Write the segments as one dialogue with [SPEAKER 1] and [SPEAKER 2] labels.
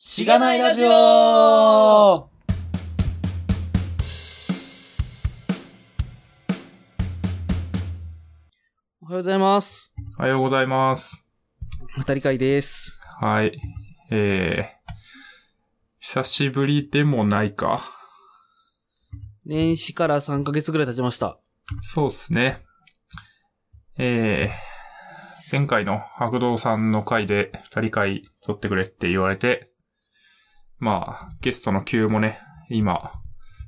[SPEAKER 1] しがないラジオ
[SPEAKER 2] おはようございます。
[SPEAKER 1] おはようございます。
[SPEAKER 2] 二人会です。
[SPEAKER 1] はい。えー、久しぶりでもないか。
[SPEAKER 2] 年始から3ヶ月ぐらい経ちました。
[SPEAKER 1] そうっすね。えー、前回の白道さんの回で二人会撮ってくれって言われて、まあ、ゲストの急もね、今、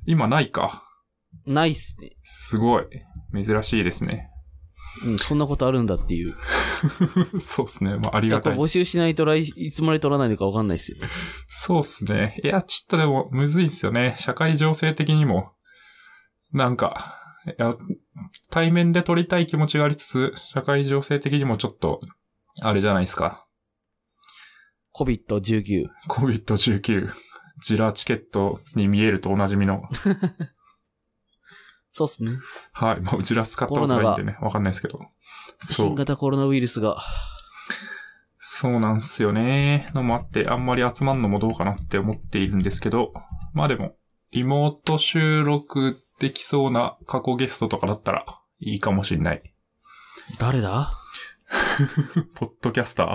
[SPEAKER 1] 今ないか。
[SPEAKER 2] ないっすね。
[SPEAKER 1] すごい。珍しいですね。
[SPEAKER 2] うん、そんなことあるんだっていう。
[SPEAKER 1] そうっすね。まあ、あり
[SPEAKER 2] い
[SPEAKER 1] が
[SPEAKER 2] や、こ
[SPEAKER 1] た
[SPEAKER 2] れ
[SPEAKER 1] い
[SPEAKER 2] 募。集しないと来、いつまで取らないのかわかんないっすよ。
[SPEAKER 1] そうっすね。いや、ちょっとでも、むずいんすよね。社会情勢的にも。なんか、いや、対面で撮りたい気持ちがありつつ、社会情勢的にもちょっと、あれじゃないですか。
[SPEAKER 2] COVID-19。
[SPEAKER 1] COVID-19。ジラチケットに見えるとおなじみの。
[SPEAKER 2] そうっすね。
[SPEAKER 1] はい。まあ、うちら使ったことないんでね。わかんないですけど。そ
[SPEAKER 2] 新
[SPEAKER 1] う。
[SPEAKER 2] 型コロナウイルスが。
[SPEAKER 1] そうなんすよね。のもあって、あんまり集まんのもどうかなって思っているんですけど。まあでも、リモート収録できそうな過去ゲストとかだったらいいかもしんない。
[SPEAKER 2] 誰だ
[SPEAKER 1] ポッドキャスター。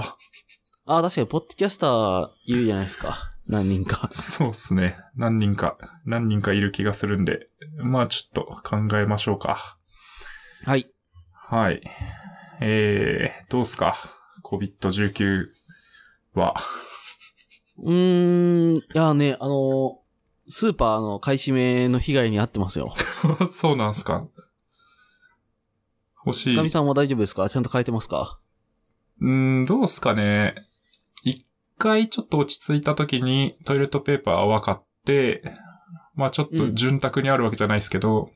[SPEAKER 2] あ、確かに、ポッドキャスターいるじゃないですか。何人か。
[SPEAKER 1] そうっすね。何人か、何人かいる気がするんで。まあちょっと考えましょうか。
[SPEAKER 2] はい。
[SPEAKER 1] はい。えー、どうっすか ?COVID-19 は。
[SPEAKER 2] うーん、いやね、あの、スーパーの買い占めの被害に遭ってますよ。
[SPEAKER 1] そうなんすか欲しい。
[SPEAKER 2] ガミさんは大丈夫ですかちゃんと買えてますか
[SPEAKER 1] うーん、どうすかね。一回ちょっと落ち着いた時にトイレットペーパーは買って、まあちょっと潤沢にあるわけじゃないですけど、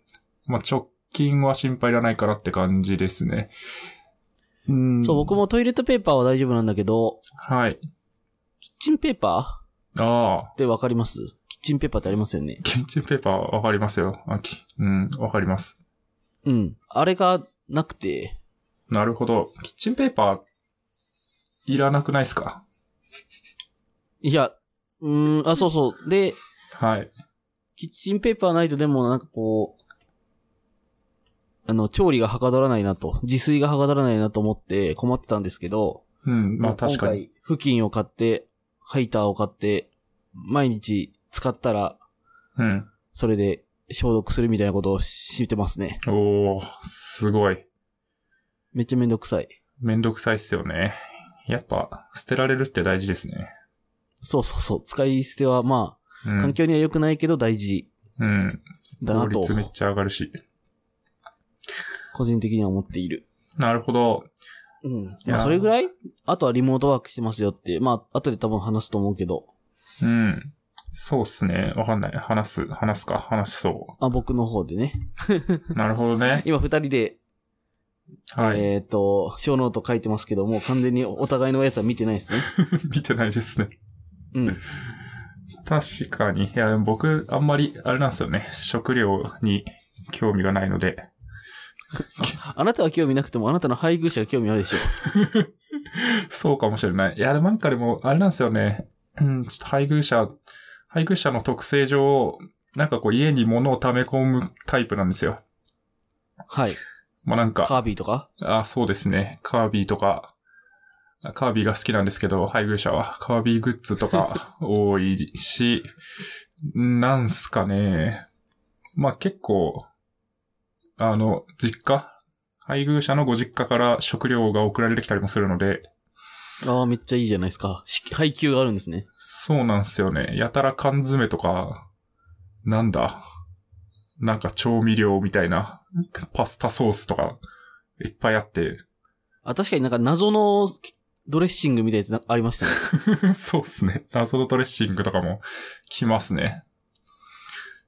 [SPEAKER 1] まあ直近は心配いらないからって感じですね。うん。
[SPEAKER 2] そう、僕。もトイレットペーパーは大丈夫なんだけど、
[SPEAKER 1] はい。
[SPEAKER 2] キッチンペーパ
[SPEAKER 1] ああ
[SPEAKER 2] ーっ、てわかりますキッチンペーパーってありますよね。
[SPEAKER 1] キッチンペーパーわかりますよ。あきうん、わかります。
[SPEAKER 2] うん。あれがなくて、
[SPEAKER 1] なるほど。キッチンペーパー、いらなくないですか
[SPEAKER 2] いや、うーん、あ、そうそう。で、
[SPEAKER 1] はい。
[SPEAKER 2] キッチンペーパーないとでもなんかこう、あの、調理がはかどらないなと、自炊がはかどらないなと思って困ってたんですけど、
[SPEAKER 1] うん、まあ確かに。
[SPEAKER 2] 今回、布巾を買って、ハイターを買って、毎日使ったら、
[SPEAKER 1] うん。
[SPEAKER 2] それで消毒するみたいなことをしてますね。
[SPEAKER 1] おー、すごい。
[SPEAKER 2] めっちゃめんどくさい。
[SPEAKER 1] めんどくさいっすよね。やっぱ、捨てられるって大事ですね。
[SPEAKER 2] そうそうそう。使い捨てはま
[SPEAKER 1] う
[SPEAKER 2] あ、環
[SPEAKER 1] ん。
[SPEAKER 2] 境には良くないけど大事
[SPEAKER 1] うん。
[SPEAKER 2] だ
[SPEAKER 1] 効
[SPEAKER 2] なと。
[SPEAKER 1] 率めっちゃ上がるし。
[SPEAKER 2] 個人的には思っている。
[SPEAKER 1] なるほど。
[SPEAKER 2] うん。
[SPEAKER 1] いや
[SPEAKER 2] まあ、
[SPEAKER 1] ー
[SPEAKER 2] それぐらいあとはリモートワークしてますよって。まあ、後で多分話すと思うけど。
[SPEAKER 1] うん。そうっすね。わかんない。話す、話すか。話しそ
[SPEAKER 2] あ、僕の方でね。
[SPEAKER 1] う。なるほどね。
[SPEAKER 2] 今二人で、
[SPEAKER 1] はい。
[SPEAKER 2] えっ、と、小ノート書いてますけど、もう完全にお互いのやつは見てないですね。
[SPEAKER 1] 見てないですね。
[SPEAKER 2] うん。
[SPEAKER 1] 確かに。いや、でも僕、あんまり、あれなんですよね。食料に興味がないので。
[SPEAKER 2] あなたは興味なくても、あなたの配偶者が興味あるでしょ。
[SPEAKER 1] そうかもしれない。いや、でもなんかでも、あれなんですよね。うん、ちょっと配偶者、配偶者の特性上、なんかこう家に物を溜め込むタイプなんですよ。
[SPEAKER 2] はい。
[SPEAKER 1] まあなんか、
[SPEAKER 2] カービィとか
[SPEAKER 1] あ、そうですね。カービィとか、カービィが好きなんですけど、配偶者は。カービィグッズとか多いし、なんすかね。まあ結構、あの、実家配偶者のご実家から食料が送られてきたりもするので、
[SPEAKER 2] ああ、めっちゃいいじゃないですか。し配給があるんですね。
[SPEAKER 1] そうなんすよね。やたら缶詰とか、なんだ、なんか調味料みたいな、パスタソースとか、いっぱいあって、
[SPEAKER 2] あ、確かになんか謎のドレッシングみたいなやつなありましたね。
[SPEAKER 1] そうっすね。謎のドレッシングとかも来ますね。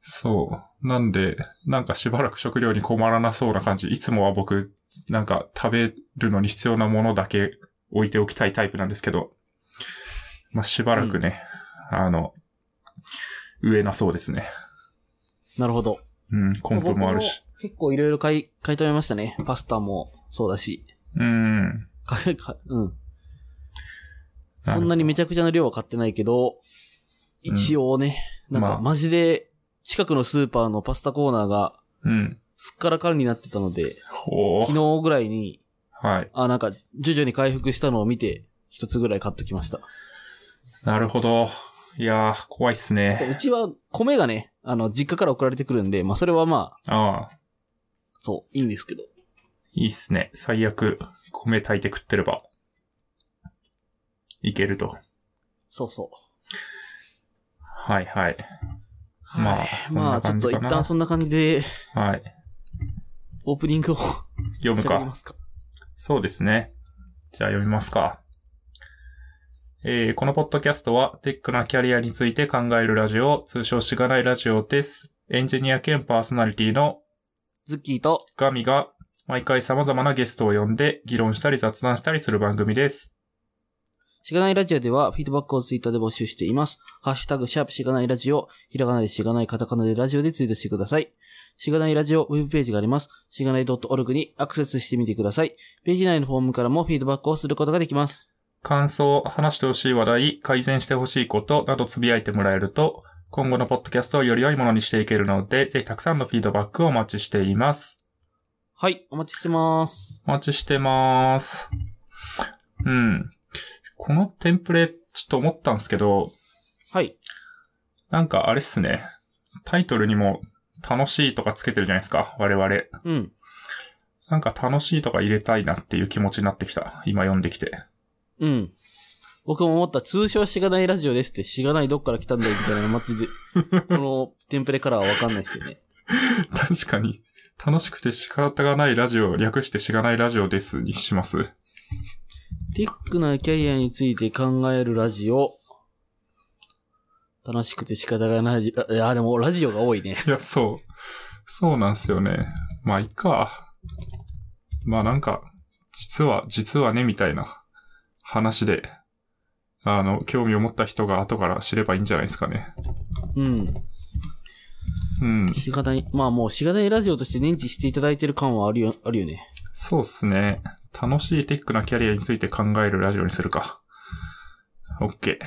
[SPEAKER 1] そう。なんで、なんかしばらく食料に困らなそうな感じ。いつもは僕、なんか食べるのに必要なものだけ置いておきたいタイプなんですけど、まあ、しばらくね、あの、植えなそうですね。
[SPEAKER 2] なるほど。
[SPEAKER 1] うん、コンプもあるし。
[SPEAKER 2] 僕も結構いろいろ買い、買い留めましたね。パスタもそうだし。
[SPEAKER 1] うん。
[SPEAKER 2] 買い買いうん。そんなにめちゃくちゃな量は買ってないけど、一応ね、
[SPEAKER 1] う
[SPEAKER 2] な
[SPEAKER 1] ん
[SPEAKER 2] ん
[SPEAKER 1] ま
[SPEAKER 2] か
[SPEAKER 1] あ
[SPEAKER 2] マジで近くのスーパーのパスタコーナーが
[SPEAKER 1] うん。
[SPEAKER 2] すっからかんになってたので、
[SPEAKER 1] ほう。
[SPEAKER 2] 昨日ぐらいに、
[SPEAKER 1] はい。
[SPEAKER 2] あ、なんか徐々に回復したのを見て、一つぐらい買っときました。
[SPEAKER 1] なるほど。いやー、怖いっすね。
[SPEAKER 2] うちは米がね、あの、実家から送られてくるんで、まあそれはまあ、
[SPEAKER 1] ああ、
[SPEAKER 2] そう、いいんですけど。
[SPEAKER 1] いいっすね。最悪、米炊いて食ってれば、いけると。
[SPEAKER 2] そうそう。
[SPEAKER 1] はいはい。まあ
[SPEAKER 2] はい
[SPEAKER 1] そん
[SPEAKER 2] ま
[SPEAKER 1] な
[SPEAKER 2] あ、ちょっ
[SPEAKER 1] 感じ
[SPEAKER 2] と
[SPEAKER 1] かな
[SPEAKER 2] 一旦そんな感じで、
[SPEAKER 1] はい。
[SPEAKER 2] オープニングを
[SPEAKER 1] 読む
[SPEAKER 2] 喋り
[SPEAKER 1] か
[SPEAKER 2] ま。すか。
[SPEAKER 1] そうですね。じゃあ読みますか。えーこのポッドキャストは、テックなキャリアについて考えるラジオ、通称しがないラジオです。エンジニア兼パーソナリティの
[SPEAKER 2] ズッキーと、
[SPEAKER 1] ガミが毎回様々なゲストを呼んで議論したり雑談したりする番組です。
[SPEAKER 2] しがないラジオでは、フィードバックをツイッターで募集しています。ハッシュタグ、シャープしがないラジオ、ひらがなでしがない、カタカナでラジオでツイートしてください。しがないラジオウェブページがあります。しがない .org にアクセスしてみてください。ページ内のフォームからもフィードバックをすることができます。
[SPEAKER 1] 感想、話してほしい話題、改善してほしいことなどつぶやいてもらえると、今後のポッドキャストをより良いものにしていけるので、ぜひたくさんのフィードバックをお待ちしています。
[SPEAKER 2] はい、お待ちしてます。
[SPEAKER 1] お待ちしてます。うん。このテンプレ、ちょっと思ったんですけど、
[SPEAKER 2] はい。
[SPEAKER 1] なんかあれっすね。タイトルにも楽しいとかつけてるじゃないですか、我々。
[SPEAKER 2] うん。
[SPEAKER 1] なんか楽しいとか入れたいなっていう気持ちになってきた。今読んできて。
[SPEAKER 2] うん。僕も思った、通称しがないラジオですって、しがないどっから来たんだよみたいなのマジで、 このテンプレからはわかんないですよね。
[SPEAKER 1] 確かに。楽しくて仕方がないラジオ、略してしがないラジオですにします。
[SPEAKER 2] ティックなキャリアについて考えるラジオ。楽しくて仕方がない。あいや、でもラジオが多いね。
[SPEAKER 1] いや、そう。そうなんすよね。まあ、いっか。まあ、なんか、実は、実はね、みたいな話で、あの、興味を持った人が後から知ればいいんじゃないですかね。
[SPEAKER 2] うん。
[SPEAKER 1] うん。
[SPEAKER 2] しがない、まあもうしがないラジオとして認知していただいてる感はあるよ、あるよね。
[SPEAKER 1] そうっすね。楽しいテックなキャリアについて考えるラジオにするか。OK。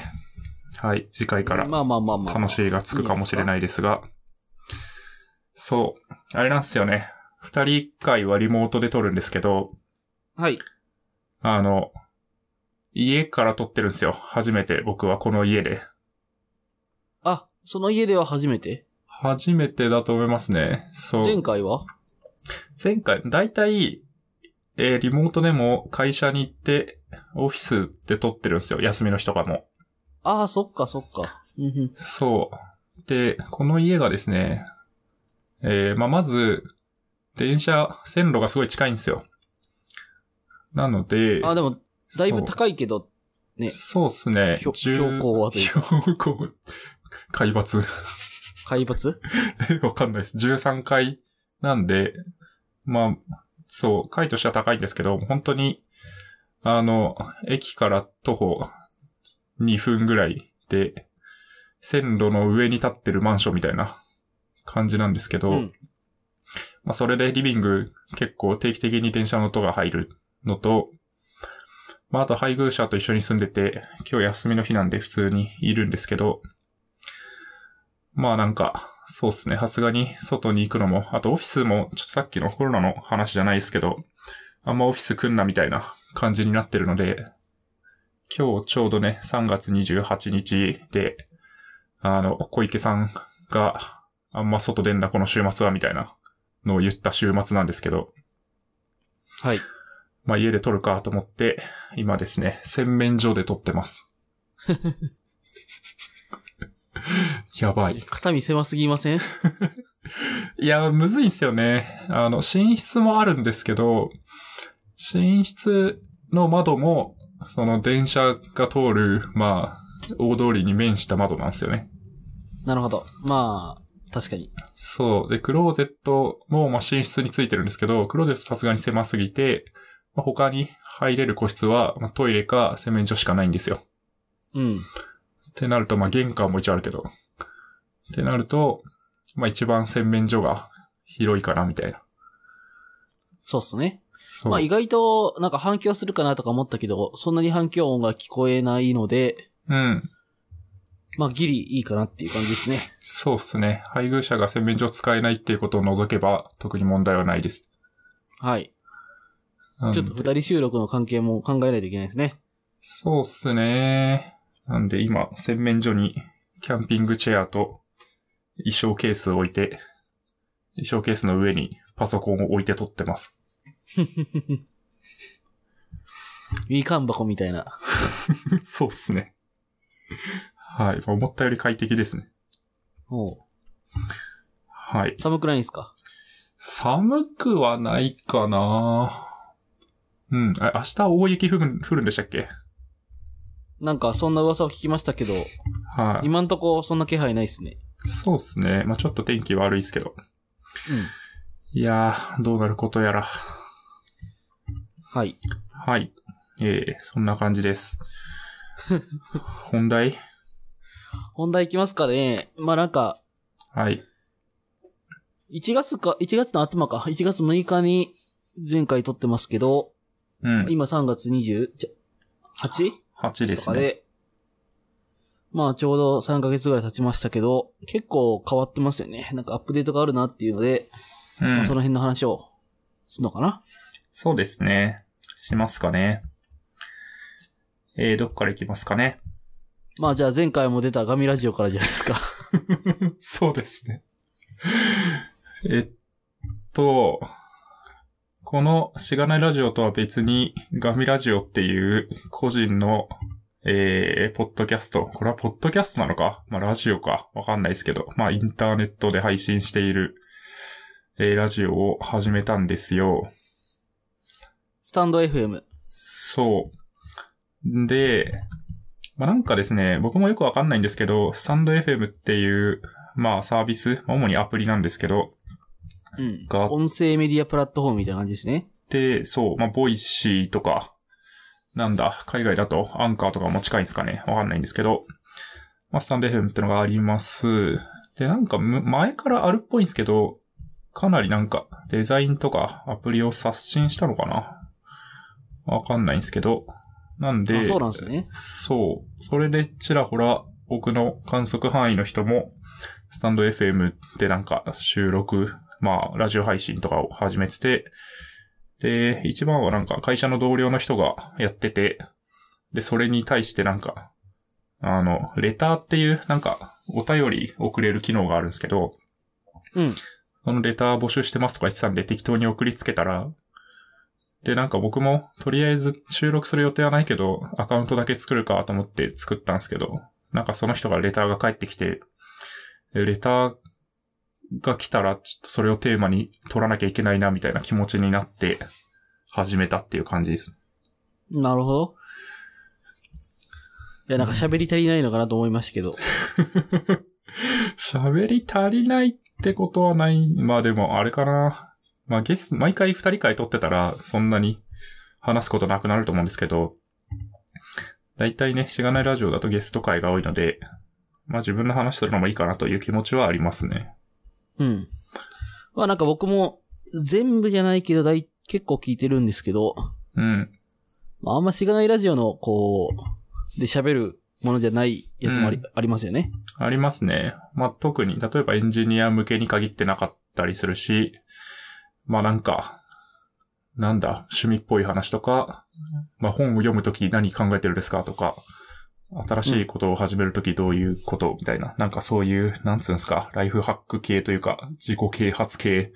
[SPEAKER 1] はい。次回から
[SPEAKER 2] まあまあまあまあ。
[SPEAKER 1] 楽しいがつくかもしれないですが。そう。あれなんですよね。二人一回はリモートで撮るんですけど、
[SPEAKER 2] はい。
[SPEAKER 1] あの、家から撮ってるんですよ。初めて僕はこの家で。
[SPEAKER 2] あ、その家では初めて
[SPEAKER 1] 初めてだと思いますね。そう。
[SPEAKER 2] 前回は
[SPEAKER 1] 前回、だいたい、えーリモートでも会社に行って、オフィスで撮ってるんですよ。休みの日とかも。
[SPEAKER 2] ああ、そっかそっか。うんうん。
[SPEAKER 1] そう。で、この家がですね、えーまあ、まず、電車、線路がすごい近いんですよ。なので、
[SPEAKER 2] あ、でも、だいぶ
[SPEAKER 1] そう
[SPEAKER 2] 高いけど、ね
[SPEAKER 1] そうですね。
[SPEAKER 2] ひょ
[SPEAKER 1] 10
[SPEAKER 2] 標高はという
[SPEAKER 1] 標高、海抜。
[SPEAKER 2] 海抜
[SPEAKER 1] わかんないです。13階なんで、まあ、そう、階としては高いんですけど、本当に、あの、駅から徒歩2分ぐらいで、線路の上に立ってるマンションみたいな感じなんですけど、
[SPEAKER 2] うん。
[SPEAKER 1] まあ、それでリビング結構定期的に電車の音が入るのと、まあ、あと配偶者と一緒に住んでて、今日休みの日なんで普通にいるんですけど、まあなんか、そうっすね。さすがに外に行くのも、あとオフィスも、ちょっとさっきのコロナの話じゃないですけど、あんまオフィス来んなみたいな感じになってるので、今日ちょうどね、3月28日で、あの、小池さんがあんま外出んなこの週末はみたいなのを言った週末なんですけど、
[SPEAKER 2] はい。
[SPEAKER 1] まあ家で撮るかと思って、今ですね、洗面所で撮ってます。 やばい。
[SPEAKER 2] 肩身狭すぎません
[SPEAKER 1] いや、むずいんすよね。あの、寝室もあるんですけど、寝室の窓も、その電車が通る、まあ、大通りに面した窓なんですよね。
[SPEAKER 2] なるほど。まあ、確かに。
[SPEAKER 1] そう。で、クローゼットも、まあ、寝室についてるんですけど、クローゼットさすがに狭すぎて、まあ、他に入れる個室は、まあ、トイレか洗面所しかないんですよ。
[SPEAKER 2] うん。
[SPEAKER 1] ってなると、まあ、玄関も一応あるけど。ってなると、まあ、一番洗面所が広いかな、みたいな。
[SPEAKER 2] そうっすね。
[SPEAKER 1] そう。
[SPEAKER 2] まあ意外となんか反響するかなとか思ったけど、そんなに反響音が聞こえないので、
[SPEAKER 1] うん。
[SPEAKER 2] まあ、ギリいいかなっていう感じですね。
[SPEAKER 1] そうっすね。配偶者が洗面所使えないっていうことを除けば、特に問題はないです。
[SPEAKER 2] はい。
[SPEAKER 1] うん
[SPEAKER 2] ちょっと二人収録の関係も考えないといけないですね。
[SPEAKER 1] そうっすね。なんで今、洗面所にキャンピングチェアと衣装ケースを置いて、衣装ケースの上にパソコンを置いて撮ってます。
[SPEAKER 2] みかん箱みたいな。
[SPEAKER 1] そうっすね。はい。まあ思ったより快適ですね。
[SPEAKER 2] おう
[SPEAKER 1] はい。
[SPEAKER 2] 寒くないんですか
[SPEAKER 1] 寒くはないかなうん。あ明日大雪降る降るんでしたっけ
[SPEAKER 2] なんか、そんな噂を聞きましたけど、
[SPEAKER 1] はい。
[SPEAKER 2] 今んとこそんな気配ないですね。
[SPEAKER 1] そうっすね。まあちょっと天気悪いですけど。
[SPEAKER 2] うん。
[SPEAKER 1] いやー、どうなることやら。
[SPEAKER 2] はい。
[SPEAKER 1] はい。ええそんな感じ です。本題
[SPEAKER 2] 本題いきますかね。まあ、なんか、
[SPEAKER 1] はい。
[SPEAKER 2] 1月か、1月の頭か、1月6日に前回撮ってますけど、
[SPEAKER 1] うん。
[SPEAKER 2] 今3月 28?
[SPEAKER 1] 8で
[SPEAKER 2] と
[SPEAKER 1] す
[SPEAKER 2] か
[SPEAKER 1] ね。
[SPEAKER 2] で、まあちょうど3ヶ月ぐらい経ちましたけど、結構変わってますよね。なんかアップデートがあるなっていうので、
[SPEAKER 1] う
[SPEAKER 2] まあ
[SPEAKER 1] ん
[SPEAKER 2] そ。の辺の話をするのかな
[SPEAKER 1] そうですね。しますかね。えー、どっから行きますかね。
[SPEAKER 2] まあじゃあ前回も出たガミラジオからじゃないです か。
[SPEAKER 1] そうですね。えっと、このしがないラジオとは別に、ガミラジオっていう個人の、えー、ポッドキャスト。これはポッドキャストなのかまあ、ラジオか。わかんないですけど。まあ、インターネットで配信している、えー、ラジオを始めたんですよ。
[SPEAKER 2] スタンド FM。
[SPEAKER 1] そう。で、まあ、なんかですね、僕もよくわかんないんですけど、スタンド FM っていう、まあ、サービス、まあ主にアプリなんですけど、
[SPEAKER 2] うん。
[SPEAKER 1] が
[SPEAKER 2] 音声メディアプラットフォームみたいな感じですね。
[SPEAKER 1] で、そう、まあ、ボイシーとか、なんだ、海外だとアンカーとかも近いんですかね。わかんないんですけど、まあ、スタンド FM ってのがあります。で、なんかむ、前からあるっぽいんですけど、かなりなんか、デザインとかアプリを刷新したのかなわかんないんですけど、なん
[SPEAKER 2] あ
[SPEAKER 1] で、
[SPEAKER 2] そうなんですね。
[SPEAKER 1] そう。それでちらほら僕の観測範囲の人も、スタンド FM でなんか収録、まあ、ラジオ配信とかを始めてて、で、一番はなんか会社の同僚の人がやってて、で、それに対してなんか、あの、レターっていうなんかお便り送れる機能があるんですけど、
[SPEAKER 2] うん。
[SPEAKER 1] そのレター募集してますとか言ってたんで適当に送りつけたら、で、なんか僕もとりあえず収録する予定はないけど、アカウントだけ作るかと思って作ったんですけど、なんかその人がレターが返ってきて、でレターが来たらちょっとそれをテーマに取らなきゃいけないなみたいな気持ちになって始めたっていう感じです。
[SPEAKER 2] なるほど。いや、なんか喋り足りないのかなと思いましたけど。
[SPEAKER 1] 喋り足りないってことはない。まあでも、あれかな。まあゲス、毎回二人会撮ってたら、そんなに話すことなくなると思うんですけど、だいたいね、しがないラジオだとゲスト会が多いので、まあ自分の話するのもいいかなという気持ちはありますね。
[SPEAKER 2] うん。まあなんか僕も全部じゃないけどだい結構聞いてるんですけど、
[SPEAKER 1] うん。
[SPEAKER 2] まああんましがないラジオのこう、で喋るものじゃないやつもあり,、
[SPEAKER 1] う
[SPEAKER 2] ありますよね。
[SPEAKER 1] ありますね。まあ特に、例えばエンジニア向けに限ってなかったりするし、まあなんか、なんだ、趣味っぽい話とか、まあ本を読むとき何考えてるんですかとか、新しいことを始めるときどういうことみたいな、なんかそういう、なんつうんですか、ライフハック系というか、自己啓発系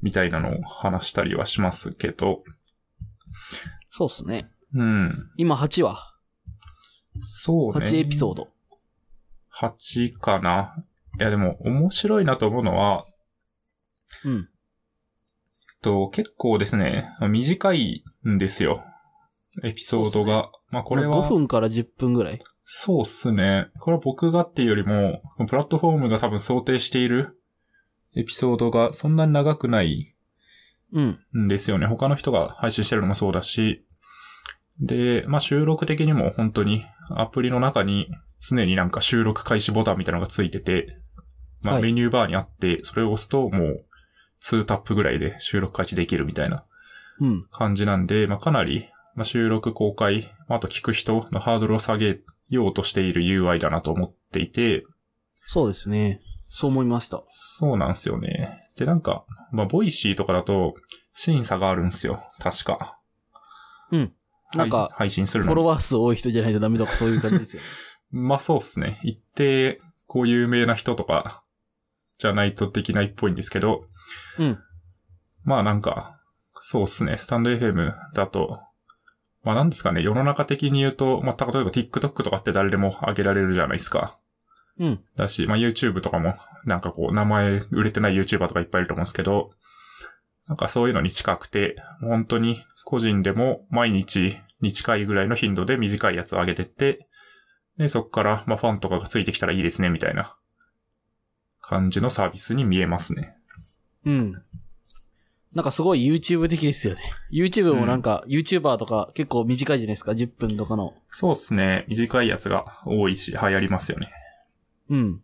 [SPEAKER 1] みたいなのを話したりはしますけど、
[SPEAKER 2] そうっすね。
[SPEAKER 1] うん。
[SPEAKER 2] 今8話。
[SPEAKER 1] そうね。
[SPEAKER 2] 8エピソード。
[SPEAKER 1] 8かな。いやでも面白いなと思うのは、
[SPEAKER 2] うん。
[SPEAKER 1] えっと、結構ですね、短いんですよ。エピソードが。まあこれは。
[SPEAKER 2] 5分から10分ぐらい。
[SPEAKER 1] そうっすね。これは僕がっていうよりも、プラットフォームが多分想定しているエピソードがそんなに長くない
[SPEAKER 2] うん。
[SPEAKER 1] んですよね。他の人が配信してるのもそうだし。で、まあ収録的にも本当にアプリの中に常になんか収録開始ボタンみたいなのがついてて、まあ
[SPEAKER 2] はい
[SPEAKER 1] メニューバーにあって、それを押すともう2タップぐらいで収録開始できるみたいな
[SPEAKER 2] うん。
[SPEAKER 1] 感じなんで、まあ、かなり、まあ、収録公開、まああと聞く人のハードルを下げようとしている UI だなと思っていて、
[SPEAKER 2] そうですね。そう思いました。
[SPEAKER 1] そうなんですよね。で、なんか、まあ、ボイシーとかだと、審査があるんですよ。確か。
[SPEAKER 2] うん。なん
[SPEAKER 1] はい
[SPEAKER 2] か、
[SPEAKER 1] 配信する
[SPEAKER 2] フ
[SPEAKER 1] の
[SPEAKER 2] ォ
[SPEAKER 1] に
[SPEAKER 2] ロワー数多い人じゃないとダメとかそういう感じですよね。
[SPEAKER 1] まあそうっすね。一定、こう有名な人とか、じゃないとできないっぽいんですけど、
[SPEAKER 2] うん。
[SPEAKER 1] まあなんか、そうっすね。スタンド FM だと、まあなんですかね、世の中的に言うと、まあ例えば TikTok とかって誰でも上げられるじゃないですか。
[SPEAKER 2] うん。
[SPEAKER 1] だし、まあ YouTube とかも、なんかこう、名前売れてない YouTuber とかいっぱいいると思うんですけど、なんかそういうのに近くて、本当に個人でも毎日に近いぐらいの頻度で短いやつを上げてって、で、そこから、まあファンとかがついてきたらいいですね、みたいな感じのサービスに見えますね。
[SPEAKER 2] うん。なんかすごい YouTube 的ですよね。YouTube もなんか、YouTuber とか結構短いじゃないですか。10分とかの。
[SPEAKER 1] そうっすね。短いやつが多いし、流行りますよね。
[SPEAKER 2] うん。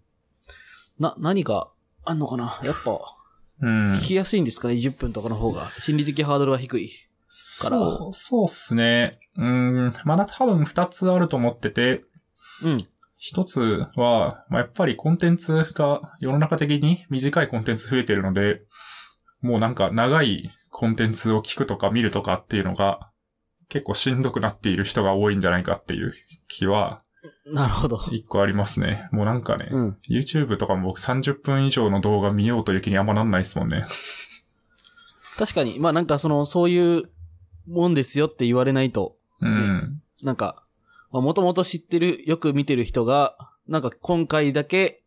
[SPEAKER 2] な、何があんのかなやっぱ、
[SPEAKER 1] うん。
[SPEAKER 2] 聞きやすいんですかね ?10 分とかの方が。心理的ハードルは低い。から
[SPEAKER 1] そう、そうっすね。うん。まだ多分二つあると思ってて、
[SPEAKER 2] うん。
[SPEAKER 1] 一つは、まあ、やっぱりコンテンツが世の中的に短いコンテンツ増えてるので、もうなんか長いコンテンツを聞くとか見るとかっていうのが結構しんどくなっている人が多いんじゃないかっていう気は
[SPEAKER 2] なるほど。
[SPEAKER 1] 一個ありますね。もうなんかね、
[SPEAKER 2] うん。
[SPEAKER 1] YouTube とかも僕30分以上の動画見ようという気にあんまなんないですもんね。
[SPEAKER 2] 確かに、まあなんかその、そういうもんですよって言われないと、
[SPEAKER 1] うん。
[SPEAKER 2] なんか、まあもともと知ってる、よく見てる人が、なんか今回だけ、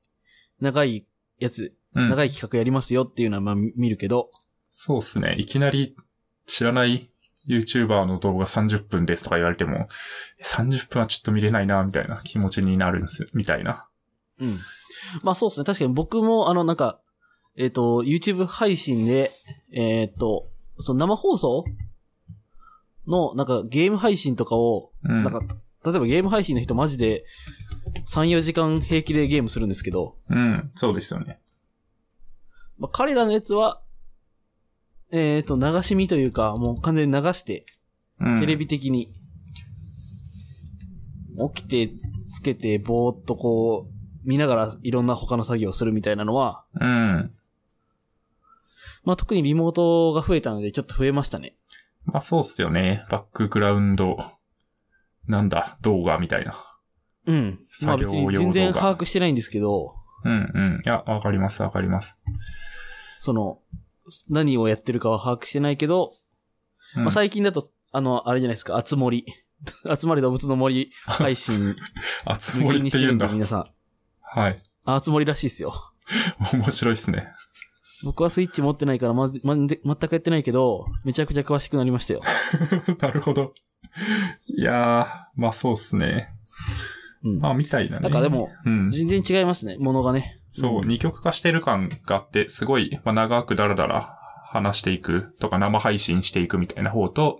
[SPEAKER 2] 長いやつ、
[SPEAKER 1] うん、
[SPEAKER 2] 長い企画やりますよっていうのはまあ見るけど、
[SPEAKER 1] そうっすね。いきなり知らない YouTuber の動画30分ですとか言われても、30分はちょっと見れないな、みたいな気持ちになるんです、みたいな。
[SPEAKER 2] うん。まあそうですね。確かに僕も、あの、なんか、えっ、と、YouTube 配信で、えっ、と、その生放送の、なんかゲーム配信とかを、
[SPEAKER 1] うん。
[SPEAKER 2] なんか、例えばゲーム配信の人マジで、3、4時間平気でゲームするんですけど、
[SPEAKER 1] うん、そうですよね。
[SPEAKER 2] まあ、彼らのやつは、えっ、と、流し見というか、もう完全に流して、
[SPEAKER 1] うん、
[SPEAKER 2] テレビ的に、起きて、つけて、ぼーっとこう、見ながらいろんな他の作業をするみたいなのは、
[SPEAKER 1] うん。
[SPEAKER 2] まあ特にリモートが増えたのでちょっと増えましたね。
[SPEAKER 1] まあそうっすよね。バックグラウンド、なんだ、動画みたいな。
[SPEAKER 2] うん。まあ
[SPEAKER 1] 作業
[SPEAKER 2] 別
[SPEAKER 1] 用動画
[SPEAKER 2] に全然把握してないんですけど、
[SPEAKER 1] うんうん。いや、わかります、わかります。
[SPEAKER 2] その、何をやってるかは把握してないけど、
[SPEAKER 1] うん
[SPEAKER 2] まあ最近だと、あの、あれじゃないですか、あつ 森。あつまり動物の森配 信、
[SPEAKER 1] あつ
[SPEAKER 2] 無
[SPEAKER 1] 森
[SPEAKER 2] 限
[SPEAKER 1] っ
[SPEAKER 2] に
[SPEAKER 1] て
[SPEAKER 2] して
[SPEAKER 1] 言
[SPEAKER 2] る
[SPEAKER 1] うんん
[SPEAKER 2] で
[SPEAKER 1] だ。
[SPEAKER 2] 皆さん。
[SPEAKER 1] はい。
[SPEAKER 2] あつ森らしいですよ。
[SPEAKER 1] 面白いっすね。
[SPEAKER 2] 僕はスイッチ持ってないからまず、ま、で全くやってないけど、めちゃくちゃ詳しくなりましたよ。
[SPEAKER 1] なるほど。いやー、まあそうっすね。
[SPEAKER 2] うん。
[SPEAKER 1] まあみたいなね。
[SPEAKER 2] なんかでも、
[SPEAKER 1] うん。
[SPEAKER 2] 全然違いますね、ものがね。
[SPEAKER 1] そう、二極化してる感があって、すごい、まあ、長くダラダラ話していくとか生配信していくみたいな方と、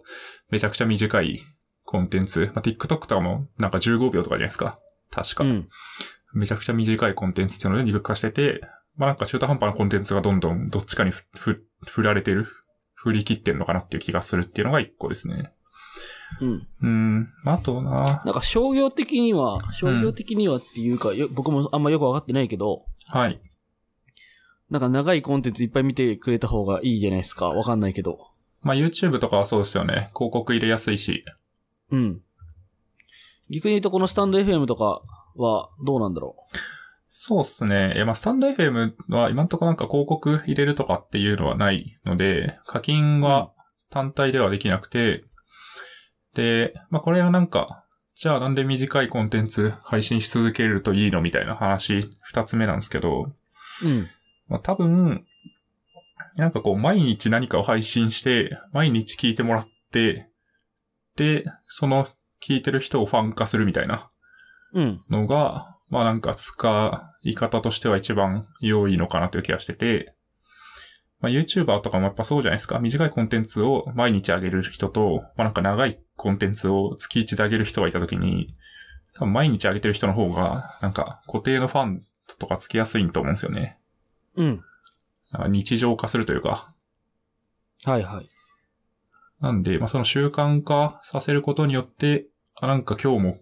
[SPEAKER 1] めちゃくちゃ短いコンテンツ、まあ、TikTok とかもなんか15秒とかじゃないですか。確か。
[SPEAKER 2] うん。うん。
[SPEAKER 1] めちゃくちゃ短いコンテンツっていうので二極化してて、まあ、なんか中途半端なコンテンツがどんどんどっちかにふふ振られてる。振り切ってんのかなっていう気がするっていうのが一個ですね。
[SPEAKER 2] うん。
[SPEAKER 1] うん。まあ、あとな。
[SPEAKER 2] なんか商業的には、商業的にはっていうか、よ僕もあんまよくわかってないけど、
[SPEAKER 1] はい。
[SPEAKER 2] なんか長いコンテンツいっぱい見てくれた方がいいじゃないですか。わかんないけど。
[SPEAKER 1] まあ、YouTube とかはそうですよね。広告入れやすいし。
[SPEAKER 2] うん。逆に言うとこのスタンド FM とかはどうなんだろ
[SPEAKER 1] そうっすね。いや、まあ、スタンド FM は今んとこなんか広告入れるとかっていうのはないので、課金は単体ではできなくて、で、まあ、これはなんか、じゃあなんで短いコンテンツ配信し続けるといいのみたいな話、二つ目なんですけど、
[SPEAKER 2] う。うん。
[SPEAKER 1] まあ、多分、なんかこう、毎日何かを配信して、毎日聞いてもらって、で、その聞いてる人をファン化するみたいな
[SPEAKER 2] うん。
[SPEAKER 1] のが、まあなんか使い方としては一番良いのかなという気がしてて、まあ YouTuber とかもやっぱそうじゃないですか。短いコンテンツを毎日上げる人と、まあなんか長いコンテンツを月1で上げる人がいたときに、多分毎日上げてる人の方が、なんか固定のファンとかつきやすいと思うんですよね。
[SPEAKER 2] うん。
[SPEAKER 1] なんか日常化するというか。
[SPEAKER 2] はいはい。
[SPEAKER 1] なんで、まあその習慣化させることによって、あ、なんか今日も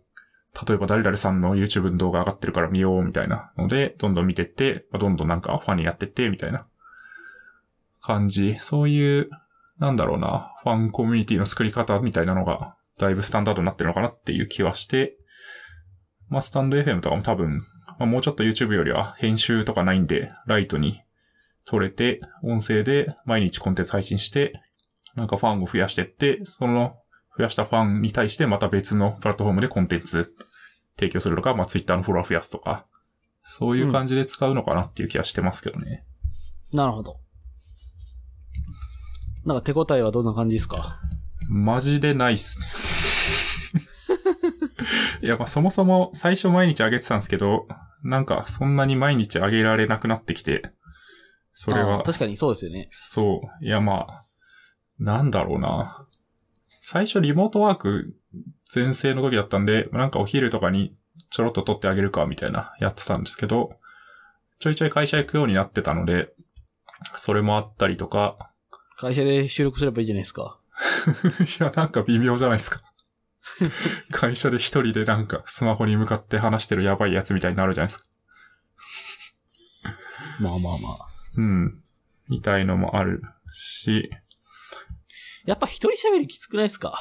[SPEAKER 1] 例えば誰々さんの YouTube の動画上がってるから見ようみたいなので、どんどん見てって、まあどんどんなんかファンになってってみたいな感じ。そういう、なんだろうな、ファンコミュニティの作り方みたいなのが、だいぶスタンダードになってるのかなっていう気はして、まあ、スタンド FM とかも多分、まあ、もうちょっと YouTube よりは編集とかないんで、ライトに撮れて、音声で毎日コンテンツ配信して、なんかファンを増やしてって、その増やしたファンに対してまた別のプラットフォームでコンテンツ提供するとか、まあ、Twitter のフォロワー増やすとか、そういう感じで使うのかなっていう気はしてますけどね。
[SPEAKER 2] なるほど。なんか手応えはどんな感じですか
[SPEAKER 1] マジでないっすね。 いや、まあ、そもそも最初毎日上げてたんですけど、なんかそんなに毎日上げられなくなってきて、それ
[SPEAKER 2] あ
[SPEAKER 1] は
[SPEAKER 2] ー、確かにそうですよね。
[SPEAKER 1] そう。いや、まあ、なんだろうな。最初リモートワーク全盛の時だったんで、なんかお昼とかにちょろっと撮ってあげるか、みたいな、やってたんですけど、ちょいちょい会社行くようになってたので、それもあったりとか、
[SPEAKER 2] 会社で収録すればいいじゃないですか。
[SPEAKER 1] いや、なんか微妙じゃない ですか。会社で一人でなんかスマホに向かって話してるやばいやつみたいになるじゃないですか。
[SPEAKER 2] まあまあまあ。
[SPEAKER 1] うん。みたいのもあるし、
[SPEAKER 2] やっぱ一人喋りきつくないですか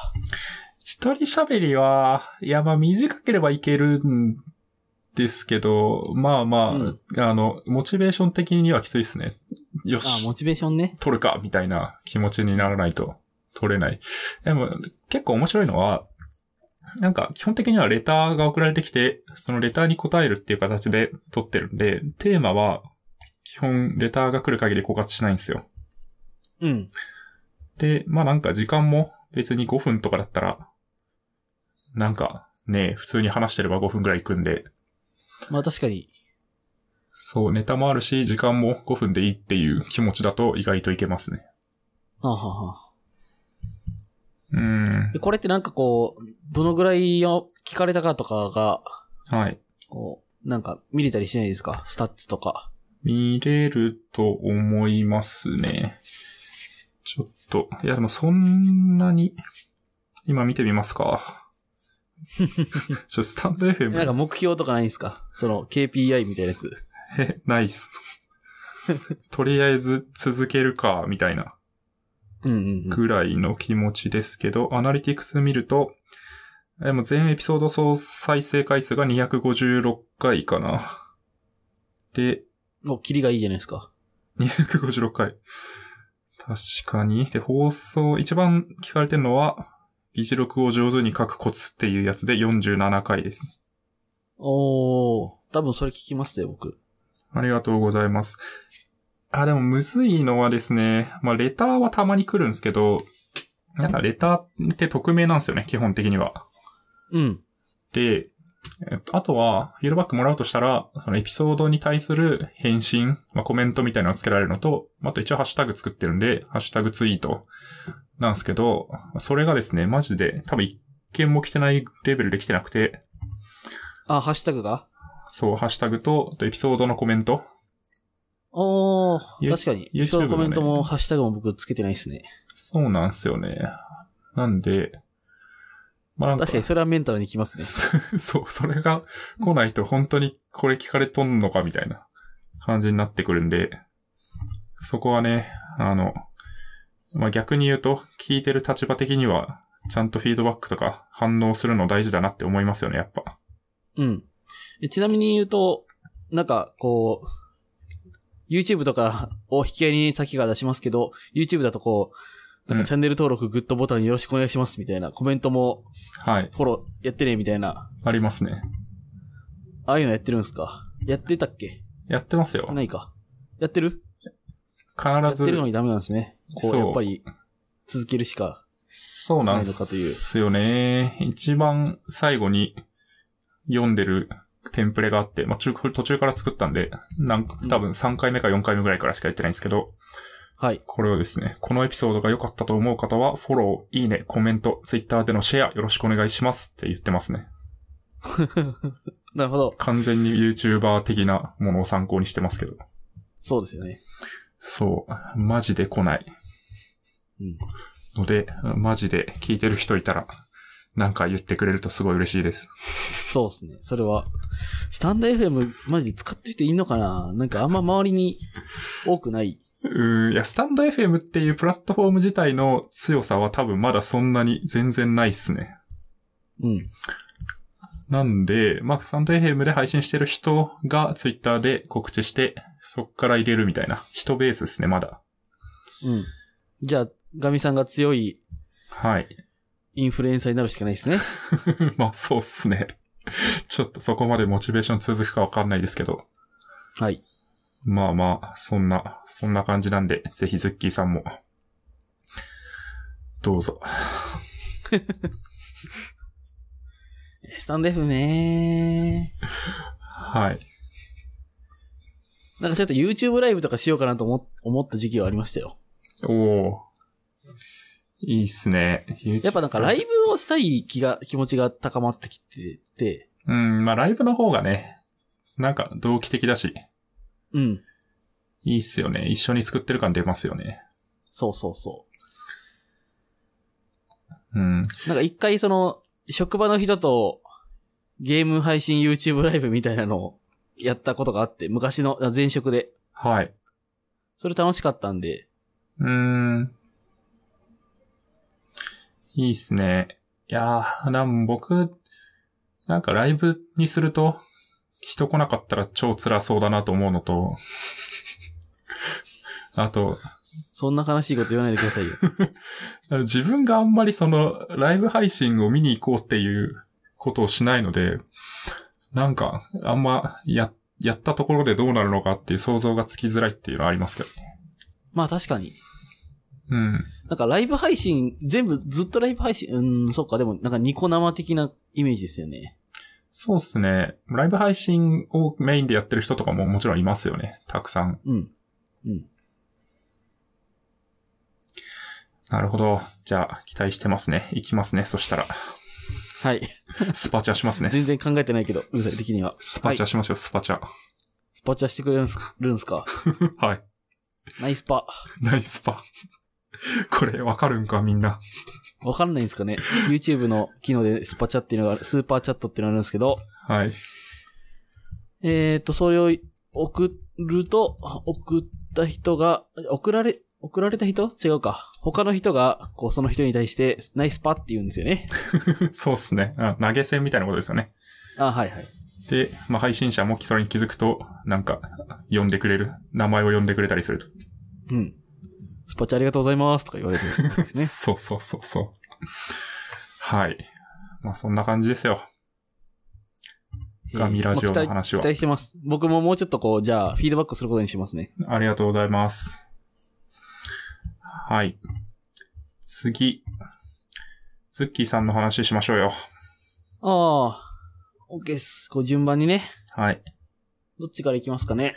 [SPEAKER 1] 一人喋りは、いや、まあ短ければいけるんですけど、まあまあ、
[SPEAKER 2] うん
[SPEAKER 1] あの、モチベーション的にはきついですね。よ
[SPEAKER 2] ああ、モ
[SPEAKER 1] し、
[SPEAKER 2] チベーションね。
[SPEAKER 1] 撮るか、みたいな気持ちにならないと撮れない。でも、結構面白いのは、なんか、基本的にはレターが送られてきて、そのレターに答えるっていう形で撮ってるんで、テーマは、基本、レターが来る限り枯渇しないんですよ。
[SPEAKER 2] うん。
[SPEAKER 1] で、まあなんか時間も別に5分とかだったら、なんかね、普通に話してれば5分くらい行くんで、
[SPEAKER 2] まあ確かに。
[SPEAKER 1] そう、ネタもあるし、時間も5分でいいっていう気持ちだと意外といけますね。
[SPEAKER 2] はあ、はあはあ
[SPEAKER 1] うーん。
[SPEAKER 2] でこれってなんかこう、どのぐらいを聞かれたかとかが、
[SPEAKER 1] はい。
[SPEAKER 2] こう、なんか見れたりしないですかスタッツとか。
[SPEAKER 1] 見れると思いますね。ちょっと、いやでもそんなに、今見てみま すか。ちょ、スタンド
[SPEAKER 2] えなんか
[SPEAKER 1] FM、
[SPEAKER 2] 目標とかないんですかその KPI みたいなやつ。
[SPEAKER 1] え、ナイス。とりあえず続けるか、みたいな。
[SPEAKER 2] うんうん、うん。
[SPEAKER 1] ぐらいの気持ちですけど、アナリティクス見ると、えもう全エピソード総再生回数が256回かな。で、
[SPEAKER 2] もうキリがいいじゃないですか。
[SPEAKER 1] 256回。確かに。で、放送、一番聞かれてるのは、議事録を上手に書くコツっていうやつで47回ですね。
[SPEAKER 2] おー。多分それ聞きますよ、僕。
[SPEAKER 1] ありがとうございます。あ、でもむずいのはですね、まあ、レターはたまに来るんですけど、なんかレターって匿名なんですよね、基本的には。
[SPEAKER 2] うん。
[SPEAKER 1] で、えっとあとは、フィードバックもらうとしたら、そのエピソードに対する返信、まあ、コメントみたいなのをつけられるのと、あと一応ハッシュタグ作ってるんで、ハッシュタグツイートなんですけど、それがですね、マジで多分一件も来てないレベルで来てなくて、
[SPEAKER 2] あ、ハッシュタグが
[SPEAKER 1] そう、ハッシュタグと、あとエピソードのコメント。
[SPEAKER 2] おー。
[SPEAKER 1] ゆ
[SPEAKER 2] 確かに。
[SPEAKER 1] YouTube
[SPEAKER 2] そのコメントも
[SPEAKER 1] もね
[SPEAKER 2] ハッシュタグも僕つけてないですね。
[SPEAKER 1] そうなんですよね。なんで、まあなんか、
[SPEAKER 2] 確かにそれはメンタルにきますね。
[SPEAKER 1] そう、それが来ないと本当にこれ聞かれとんのかみたいな感じになってくるんで、そこはね、あの、まあ、逆に言うと、聞いてる立場的には、ちゃんとフィードバックとか反応するの大事だなって思いますよね、やっぱ。
[SPEAKER 2] うん。えちなみに言うと、なんか、こう、YouTube とか を引き合いに先から出しますけど、YouTube だとこう、なん
[SPEAKER 1] う
[SPEAKER 2] か
[SPEAKER 1] ん
[SPEAKER 2] チャンネル登録、グッドボタンよろしくお願いしますみたいな、コメントも
[SPEAKER 1] はい、
[SPEAKER 2] フォローやってねみたいな、
[SPEAKER 1] ありますね。
[SPEAKER 2] ああいうのやってるんですかやってたっけ
[SPEAKER 1] やってますよ。
[SPEAKER 2] ないか。やってるやっ
[SPEAKER 1] 必
[SPEAKER 2] て
[SPEAKER 1] ず
[SPEAKER 2] る、のにダメなんですね。こう、
[SPEAKER 1] そう
[SPEAKER 2] やっぱり続けるしか。
[SPEAKER 1] そうなんですよね。一番最後に読んでるテンプレがあって、まあ、中途中から作ったんで、なんか多分3回目か4回目ぐらいからしかやってないんですけど、
[SPEAKER 2] はい。
[SPEAKER 1] これをですね、このエピソードが良かったと思う方は、フォロー、いいね、コメント、ツイッターでのシェアよろしくお願いしますって言ってますね。
[SPEAKER 2] なるほど。
[SPEAKER 1] 完全に YouTuber 的なものを参考にしてますけど。
[SPEAKER 2] そうですよね。
[SPEAKER 1] そう、マジで来ない
[SPEAKER 2] うん。
[SPEAKER 1] ので、マジで聞いてる人いたら、なんか言ってくれるとすごい嬉しいです。
[SPEAKER 2] そうですね。それは。スタンド FM、マジで使ってる人いんのかななんかあんま周りに多くない。
[SPEAKER 1] うーん、いや、スタンド FM っていうプラットフォーム自体の強さは多分まだそんなに全然ないっすね。
[SPEAKER 2] うん。
[SPEAKER 1] なんで、まあ、スタンド FM で配信してる人がツイッターで告知して、そっから入れるみたいな。人ベースですね、まだ。
[SPEAKER 2] うん。じゃあ、ガミさんが強い
[SPEAKER 1] はい。
[SPEAKER 2] インフルエンサーになるしかないですね。
[SPEAKER 1] まあ、そうっすね。ちょっとそこまでモチベーション続くかわかんないですけど。
[SPEAKER 2] はい。
[SPEAKER 1] まあまあ、そんな、そんな感じなんで、ぜひズッキーさんも、どうぞ。
[SPEAKER 2] スタンド FM ね
[SPEAKER 1] はい。
[SPEAKER 2] なんかちょっと YouTube ライブとかしようかなと思思った時期はありましたよ。
[SPEAKER 1] おおいいっすね。
[SPEAKER 2] やっぱなんかライブをしたい気が、気持ちが高まってきてて、
[SPEAKER 1] うん、まあライブの方がね、なんか同期的だし、
[SPEAKER 2] うん。
[SPEAKER 1] いいっすよね。一緒に作ってる感出ますよね。
[SPEAKER 2] そうそうそ
[SPEAKER 1] うん。
[SPEAKER 2] う。なんか一回その、職場の人とゲーム配信 YouTube ライブみたいなのをやったことがあって、昔の、あ前職で。
[SPEAKER 1] はい。
[SPEAKER 2] それ楽しかったんで、
[SPEAKER 1] うーん。いいっすね。いやー、なん、僕、なんかライブにすると、人来なかったら超辛そうだなと思うのと、 あと、
[SPEAKER 2] そんな悲しいこと言わないでくださいよ。
[SPEAKER 1] 自分があんまりその、ライブ配信を見に行こうっていうことをしないので、なんか、あんま、や、やったところでどうなるのかっていう想像がつきづらいっていうのはありますけど。
[SPEAKER 2] まあ確かに。
[SPEAKER 1] うん。
[SPEAKER 2] なんかライブ配信、全部ずっとライブ配信、うん、そっか、でもなんかニコ生的なイメージですよね。
[SPEAKER 1] そうっすね。ライブ配信をメインでやってる人とかももちろんいますよね。たくさん。
[SPEAKER 2] うん。
[SPEAKER 1] なるほど。じゃあ、期待してますね。行きますね。そしたら、
[SPEAKER 2] はい。
[SPEAKER 1] スパチャしますね。
[SPEAKER 2] 全然考えてないけど、具体的には。
[SPEAKER 1] スパチャしましょう、スパチャ。
[SPEAKER 2] スパチャしてくれるんすかるんすか
[SPEAKER 1] はい。
[SPEAKER 2] ナイスパ。
[SPEAKER 1] ナイスパ。これ、わかるんか、みんな。
[SPEAKER 2] わかんないんですかね ?YouTube の機能でスパチャっていうのが、スーパーチャットっていうのがあるんですけど、
[SPEAKER 1] はい。
[SPEAKER 2] えっ、ー、と、それを送ると、送った人が、送られ、送られた人違うか。他の人が、こう、その人に対して、ナイスパって言うんですよね。
[SPEAKER 1] そうっすね。あ投げ銭みたいなことですよね。
[SPEAKER 2] あ、はいはい。
[SPEAKER 1] で、まあ、配信者もそれに気づくと、なんか、呼んでくれる。名前を呼んでくれたりすると。
[SPEAKER 2] うん。スパチャありがとうございますとか言われてるんです ね。
[SPEAKER 1] そうそうそうそう。はい。まあ、そんな感じですよ。ガミラジオの話は
[SPEAKER 2] まあ期待期待してます。僕ももうちょっとこう、じゃあ、フィードバックすることにしますね。
[SPEAKER 1] ありがとうございます。はい。次。ズッキーさんの話しましょうよ。
[SPEAKER 2] ああ、OK っす。こう、順番にね。
[SPEAKER 1] はい。
[SPEAKER 2] どっちから行きますかね。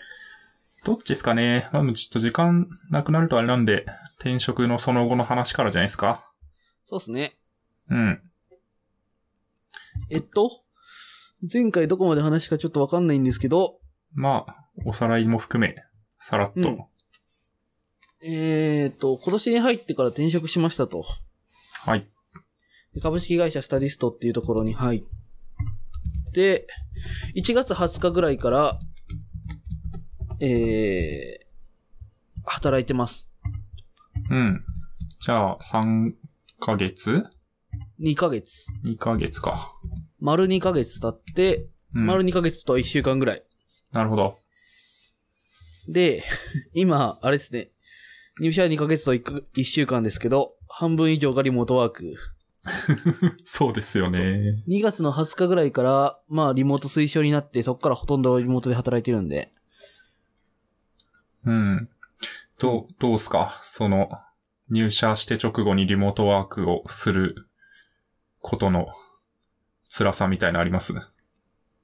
[SPEAKER 1] どっちですかねまあ、ちょっと時間なくなるとあれなんで、転職のその後の話からじゃないですか
[SPEAKER 2] そうっすね。
[SPEAKER 1] うん。
[SPEAKER 2] えっと、前回どこまで話かちょっとわかんないんですけど、
[SPEAKER 1] まあ、おさらいも含め、さらっと。
[SPEAKER 2] うんえーっと、今年に入ってから転職しましたと。
[SPEAKER 1] はい。
[SPEAKER 2] で株式会社スタディストっていうところに入って、1月20日ぐらいから、えー、働いてます。
[SPEAKER 1] うん。じゃあ、3ヶ月
[SPEAKER 2] 2ヶ月。
[SPEAKER 1] ?2 ヶ月か。
[SPEAKER 2] 丸2ヶ月経って、
[SPEAKER 1] うん、
[SPEAKER 2] 丸2ヶ月と1週間ぐらい。
[SPEAKER 1] なるほど。
[SPEAKER 2] で、 今、あれですね。入社2ヶ月と 1, 1週間ですけど、半分以上がリモートワーク。
[SPEAKER 1] そうですよね。
[SPEAKER 2] 2月の20日ぐらいから、まあ、リモート推奨になって、そこからほとんどリモートで働いてるんで。
[SPEAKER 1] うん。どう、どうすかその、入社して直後にリモートワークをすることの辛さみたいなのあります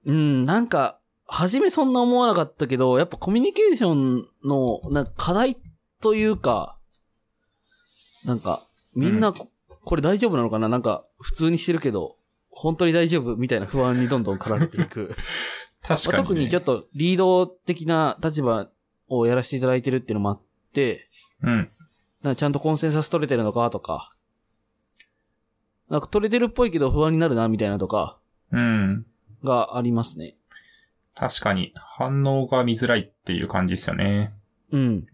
[SPEAKER 2] うん、なんか、初めそんな思わなかったけど、やっぱコミュニケーションの、なんか課題というか、なんか、みんなこ、これ大丈夫なのかななんか、普通にしてるけど、本当に大丈夫みたいな不安にどんどん駆られていく。
[SPEAKER 1] 確かに、
[SPEAKER 2] ま
[SPEAKER 1] ね
[SPEAKER 2] あ特にちょっとリード的な立場をやらせていただいてるっていうのもあって、
[SPEAKER 1] うん。
[SPEAKER 2] なんかちゃんとコンセンサス取れてるのかとか、なんか取れてるっぽいけど不安になるな、みたいなとか、
[SPEAKER 1] うん。
[SPEAKER 2] がありますね。
[SPEAKER 1] 確かに、反応が見づらいっていう感じですよね。
[SPEAKER 2] うん。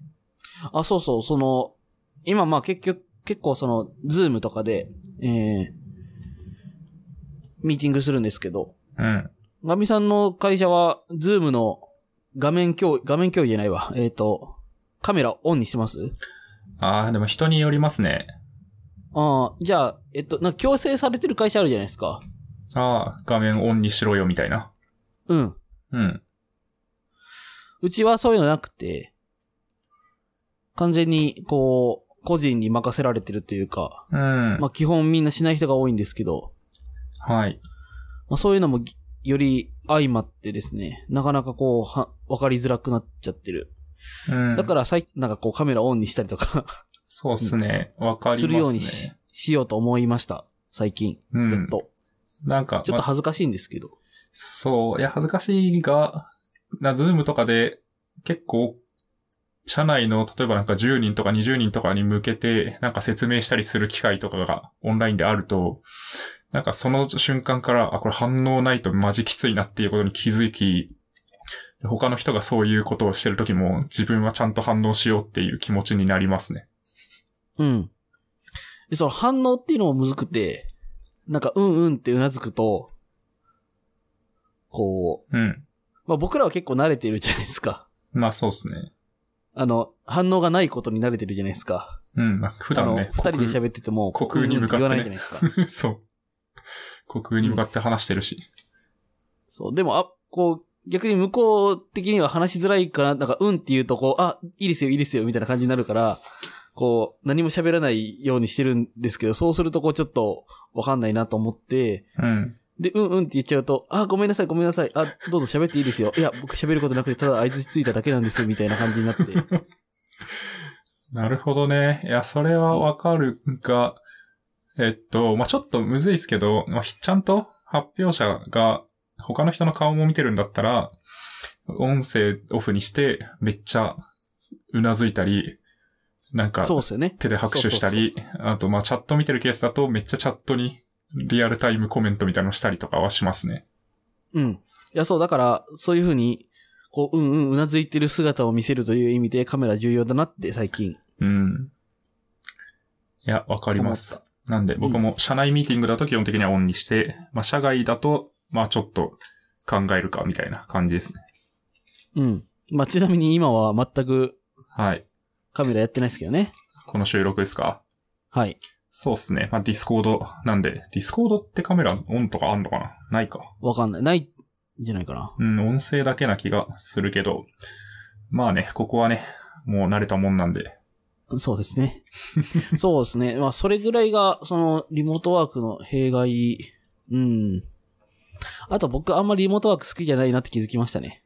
[SPEAKER 2] あ、そうそう、その、今まあ結局、結構その、ズームとかで、えー、ミーティングするんですけど、
[SPEAKER 1] うん。
[SPEAKER 2] ガミさんの会社は、ズームの画面共、画面共有じゃないわ。えっ、と、カメラオンにしてます
[SPEAKER 1] ああ、でも人によりますね。
[SPEAKER 2] ああ、じゃあ、えっと、なんか強制されてる会社あるじゃないですか。
[SPEAKER 1] ああ、画面オンにしろよ、みたいな。
[SPEAKER 2] うん。
[SPEAKER 1] うん。
[SPEAKER 2] うちはそういうのなくて、完全に、こう、個人に任せられてるというか、
[SPEAKER 1] うん。
[SPEAKER 2] まあ基本みんなしない人が多いんですけど、
[SPEAKER 1] はい。
[SPEAKER 2] まあそういうのもぎより相まってですね、なかなかこう、は、わかりづらくなっちゃってる。
[SPEAKER 1] うん。
[SPEAKER 2] だからさい、なんかこうカメラオンにしたりとか
[SPEAKER 1] そうっすね。わかりま
[SPEAKER 2] す
[SPEAKER 1] すね。
[SPEAKER 2] るようにし,、ようと思いました。最近。
[SPEAKER 1] う
[SPEAKER 2] や
[SPEAKER 1] ん
[SPEAKER 2] っ。と。
[SPEAKER 1] なんか、
[SPEAKER 2] ちょっと恥ずかしいんですけど。
[SPEAKER 1] そう。いや、恥ずかしいが、な、ズームとかで、結構、社内の、例えばなんか10人とか20人とかに向けて、なんか説明したりする機会とかがオンラインであると、なんかその瞬間から、あ、これ反応ないとマジきついなっていうことに気づき、他の人がそういうことをしてる時も、自分はちゃんと反応しようっていう気持ちになりますね。
[SPEAKER 2] うん。で、その反応っていうのもむずくて、なんかうんうんってうなずくと、こ
[SPEAKER 1] うん。
[SPEAKER 2] う、まあ僕らは結構慣れてるじゃないですか。
[SPEAKER 1] まあそうですね。
[SPEAKER 2] あの、反応がないことに慣れてるじゃないですか。
[SPEAKER 1] うん。まあ普
[SPEAKER 2] あの、
[SPEAKER 1] 段
[SPEAKER 2] 二
[SPEAKER 1] ね、
[SPEAKER 2] 人で喋ってても、
[SPEAKER 1] 虚空に向かっ
[SPEAKER 2] う
[SPEAKER 1] てね
[SPEAKER 2] んうん言わないじゃないですか。
[SPEAKER 1] 国 そう。国空に向かって話してるし。
[SPEAKER 2] そう、でも、あ、こう、逆に向こう的には話しづらいから、なんか、うんって言うと、こう、あ、いいですよ、いいですよ、みたいな感じになるから、こう、何も喋らないようにしてるんですけど、そうすると、こう、ちょっと、わかんないなと思って、
[SPEAKER 1] うん。
[SPEAKER 2] で、うんうんって言っちゃうと、あ、ごめんなさい、ごめんなさい、あ、どうぞ喋っていいですよ。いや、僕喋ることなくて、ただ相槌ついただけなんです、みたいな感じになって。
[SPEAKER 1] なるほどね。いや、それはわかるが、えっと、まあ、ちょっとむずいですけど、まあ、ひちゃんと発表者が他の人の顔も見てるんだったら、音声オフにして、めっちゃ、うなずいたり、なんか、
[SPEAKER 2] そうっすよね。
[SPEAKER 1] 手で拍手したり、あと、まあ、チャット見てるケースだと、めっちゃチャットに、リアルタイムコメントみたいなのしたりとかはしますね。
[SPEAKER 2] うん。いや、そう、だから、そういうふうに、こう、うんうん、うなずいてる姿を見せるという意味で、カメラ重要だなって、最近。
[SPEAKER 1] うん。いや、わかります
[SPEAKER 2] 思。
[SPEAKER 1] なんで、僕も社内ミーティングだと基本的にはオンにして、まあ、社外だと、まあ、ちょっと考えるか、みたいな感じですね。
[SPEAKER 2] うん。まあ、ちなみに今は全く
[SPEAKER 1] はい。
[SPEAKER 2] カメラやってないですけどね。
[SPEAKER 1] この収録ですか
[SPEAKER 2] はい。
[SPEAKER 1] そうっすね。まあ、ディスコードなんで、ディスコードってカメラオンとかあんのかなないか。
[SPEAKER 2] わかんない。ないんじゃないかな。
[SPEAKER 1] うん、音声だけな気がするけど、まあね、ここはね、もう慣れたもんなんで。
[SPEAKER 2] そうです ね。そうですね。まあ、それぐらいが、その、リモートワークの弊害。うん。あと僕、あんまりリモートワーク好きじゃないなって気づきましたね。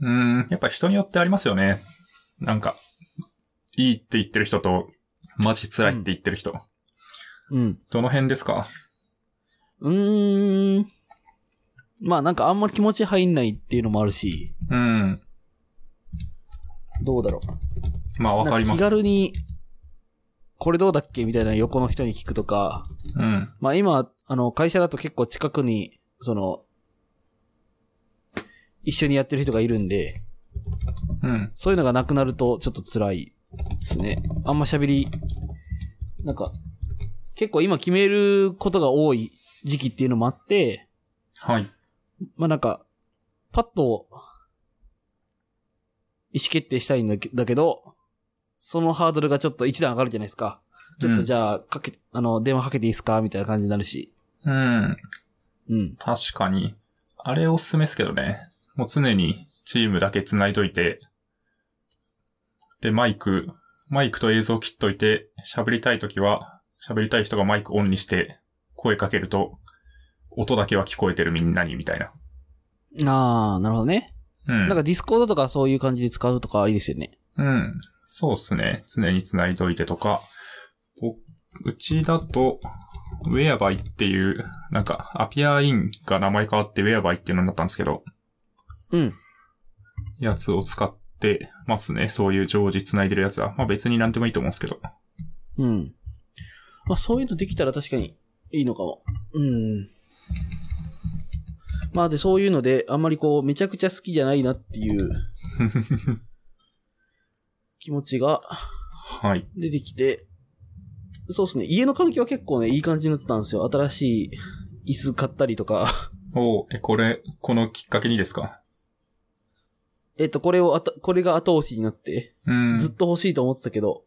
[SPEAKER 1] うん、やっぱ人によってありますよね。なんか、いいって言ってる人と、マジ辛いって言ってる人。
[SPEAKER 2] うん。
[SPEAKER 1] どの辺ですか
[SPEAKER 2] うーん。まあ、なんかあんまり気持ち入んないっていうのもあるし、
[SPEAKER 1] うん。
[SPEAKER 2] どうだろう。
[SPEAKER 1] まあ、わかります。
[SPEAKER 2] なん気軽に、これどうだっけみたいな横の人に聞くとか、
[SPEAKER 1] うん。
[SPEAKER 2] まあ今、あの、会社だと結構近くに、その、一緒にやってる人がいるんで、
[SPEAKER 1] うん。
[SPEAKER 2] そういうのがなくなるとちょっと辛いですね。あんま喋り、なんか、結構今決めることが多い時期っていうのもあって、
[SPEAKER 1] はい。
[SPEAKER 2] まあなんか、パッと、意思決定したいんだけだけど、そのハードルがちょっと一段上がるじゃないですか。ちょっとじゃあ、かけ、あの、電話かけていいですかみたいな感じになるし。
[SPEAKER 1] うん。
[SPEAKER 2] うん。
[SPEAKER 1] 確かに。あれおすすめですけどね。もう常にチームだけ繋いといて、で、マイク、マイクと映像切っといて、喋りたいときは、喋りたい人がマイクオンにして、声かけると、音だけは聞こえてるみんなに、みたいな。
[SPEAKER 2] ああ、なるほどね。
[SPEAKER 1] うん。
[SPEAKER 2] なんかディスコードとかそういう感じで使うとかいいですよね。
[SPEAKER 1] うん。そうっすね。常に繋いといてとか、ぼうちだと、ウェアバイっていう、なんか、アピアインが名前変わってウェアバイっていうのになったんですけど、
[SPEAKER 2] うん。
[SPEAKER 1] やつを使ってますね。そういう常時繋いでるやつは。まあ別に何でもいいと思うんですけど。
[SPEAKER 2] うん。まあそういうのできたら確かにいいのかも。うん。まあで、そういうので、あんまりこう、めちゃくちゃ好きじゃないなって いう気持ちが
[SPEAKER 1] はい。
[SPEAKER 2] 出てきて、そうですね、家の環境は結構ね、いい感じになってたんですよ。新しい椅子買ったりとか。
[SPEAKER 1] おうえ、これ、このきっかけにですか
[SPEAKER 2] えっと、これをあた、これが後押しになって、
[SPEAKER 1] うん。
[SPEAKER 2] ずっと欲しいと思ってたけど、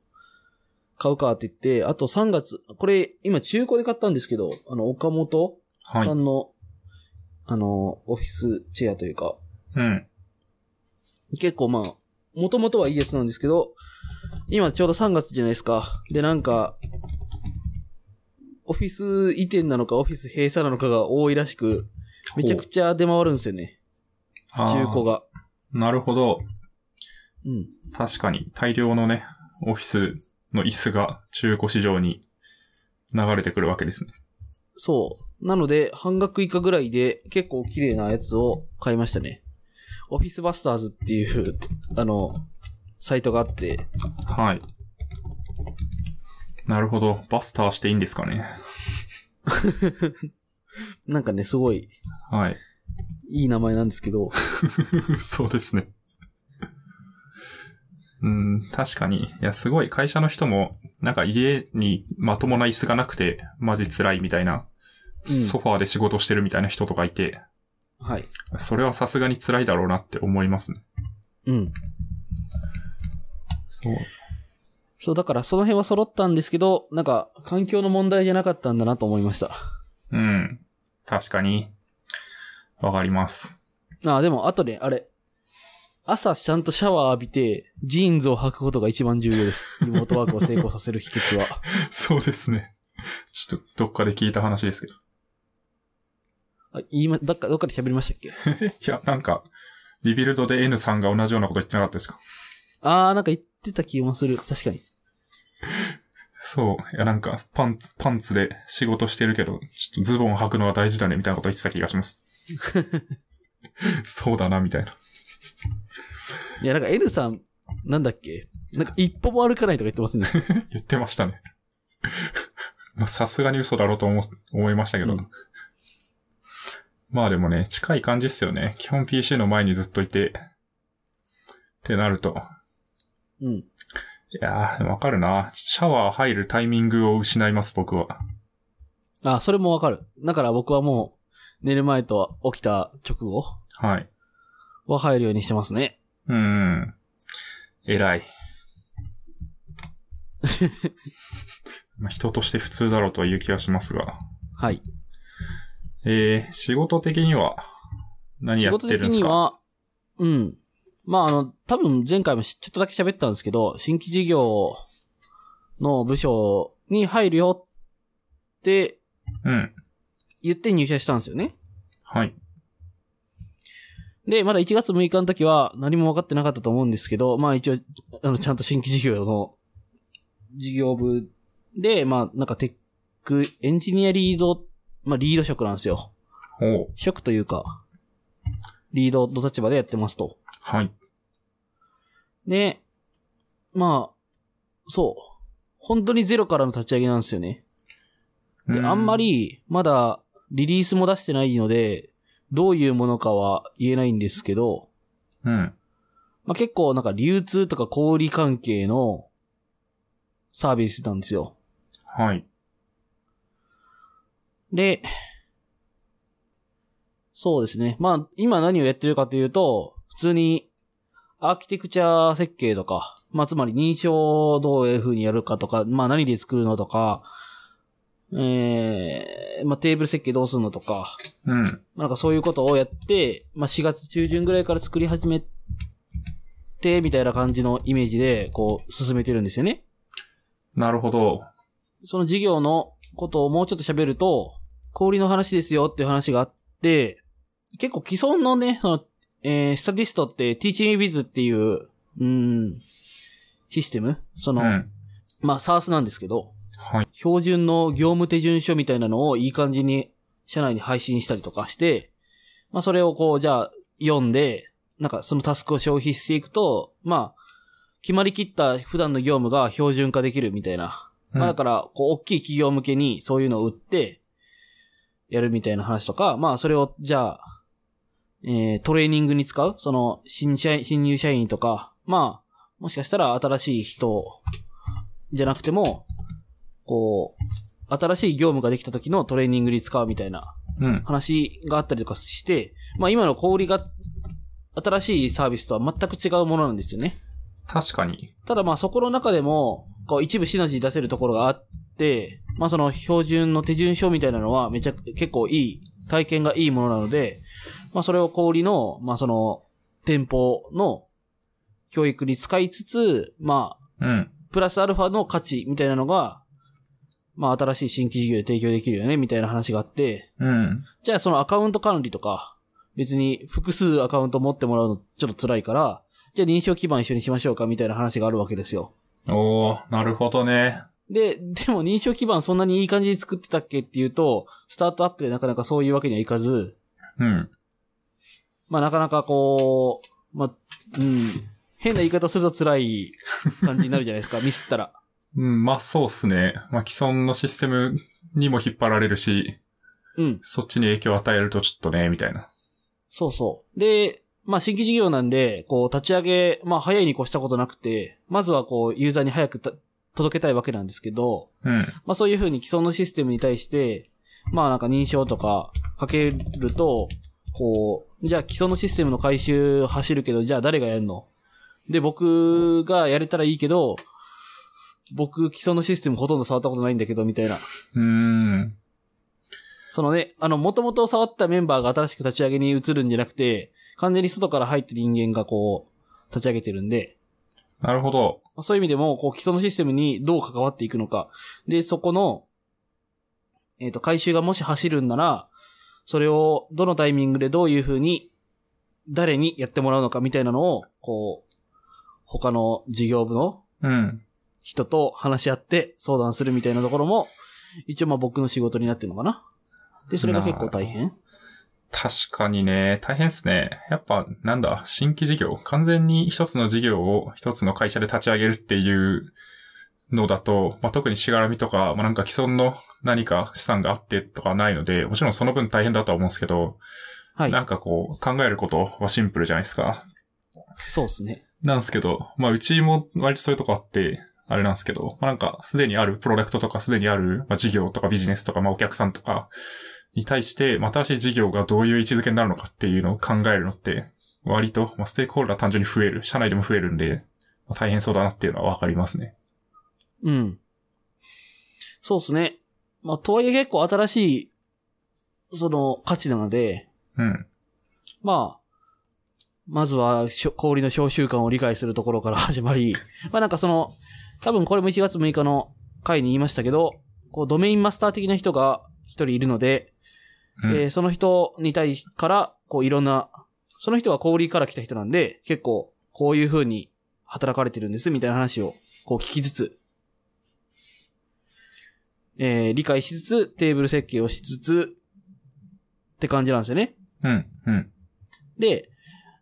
[SPEAKER 2] 買うかって言って、あと3月、これ、今中古で買ったんですけど、あの、岡本
[SPEAKER 1] は
[SPEAKER 2] さ
[SPEAKER 1] い。
[SPEAKER 2] んの、あの、オフィスチェアというか、
[SPEAKER 1] うん。
[SPEAKER 2] 結構まあ、もともとはいいやつなんですけど、今ちょうど3月じゃないですか。で、なんか、オフィス移転なのか、オフィス閉鎖なのかが多いらしく、めちゃくちゃ出回るんですよね。
[SPEAKER 1] あー
[SPEAKER 2] 中古が。
[SPEAKER 1] なるほど。
[SPEAKER 2] うん。
[SPEAKER 1] 確かに、大量のね、オフィスの椅子が中古市場に流れてくるわけですね。
[SPEAKER 2] そう。なので、半額以下ぐらいで結構綺麗なやつを買いましたね。オフィスバスターズっていう、 あの、サイトがあって、
[SPEAKER 1] はい。なるほど。バスターしていいんですかね。
[SPEAKER 2] なんかね、すごい
[SPEAKER 1] はい。
[SPEAKER 2] いい名前なんですけど、
[SPEAKER 1] そうですね。うん、確かに。いや、すごい。会社の人も、なんか家にまともな椅子がなくて、マジ辛いみたいな、
[SPEAKER 2] うん
[SPEAKER 1] ソファーで仕事してるみたいな人とかいて、
[SPEAKER 2] はい。
[SPEAKER 1] それはさすがに辛いだろうなって思いますね。
[SPEAKER 2] うん。
[SPEAKER 1] そう。
[SPEAKER 2] そう、だからその辺は揃ったんですけど、なんか、環境の問題じゃなかったんだなと思いました。
[SPEAKER 1] うん。確かに。わかります。
[SPEAKER 2] ああ、でも、あとね、あれ。朝ちゃんとシャワー浴びて、ジーンズを履くことが一番重要です。リモートワークを成功させる秘訣は。
[SPEAKER 1] そうですね。ちょっと、どっかで聞いた話ですけど。
[SPEAKER 2] あ、言いま、どっか、どっかで喋りましたっけ
[SPEAKER 1] いや、なんか、リビルドで N さんが同じようなこと言ってなかったですか
[SPEAKER 2] ああ、なんか言ってた気もする。確かに。
[SPEAKER 1] そう。いや、なんか、パンツ、パンツで仕事してるけど、ちょっとズボン履くのは大事だね、みたいなこと言ってた気が します。そうだな、みたいな。
[SPEAKER 2] いや、なんか N さん、なんだっけなんか一歩も歩かないとか言ってますね。
[SPEAKER 1] 言ってましたね。 まあ、さすがに嘘だろうと思う、思いましたけど。
[SPEAKER 2] うん
[SPEAKER 1] まあでもね、近い感じっすよね。基本 PC の前にずっといて、ってなると。
[SPEAKER 2] うん。
[SPEAKER 1] いやー、わかるな。シャワー入るタイミングを失います、僕は。
[SPEAKER 2] あ、それもわかる。だから僕はもう、寝る前と起きた直後
[SPEAKER 1] はい。
[SPEAKER 2] は入るようにしてますね。
[SPEAKER 1] うーん。偉い。まあ人として普通だろうとは言う気がしますが。
[SPEAKER 2] はい。
[SPEAKER 1] えー、仕事的には何やってるんですか
[SPEAKER 2] は、うん。まあ、あの、多分前回もしちょっとだけ喋ったんですけど、新規事業の部署に入るよって
[SPEAKER 1] うん。
[SPEAKER 2] 言って入社したんですよね。
[SPEAKER 1] はい。
[SPEAKER 2] で、まだ1月6日の時は何も分かってなかったと思うんですけど、まあ一応、あの、ちゃんと新規事業の事業部で、まあなんかテック、エンジニアリード、まあリード職なんですよ。
[SPEAKER 1] おう
[SPEAKER 2] 職というか、リードの立場でやってますと。
[SPEAKER 1] はい。
[SPEAKER 2] で、まあ、そう。本当にゼロからの立ち上げなんですよね。で、
[SPEAKER 1] う
[SPEAKER 2] あんま。り、まだ、リリースも出してないので、どういうものかは言えないんですけど、
[SPEAKER 1] うん。
[SPEAKER 2] まあ、結構なんか流通とか小売関係のサービスなんですよ。
[SPEAKER 1] はい。
[SPEAKER 2] で、そうですね。まあ、今何をやってるかというと、普通にアーキテクチャ設計とか、まあ、つまり認証をどういう風にやるかとか、まあ、何で作るのとか、えー、まあ、テーブル設計どうするのとか、
[SPEAKER 1] うん。
[SPEAKER 2] なんかそういうことをやって、まあ、4月中旬ぐらいから作り始めて、みたいな感じのイメージで、こう、進めてるんですよね。
[SPEAKER 1] なるほど。
[SPEAKER 2] その事業のことをもうちょっと喋ると、氷の話ですよっていう話があって、結構既存のね、その、えー、スタティストって、TeachMeWiz っていう、うん、システムそうの、
[SPEAKER 1] ん。
[SPEAKER 2] まあ、SARS なんですけど、
[SPEAKER 1] はい。
[SPEAKER 2] 標準の業務手順書みたいなのをいい感じに社内に配信したりとかして、まあそれをこう、じゃあ読んで、なんかそのタスクを消費していくと、まあ、決まりきった普段の業務が標準化できるみたいな。
[SPEAKER 1] うん
[SPEAKER 2] まあだから、こう、大きい企業向けにそういうのを売って、やるみたいな話とか、まあそれを、じゃあ、えー、トレーニングに使うその、新社員、新入社員とか、まあ、もしかしたら新しい人じゃなくても、こう、新しい業務ができた時のトレーニングに使うみたいな
[SPEAKER 1] うん。
[SPEAKER 2] 話があったりとかして、まあ今の小売りが、新しいサービスとは全く違うものなんですよね。
[SPEAKER 1] 確かに。
[SPEAKER 2] ただまあそこの中でも、こう一部シナジー出せるところがあって、まあその標準の手順書みたいなのはめちゃく、結構いい、体験がいいものなので、まあそれを小売りの、まあその、店舗の教育に使いつつ、まあ、
[SPEAKER 1] うん。
[SPEAKER 2] プラスアルファの価値みたいなのが、まあ新しい新規事業で提供できるよね、みたいな話があって、
[SPEAKER 1] うん。
[SPEAKER 2] じゃあそのアカウント管理とか、別に複数アカウント持ってもらうのちょっと辛いから、じゃあ認証基盤一緒にしましょうかみたいな話があるわけですよ。
[SPEAKER 1] おー、なるほどね。
[SPEAKER 2] で、でも認証基盤そんなにいい感じに作ってたっけっていうと、スタートアップでなかなかそういうわけにはいかず、
[SPEAKER 1] うん。
[SPEAKER 2] まあなかなかこう、まあ、うん、変な言い方すると辛い感じになるじゃないですか、ミスったら。
[SPEAKER 1] うん、まあそうっすね。まあ既存のシステムにも引っ張られるし、
[SPEAKER 2] うん、
[SPEAKER 1] そっちに影響を与えるとちょっとね、みたいな。
[SPEAKER 2] そうそう。で、まあ新規事業なんで、こう立ち上げ、まあ早いに越したことなくて、まずはこうユーザーに早くた届けたいわけなんですけど、
[SPEAKER 1] うん。
[SPEAKER 2] まあそういう風に既存のシステムに対して、まあなんか認証とかかけると、こう、じゃあ既存のシステムの回収走るけど、じゃあ誰がやるので、僕がやれたらいいけど、僕既存のシステムほとんど触ったことないんだけど、みたいな。
[SPEAKER 1] うーん。
[SPEAKER 2] そのね、あの、元々触ったメンバーが新しく立ち上げに移るんじゃなくて、完全に外から入って人間がこう、立ち上げてるんで、
[SPEAKER 1] なるほど。
[SPEAKER 2] まあそういう意味でも、こう、既存のシステムにどう関わっていくのか。で、そこの、えっ、と、回収がもし走るんなら、それをどのタイミングでどういう風に、誰にやってもらうのかみたいなのを、こう、他の事業部の
[SPEAKER 1] うん。
[SPEAKER 2] 人と話し合って相談するみたいなところも、一応まあ僕の仕事になってるのかな。で、それが結構大変。
[SPEAKER 1] 確かにね、大変っすね。やっぱ、なんだ、新規事業。完全に一つの事業を一つの会社で立ち上げるっていうのだと、まあ、特にしがらみとか、まあ、なんか既存の何か資産があってとかないので、もちろんその分大変だとは思うんですけど、
[SPEAKER 2] はい。
[SPEAKER 1] なんかこう、考えることはシンプルじゃないですか。
[SPEAKER 2] そうですね。
[SPEAKER 1] なんですけど、まあ、うちも割とそういうとこあって、あれなんですけど、まあ、なんか、すでにあるプロダクトとか、すでにある、まあ、事業とかビジネスとか、まあ、お客さんとかに対して、まあ、新しい事業がどういう位置づけになるのかっていうのを考えるのって、割と、まあ、ステークホルダー単純に増える、社内でも増えるんで、まあ、大変そうだなっていうのはわかりますね。
[SPEAKER 2] うん。そうですね。まあ、とはいえ結構新しい、その、価値なので、
[SPEAKER 1] うん。
[SPEAKER 2] まあ、まずはしょ、氷の消臭感を理解するところから 始まり、まあなんかその、多分これも1月6日の回に言いましたけど、こう、ドメインマスター的な人が一人いるので、
[SPEAKER 1] うん
[SPEAKER 2] えーその人に対しから、こう、いろんな、その人は氷から来た人なんで、結構、こういう風に働かれてるんです、みたいな話を、こう聞きつつ、えー理解しつつ、テーブル設計をしつつ、って感じなんですよね。
[SPEAKER 1] うん。うん。
[SPEAKER 2] で、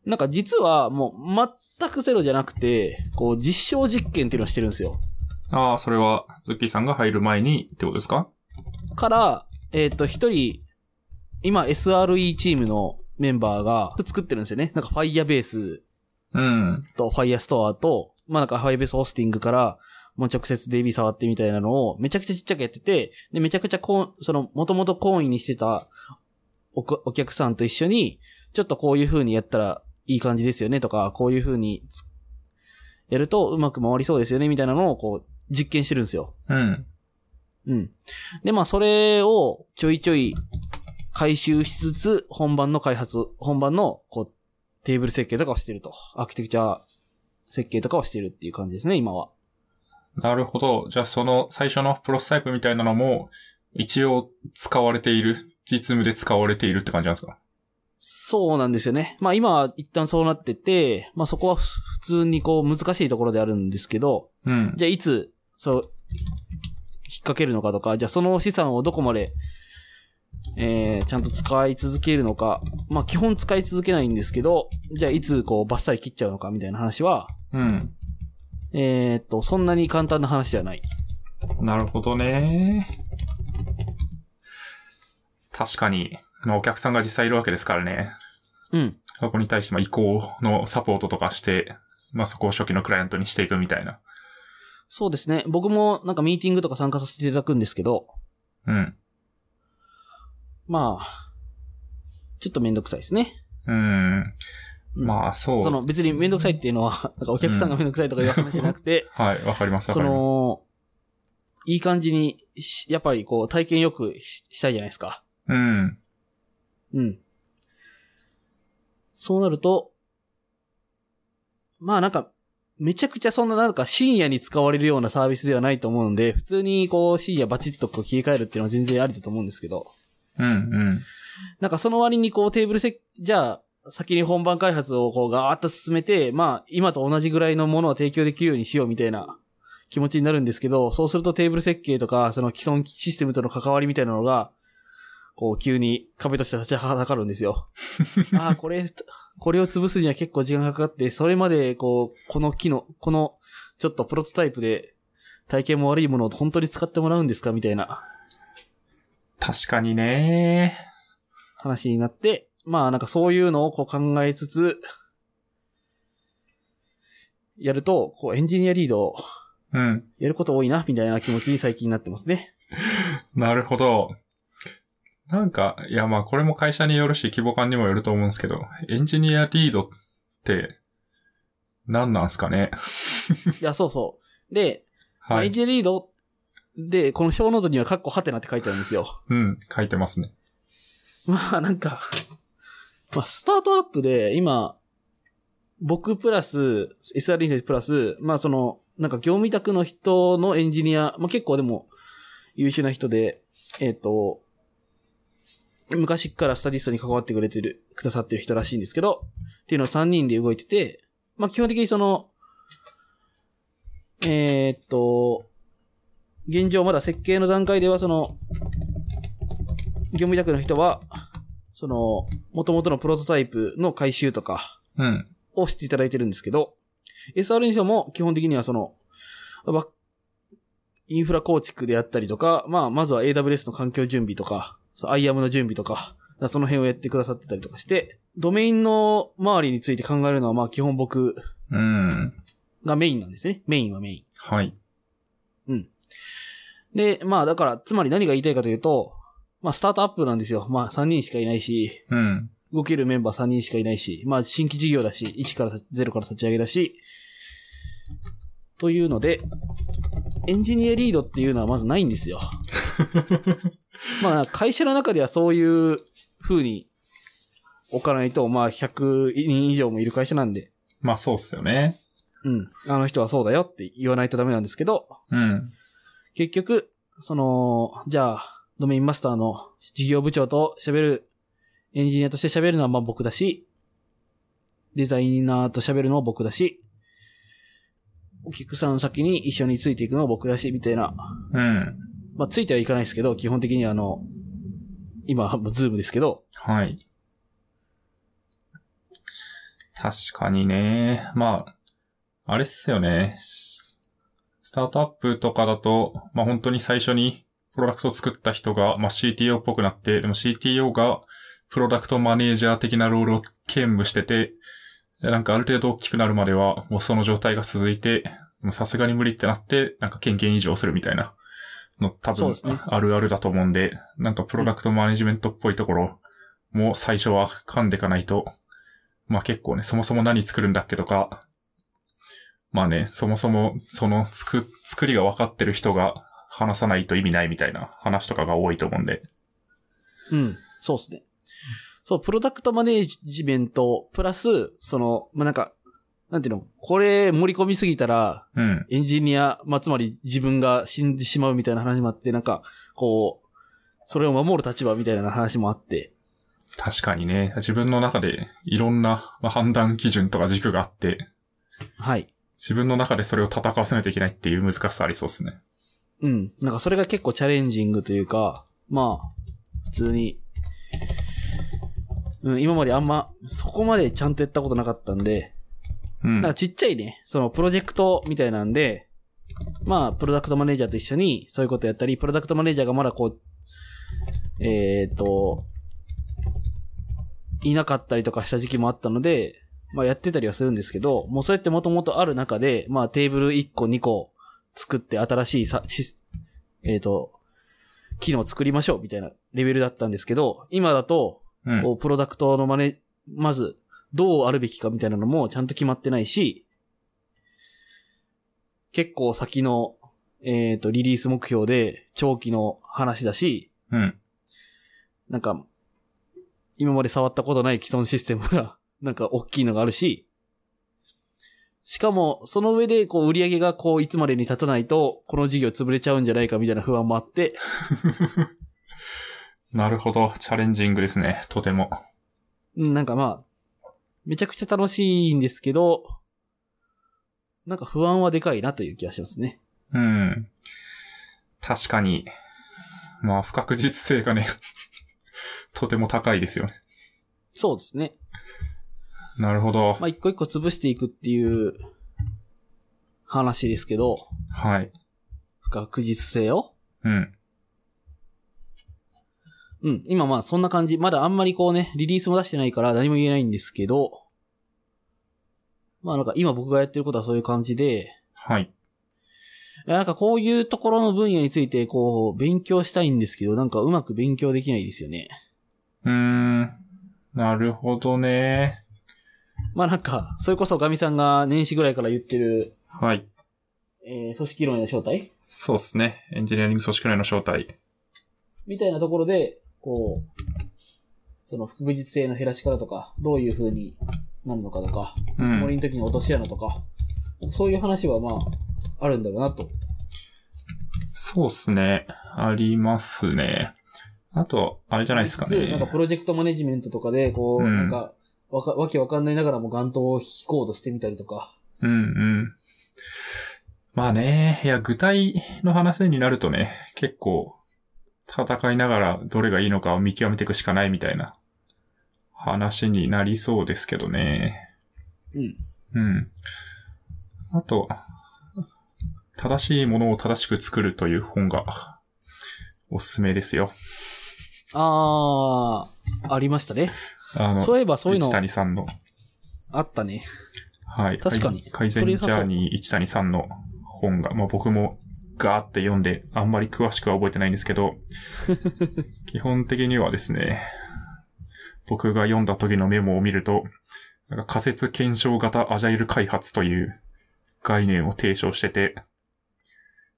[SPEAKER 2] なんか実はもう全くゼロじゃなくて、こう実証実験っていうのをしてるんですよ。
[SPEAKER 1] ああ、それは、ズッキーさんが入る前にってことですか
[SPEAKER 2] から、えっ、と、一人、今 SRE チームのメンバーが作ってるんですよね。なんか Firebase
[SPEAKER 1] うん。
[SPEAKER 2] と Firestore と、まあなんか Firebase ホスティングから、もう直接 DB 触ってみたいなのをめちゃくちゃちっちゃくやってて、で、めちゃくちゃこう、その、もともと懇意にしてたお客お客さんと一緒に、ちょっとこういう風にやったらいい感じですよねとか、こういう風につやるとうまく回りそうですよねみたいなのをこう、実験してるんですよ。
[SPEAKER 1] うん。
[SPEAKER 2] うん。で、まあ、それをちょいちょい回収しつつ、本番の開発、本番の、こう、テーブル設計とかをしてると。アーキテクチャ設計とかをしてるっていう感じですね、今は。
[SPEAKER 1] なるほど。じゃあその最初のプロスタイプみたいなのも、一応使われている、実務で使われているって感じなんですか
[SPEAKER 2] そうなんですよね。まあ、今は一旦そうなってて、まあ、そこはふ普通にこう、難しいところであるんですけど、
[SPEAKER 1] うん。
[SPEAKER 2] じゃあいつ、そう、引っ掛けるのかとか、じゃあその資産をどこまで、えー、ちゃんと使い続けるのか。まあ基本使い続けないんですけど、じゃあいつこうバッサリ切っちゃうのかみたいな話は、
[SPEAKER 1] うん。
[SPEAKER 2] えーっと、そんなに簡単な話ではない。
[SPEAKER 1] なるほどね。確かに、まあお客さんが実際いるわけですからね。
[SPEAKER 2] うん。
[SPEAKER 1] そこに対して、まあ移行のサポートとかして、まあそこを初期のクライアントにしていくみたいな。
[SPEAKER 2] そうですね。僕もなんかミーティングとか参加させていただくんですけど、
[SPEAKER 1] うん。
[SPEAKER 2] まあ、ちょっとめんどくさいですね。
[SPEAKER 1] うん。
[SPEAKER 2] うん
[SPEAKER 1] まあそう。
[SPEAKER 2] その別にめんどくさいっていうのは、なんかお客さんがめんどくさいとかいう話じゃなくて、
[SPEAKER 1] はい、わかります、わ
[SPEAKER 2] そ
[SPEAKER 1] かります。
[SPEAKER 2] の、いい感じにし、やっぱりこう体験よくししたいじゃないですか。
[SPEAKER 1] うん。
[SPEAKER 2] うん。そうなると、まあなんか、めちゃくちゃそんななんか深夜に使われるようなサービスではないと思うんで、普通にこう深夜バチッとこう切り替えるっていうのは全然ありだと思うんですけど、
[SPEAKER 1] うん、うん。
[SPEAKER 2] なんかその割にこうテーブルせ、じゃあ先に本番開発をこうガーッと進めて、まあ今と同じぐらいのものを提供できるようにしようみたいな気持ちになるんですけど、そうするとテーブル設計とかその既存システムとの関わりみたいなのが、こう急に壁として立ちはだかるんですよ。ああ、これ、これを潰すには結構時間がかかって、それまでこう、この機能、このちょっとプロトタイプで体験も悪いものを本当に使ってもらうんですかみたいな。
[SPEAKER 1] 確かにね。
[SPEAKER 2] 話になって、まあなんかそういうのをこう考えつつ、やると、こうエンジニアリード、
[SPEAKER 1] うん。
[SPEAKER 2] やること多いな、みたいな気持ちに最近なってます ね。
[SPEAKER 1] なるほど。なんか、いやまあこれも会社によるし規模感にもよると思うんですけど、エンジニアリードって何なんすかね
[SPEAKER 2] いや、そうそう。で、まあ
[SPEAKER 1] は
[SPEAKER 2] エン
[SPEAKER 1] い。
[SPEAKER 2] ジニアリードで、この小ノートにはカッコハテナって書いてあるんですよ。
[SPEAKER 1] うん、書いてますね。
[SPEAKER 2] まあなんか、まあスタートアップで今、僕プラス、SR 先生プラス、まあその、なんか業務委託の人のエンジニア、まあ結構でも優秀な人で、えっ、と、昔からスタディストに関わってくれてる、くださってる人らしいんですけど、っていうのを3人で動いてて、まあ基本的にその、えっ、と、現状まだ設計の段階ではその、業務委託の人は、その、元々のプロトタイプの回収とか
[SPEAKER 1] うん。
[SPEAKER 2] をしていただいてるんですけど、SR にしても基本的にはその、バッインフラ構築であったりとか、まあ、まずは AWS の環境準備とか、そう IAM の準備とか、その辺をやってくださってたりとかして、ドメインの周りについて考えるのはまあ基本僕
[SPEAKER 1] うん。
[SPEAKER 2] がメインなんですね。メインはメイン。
[SPEAKER 1] はい。
[SPEAKER 2] で、まあだから、つまり何が言いたいかというと、まあスタートアップなんですよ。まあ3人しかいないし、
[SPEAKER 1] うん。
[SPEAKER 2] 動けるメンバー3人しかいないし、まあ新規事業だし、1から0から立ち上げだし、というので、エンジニアリードっていうのはまずないんですよ。まあ会社の中ではそういう風に置かないと、まあ100人以上もいる会社なんで、
[SPEAKER 1] まあそうっすよね。
[SPEAKER 2] うん、あの人はそうだよって言わないとダメなんですけど、
[SPEAKER 1] うん。
[SPEAKER 2] 結局、その、じゃあ、ドメインマスターの事業部長と喋る、エンジニアとして喋るのはまあ僕だし、デザイナーと喋るのは僕だし、お客さん先に一緒についていくのは僕だし、みたいな。
[SPEAKER 1] うん。
[SPEAKER 2] まあ、ついてはいかないですけど、基本的にあの、今、ズームですけど、
[SPEAKER 1] はい。確かにね。まあ、あれっすよね。ススタートアップとかだと、まあ本当に最初にプロダクトを作った人が、まあ CTO っぽくなって、でも CTO がプロダクトマネージャー的なロールを兼務してて、でなんかある程度大きくなるまでは、もうその状態が続いて、でもさすがに無理ってなって、なんか権限移譲するみたいなの多
[SPEAKER 2] そう
[SPEAKER 1] 分
[SPEAKER 2] ですね
[SPEAKER 1] あるあるだと思うんで、なんかプロダクトマネジメントっぽいところも最初は噛んでかないと、まあ結構ね、そもそも何作るんだっけとか、まあね、そもそもその作、作りが分かってる人が話さないと意味ないみたいな話とかが多いと思うんで。
[SPEAKER 2] うん、そうですね。そう、プロダクトマネージメント、プラス、その、まあ、なんか、なんていうの、これ盛り込みすぎたら、
[SPEAKER 1] うん。
[SPEAKER 2] エンジニア、まあ、つまり自分が死んでしまうみたいな話もあって、なんか、こう、それを守る立場みたいな話もあって、
[SPEAKER 1] 確かにね、自分の中でいろんなまあ判断基準とか軸があって、
[SPEAKER 2] はい。
[SPEAKER 1] 自分の中でそれを戦わせないといけないっていう難しさありそうですね。
[SPEAKER 2] うん。なんかそれが結構チャレンジングというか、まあ、普通に、うん、今まであんま、そこまでちゃんとやったことなかったんで、
[SPEAKER 1] うん
[SPEAKER 2] なん。かちっちゃいね、そのプロジェクトみたいなんで、まあ、プロダクトマネージャーと一緒にそういうことやったり、プロダクトマネージャーがまだこう、えっ、と、いなかったりとかした時期もあったので、まあやってたりはするんですけど、もうそうやってもともとある中で、まあテーブル1個2個作って新しいさ、しえっ、と、機能を作りましょうみたいなレベルだったんですけど、今だと、
[SPEAKER 1] うん。
[SPEAKER 2] こう、プロダクトのまね、まず、どうあるべきかみたいなのもちゃんと決まってないし、結構先の、えっ、と、リリース目標で長期の話だし、
[SPEAKER 1] うん。
[SPEAKER 2] なんか、今まで触ったことない既存システムが、 なんか大きいのがあるし、しかも、その上で、こう、売り上げが、こう、いつまでに立たないと、この事業潰れちゃうんじゃないかみたいな不安もあって、
[SPEAKER 1] なるほど。チャレンジングですね。とても。
[SPEAKER 2] うんなんかまあ、めちゃくちゃ楽しいんですけど、なんか不安はでかいなという気がしますね。
[SPEAKER 1] うん。確かに。まあ、不確実性がね、 とても高いですよね。
[SPEAKER 2] そうですね。
[SPEAKER 1] なるほど。
[SPEAKER 2] まあ一個一個潰していくっていう話ですけど、
[SPEAKER 1] はい。
[SPEAKER 2] 不確実性を。
[SPEAKER 1] うん。
[SPEAKER 2] うん、今まあそんな感じ。まだあんまりこうね、リリースも出してないから何も言えないんですけど、まあなんか今僕がやってることはそういう感じで、
[SPEAKER 1] はい。
[SPEAKER 2] いやなんかこういうところの分野についてこう勉強したいんですけど、なんかうまく勉強できないですよね。
[SPEAKER 1] うーん。なるほどね。
[SPEAKER 2] まあなんか、それこそガミさんが年始ぐらいから言ってる、
[SPEAKER 1] はい。
[SPEAKER 2] えー、組織論への招待
[SPEAKER 1] そうですね。エンジニアリング組織内の正体。
[SPEAKER 2] みたいなところで、こう、その不確実性の減らし方とか、どういう風になるのかとか、
[SPEAKER 1] う
[SPEAKER 2] つもり
[SPEAKER 1] ん。
[SPEAKER 2] の時に落とし穴とか、そういう話はまあ、あるんだろうなと。
[SPEAKER 1] そうですね。ありますね。あと、あれじゃないですか
[SPEAKER 2] 普通なんか
[SPEAKER 1] ね。
[SPEAKER 2] プロジェクトマネジメントとかで、こう、
[SPEAKER 1] うん
[SPEAKER 2] なんか、わか、わけわかんないながらも眼灯を引こうとしてみたりとか。
[SPEAKER 1] うんうん。まあね、いや、具体の話になるとね、結構、戦いながらどれがいいのかを見極めていくしかないみたいな話になりそうですけどね。
[SPEAKER 2] うん。
[SPEAKER 1] うん。あと、正しいものを正しく作るという本がおすすめですよ。
[SPEAKER 2] あー、ありましたね。
[SPEAKER 1] あの、
[SPEAKER 2] そういえばそういうの
[SPEAKER 1] 一谷さんの、
[SPEAKER 2] あったね。
[SPEAKER 1] はい。
[SPEAKER 2] 確かに
[SPEAKER 1] 改善
[SPEAKER 2] それ
[SPEAKER 1] ジ
[SPEAKER 2] 良
[SPEAKER 1] ャ
[SPEAKER 2] さそう
[SPEAKER 1] ーニー一谷さんの本が、まあ僕もガーって読んで、あんまり詳しくは覚えてないんですけ ど、基本的にはですね、僕が読んだ時のメモを見ると、なんか仮説検証型アジャイル開発という概念を提唱してて、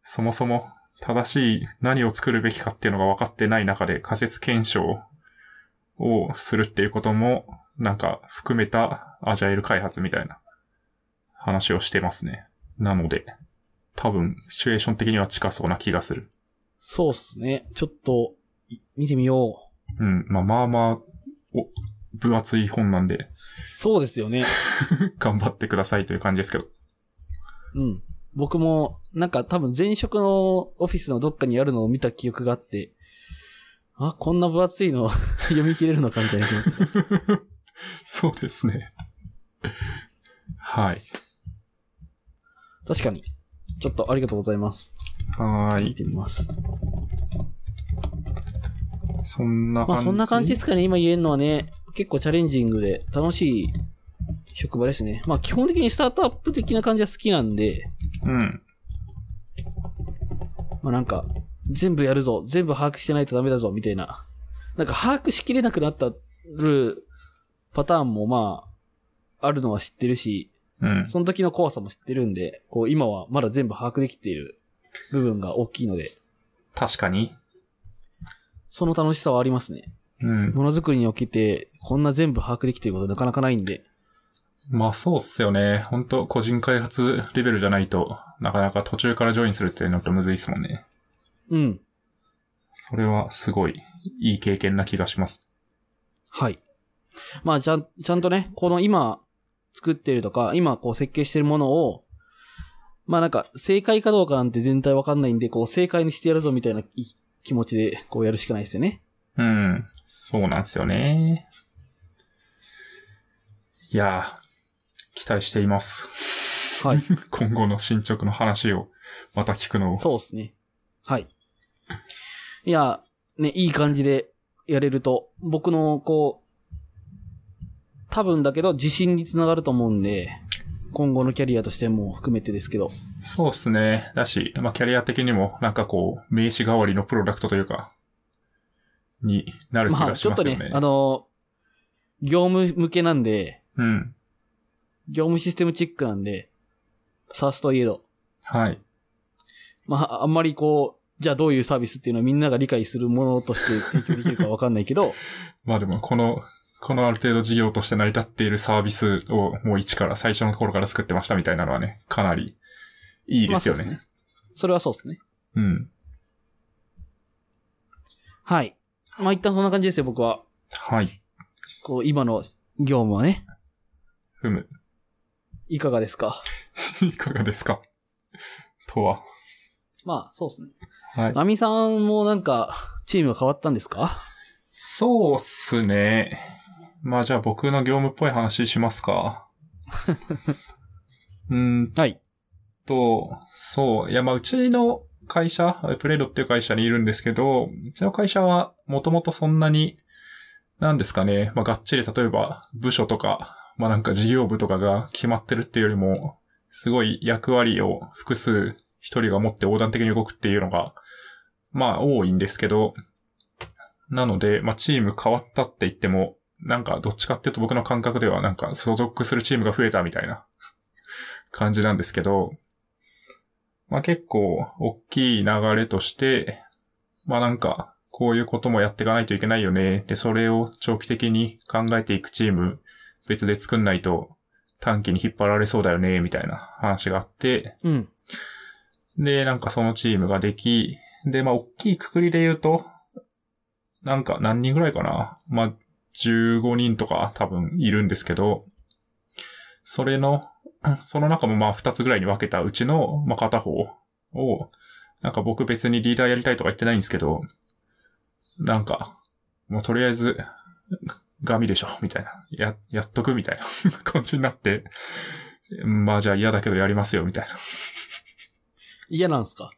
[SPEAKER 1] そもそも正しい何を作るべきかっていうのが分かってない中で仮説検証をするっていうことも、なんか含めたアジャイル開発みたいな話をしてますね。なので、多分、シチュエーション的には近そうな気がする。
[SPEAKER 2] そうっすね。ちょっと、い見てみよう。
[SPEAKER 1] うん。まあまあまあ、お、分厚い本なんで、
[SPEAKER 2] そうですよね。
[SPEAKER 1] 頑張ってくださいという感じですけど。
[SPEAKER 2] うん。僕も、なんか多分前職のオフィスのどっかにあるのを見た記憶があって、あ、こんな分厚いの 読み切れるのかみたいな気持ち。
[SPEAKER 1] そうですね。はい。
[SPEAKER 2] 確かに。ちょっとありがとうございます。
[SPEAKER 1] はー
[SPEAKER 2] 見
[SPEAKER 1] い。
[SPEAKER 2] てみます。
[SPEAKER 1] そんな感じ。
[SPEAKER 2] まあそんな感じですかね。今言えるのはね、結構チャレンジングで楽しい職場ですね。まあ基本的にスタートアップ的な感じは好きなんで、
[SPEAKER 1] うん。
[SPEAKER 2] まあなんか、全部やるぞ、全部把握してないとダメだぞ、みたいな。なんか把握しきれなくなったるパターンもまあ、あるのは知ってるし、
[SPEAKER 1] うん。
[SPEAKER 2] その時の怖さも知ってるんで、こう今はまだ全部把握できている部分が大きいので、
[SPEAKER 1] 確かに。
[SPEAKER 2] その楽しさはありますね。
[SPEAKER 1] うん。
[SPEAKER 2] ものづくりにおけて、こんな全部把握できていることなかなかないんで、
[SPEAKER 1] まあそうっすよね。ほんと、個人開発レベルじゃないと、なかなか途中からジョインするっていうのってむずいっすもんね。
[SPEAKER 2] うん。
[SPEAKER 1] それはすごい、いい経験な気がします。
[SPEAKER 2] はい。まあ、ちゃん、ちゃんとね、この今作ってるとか、今こう設計してるものを、まあなんか正解かどうかなんて全体わかんないんで、こう正解にしてやるぞみたいない気持ちでこうやるしかないですよね。
[SPEAKER 1] うん。そうなんですよね。いやー、期待しています。
[SPEAKER 2] はい。
[SPEAKER 1] 今後の進捗の話をまた聞くのを。
[SPEAKER 2] そうですね。はい。いや、ね、いい感じでやれると、僕の、こう、多分だけど、自信につながると思うんで、今後のキャリアとしても含めてですけど、
[SPEAKER 1] そうっすね。だし、まあ、キャリア的にも、なんかこう、名刺代わりのプロダクトというか、になる気
[SPEAKER 2] まあ、
[SPEAKER 1] が
[SPEAKER 2] ち
[SPEAKER 1] し
[SPEAKER 2] ょっ
[SPEAKER 1] ま
[SPEAKER 2] と
[SPEAKER 1] すよね。
[SPEAKER 2] ね、あの、業務向けなんで、
[SPEAKER 1] うん。
[SPEAKER 2] 業務システムチェックなんで、サースといえど、
[SPEAKER 1] はい。
[SPEAKER 2] まあ、あんまりこう、じゃあどういうサービスっていうのはみんなが理解するものとして提供できるかわかんないけど、
[SPEAKER 1] まあでも、この、このある程度事業として成り立っているサービスをもう一から、最初の頃から作ってましたみたいなのはね、かなり いいですよね。
[SPEAKER 2] まあそうそれはそうですね。
[SPEAKER 1] うん。
[SPEAKER 2] はい。まあ一旦そんな感じですよ、僕は。
[SPEAKER 1] はい。
[SPEAKER 2] こう、今の業務はね、
[SPEAKER 1] ふむ。
[SPEAKER 2] いかがですか
[SPEAKER 1] いかがですかとは。
[SPEAKER 2] まあ、そうですね。
[SPEAKER 1] はい。
[SPEAKER 2] ナミさんもなんか、チームが変わったんですか
[SPEAKER 1] そうっすね。まあじゃあ僕の業務っぽい話しますか。うーん
[SPEAKER 2] はい。
[SPEAKER 1] と、そう。いやまあうちの会社、プレイドっていう会社にいるんですけど、うちの会社はもともとそんなに、なんですかね。まあがっちり例えば部署とか、まあなんか事業部とかが決まってるっていうよりも、すごい役割を複数一人が持って横断的に動くっていうのが、まあ多いんですけど、なので、まあチーム変わったって言っても、なんかどっちかっていうと僕の感覚ではなんか所属するチームが増えたみたいな感じなんですけど、まあ結構大きい流れとして、まあなんかこういうこともやっていかないといけないよね。で、それを長期的に考えていくチーム別で作んないと短期に引っ張られそうだよね、みたいな話があって、
[SPEAKER 2] うん。
[SPEAKER 1] で、なんかそのチームができ、で、まあ、大きいくくりで言うと、なんか何人ぐらいかなまあ、15人とか多分いるんですけど、それの、 その中もまあ2つぐらいに分けたうちの、まあ片方を、なんか僕別にリーダーやりたいとか言ってないんですけど、なんか、もうとりあえず、ガミでしょ、みたいな。や、やっとくみたいな 感じになって、まあじゃあ嫌だけどやりますよ、みたいな。
[SPEAKER 2] 嫌なんですか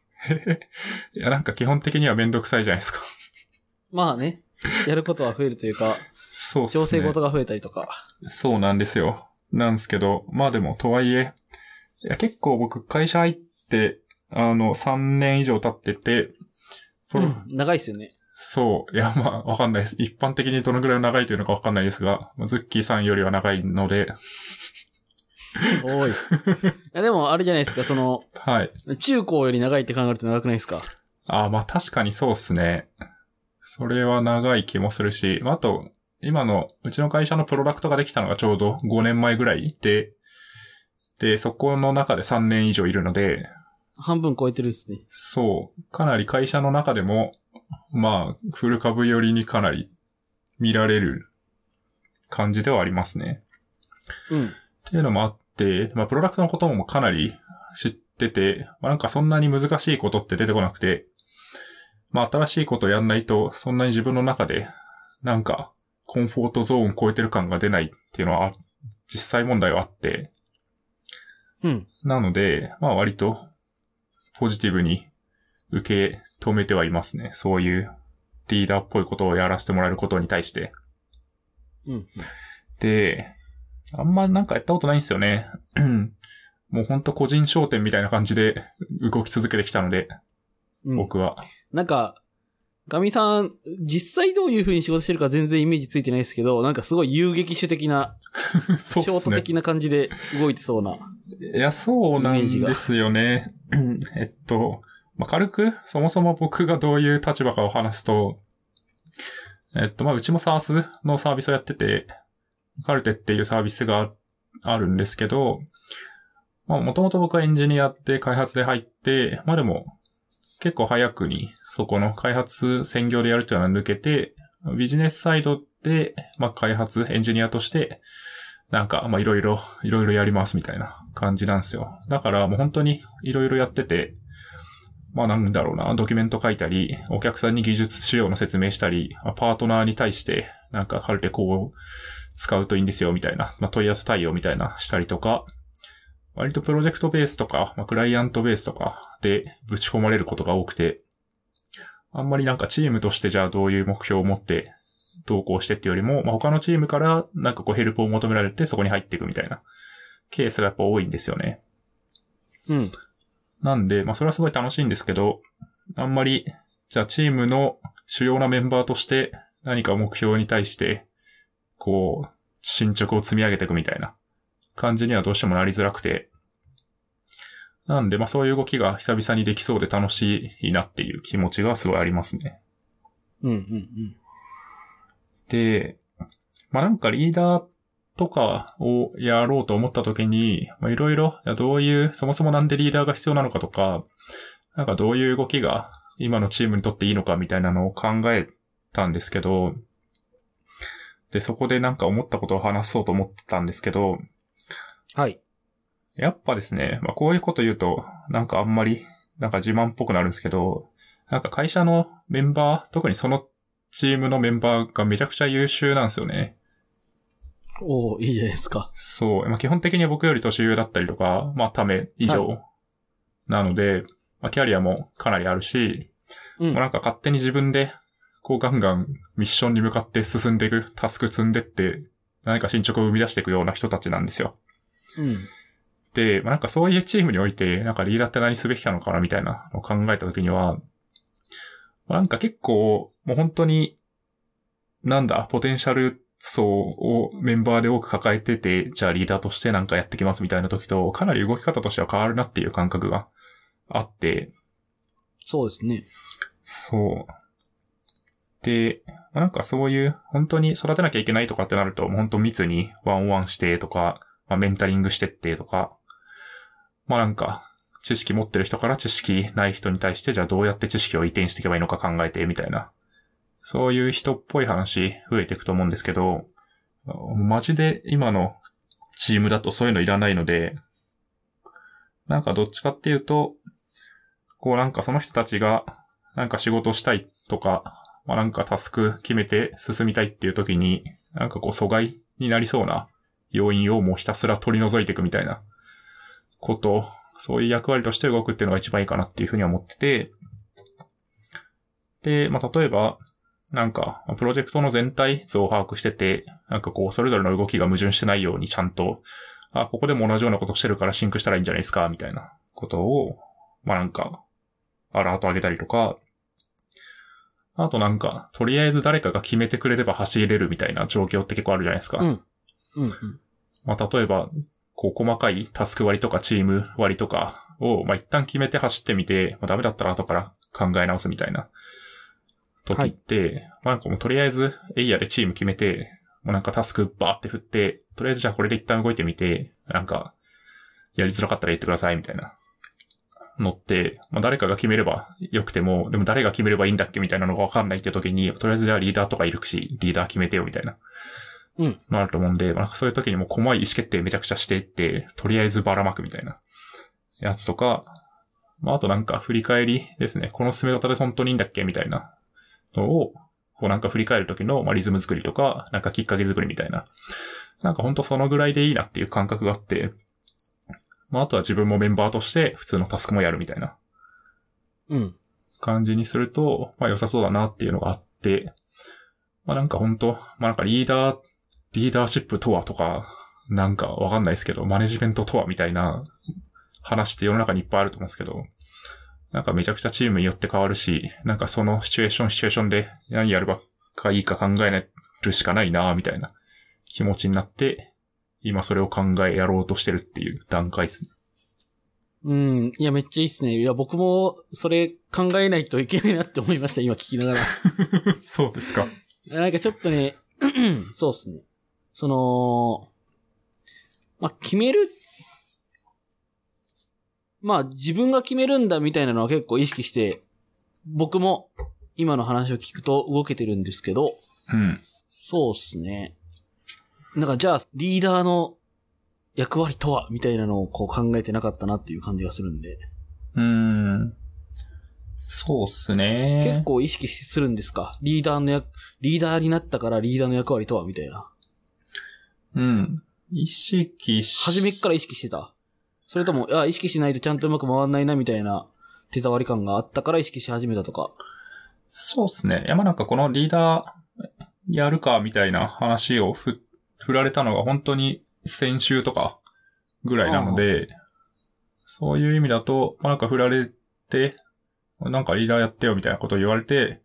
[SPEAKER 1] いや、なんか基本的にはめんどくさいじゃないですか。
[SPEAKER 2] まあね、やることは増えるというか、
[SPEAKER 1] そうっすね。
[SPEAKER 2] 調整事が増えたりとか。
[SPEAKER 1] そうなんですよ。なんですけど、まあでも、とはいえ、いや、結構僕、会社入って、あの、3年以上経ってて、プ
[SPEAKER 2] う
[SPEAKER 1] ロ
[SPEAKER 2] ん。長いですよね。
[SPEAKER 1] そう。いや、まあ、わかんないです。一般的にどのぐらい長いというのかわかんないですが、まあズッキーさんよりは長いので、
[SPEAKER 2] おい。いやでも、あれじゃないですか、その、
[SPEAKER 1] はい。
[SPEAKER 2] 中高より長いって考えると長くないですか
[SPEAKER 1] ああ、まあ確かにそうっすね。それは長い気もするし、まああと、今の、うちの会社のプロダクトができたのがちょうど5年前ぐらいで、で、そこの中で3年以上いるので、
[SPEAKER 2] 半分超えてるですね。
[SPEAKER 1] そう、かなり会社の中でも、まあ、古株寄りにかなり見られる感じではありますね。
[SPEAKER 2] うん。
[SPEAKER 1] っていうのもあって、まあ、プロダクトのこともかなり知ってて、まあ、なんかそんなに難しいことって出てこなくて、まあ、新しいことやんないと、そんなに自分の中で、なんか、コンフォートゾーン超えてる感が出ないっていうのはあ、実際問題はあって、
[SPEAKER 2] うん。
[SPEAKER 1] なので、まあ、割と、ポジティブに受け止めてはいますね。そういうリーダーっぽいことをやらせてもらえることに対して。
[SPEAKER 2] うん。
[SPEAKER 1] で、あんまなんかやったことないんですよね。 うんもうほんと個人商店みたいな感じで 動き続けてきたので、
[SPEAKER 2] うん、
[SPEAKER 1] 僕は。
[SPEAKER 2] なんか、ガミさん、実際どういう風に仕事してるか全然イメージついてないですけど、なんかすごい遊撃手的な、シ
[SPEAKER 1] そう
[SPEAKER 2] ョ
[SPEAKER 1] で
[SPEAKER 2] ート
[SPEAKER 1] すね。
[SPEAKER 2] 的な感じで動いてそうな。
[SPEAKER 1] いや、そうなんですよね。うん えっと、まあ、軽く、そもそも僕がどういう立場かを話すと、えっと、まあ、うちも SARS のサービスをやってて、カルテっていうサービスがあるんですけど、まあ、もともと僕はエンジニアって開発で入って、まあ、でも、結構早くに、そこの開発専業でやるというのは抜けて、ビジネスサイドで、まあ、開発、エンジニアとして、なんか、まあ、いろいろ、いろいろやりますみたいな感じなんですよ。だから、もう本当にいろいろやってて、まあ、なんだろうな、ドキュメント書いたり、お客さんに技術仕様の説明したり、まあパートナーに対して、なんか、カルテこう使うといいんですよみたいな、まあ、問い合わせ対応みたいなしたりとか、割とプロジェクトベースとか、まあ、クライアントベースとかでぶち込まれることが多くて、あんまりなんかチームとしてじゃあどういう目標を持って投稿してっていうよりも、まあ、他のチームからなんかこうヘルプを求められてそこに入っていくみたいなケースがやっぱ多いんですよね。
[SPEAKER 2] うん。
[SPEAKER 1] なんで、まあそれはすごい楽しいんですけど、あんまり、じゃあチームの主要なメンバーとして何か目標に対して、こう、進捗を積み上げていくみたいな感じにはどうしてもなりづらくて、なんで、まあそういう動きが久々にできそうで楽しいなっていう気持ちがすごいありますね。
[SPEAKER 2] うん、うん、
[SPEAKER 1] で、まあ、なんかリーダーとかをやろうと思った時に、まあ、いろいろ、いやどういう、そもそもなんでリーダーが必要なのかとか、なんかどういう動きが今のチームにとっていいのかみたいなのを考えたんですけど、で、そこでなんか思ったことを話そうと思ってたんですけど、
[SPEAKER 2] はい。
[SPEAKER 1] やっぱですね、まあ、こういうこと言うと、なんかあんまり、なんか自慢っぽくなるんですけど、なんか会社のメンバー、特にそのチームのメンバーがめちゃくちゃ優秀なんですよね。
[SPEAKER 2] おおいいじゃないですか。
[SPEAKER 1] そう。まあ、基本的に僕より年上だったりとか、まあ、ため以上なので、まあ、キャリアもかなりあるし、
[SPEAKER 2] うん
[SPEAKER 1] まあ、なんか勝手に自分で、こうガンガンミッションに向かって進んでいく、タスク積んでって、何か進捗を生み出していくような人たちなんですよ。
[SPEAKER 2] うん。
[SPEAKER 1] で、まあ、なんかそういうチームにおいて、なんかリーダーって何すべきなのかなみたいなのを考えたときには、まあ、なんか結構、もう本当に、なんだ、ポテンシャル層をメンバーで多く抱えてて、じゃあリーダーとしてなんかやってきますみたいな時と、かなり動き方としては変わるなっていう感覚があって、
[SPEAKER 2] そうですね。
[SPEAKER 1] そう。で、まあなんかそういう、本当に育てなきゃいけないとかってなると、もう本当密にワンオンワンしてとか、まあ、メンタリングしてってとか、まあなんか、知識持ってる人から知識ない人に対して、じゃあどうやって知識を移転していけばいいのか考えて、みたいな。そういう人っぽい話、増えていくと思うんですけど、マジで今のチームだとそういうのいらないので、なんかどっちかっていうと、こうなんかその人たちが、なんか仕事したいとか、まあなんかタスク決めて進みたいっていう時に、なんかこう阻害になりそうな要因をもうひたすら取り除いていくみたいなこと、そういう役割として動くっていうのが一番いいかなっていうふうには思ってて、で、まあ例えば、なんか、まあプロジェクトの全体像を把握してて、なんかこう、それぞれの動きが矛盾してないようにちゃんと、あ、ここでも同じようなことしてるからシンクしたらいいんじゃないですか、みたいなことを、まあなんか、アラート上げたりとか、あとなんか、とりあえず誰かが決めてくれれば走れるみたいな状況って結構あるじゃないですか。
[SPEAKER 2] うん。うん、うん。
[SPEAKER 1] まあ、例えば、こう、細かいタスク割とかチーム割とかを、まあ、一旦決めて走ってみて、まあ、ダメだったら後から考え直すみたいな時って、まあ、なんかもうとりあえず、エイヤーでチーム決めて、もうなんかタスクバーって振って、とりあえずじゃあこれで一旦動いてみて、なんか、やりづらかったら言ってくださいみたいな。のって、まあ、誰かが決めればよくても、でも誰が決めればいいんだっけみたいなのがわかんないって時に、とりあえずじゃあリーダーとかいるし、リーダー決めてよみたいな。のあると思うんで、まあ、なんかそういう時にもう細い意思決定めちゃくちゃしていって、とりあえずばらまくみたいなやつとか、まあ、あとなんか振り返りですね。この進め方で本当にいいんだっけみたいなのを、こうなんか振り返る時の、まあ、リズム作りとか、なんかきっかけ作りみたいな。なんかほんとそのぐらいでいいなっていう感覚があって、まあ、あとは自分もメンバーとして普通のタスクもやるみたいな
[SPEAKER 2] うん。
[SPEAKER 1] 感じにすると、まあ良さそうだなっていうのがあって、まあなんか本当まあなんかリーダー、リーダーシップとはとか、なんかわかんないですけど、マネジメントとはみたいな話って世の中にいっぱいあると思うんですけど、なんかめちゃくちゃチームによって変わるし、なんかそのシチュエーションシチュエーションで何やればかいいか考えるしかないなみたいな気持ちになって、今それを考えやろうとしてるっていう段階ですね。
[SPEAKER 2] うん。いや、めっちゃいいっすね。いや、僕も、それ、考えないといけないなって思いました、今聞きながら。
[SPEAKER 1] そうですか。
[SPEAKER 2] なんかちょっとね、 そうっすね。その、まあ、決める、まあ、自分が決めるんだみたいなのは結構意識して、僕も今の話を聞くと動けてるんですけど、
[SPEAKER 1] うん。
[SPEAKER 2] そうっすね。なんかじゃあ、リーダーの役割とはみたいなのをこう考えてなかったなっていう感じがするんで、
[SPEAKER 1] うーん。そうっすね。
[SPEAKER 2] 結。構意識するんですかリーダーの役、リーダーになったからリーダーの役割とはみたいな。
[SPEAKER 1] うん。意識し。
[SPEAKER 2] 初めっから意識してた。それとも、あ意識しないとちゃんとうまく回んないなみたいな手触り感があったから意識し始めたとか。
[SPEAKER 1] そうですね。いや、まあ、なんかこのリーダーやるかみたいな話をふ、振られたのが本当に先週とかぐらいなので、そういう意味だと、まあ、なんか振られて、なんかリーダーやってよみたいなことを言われて、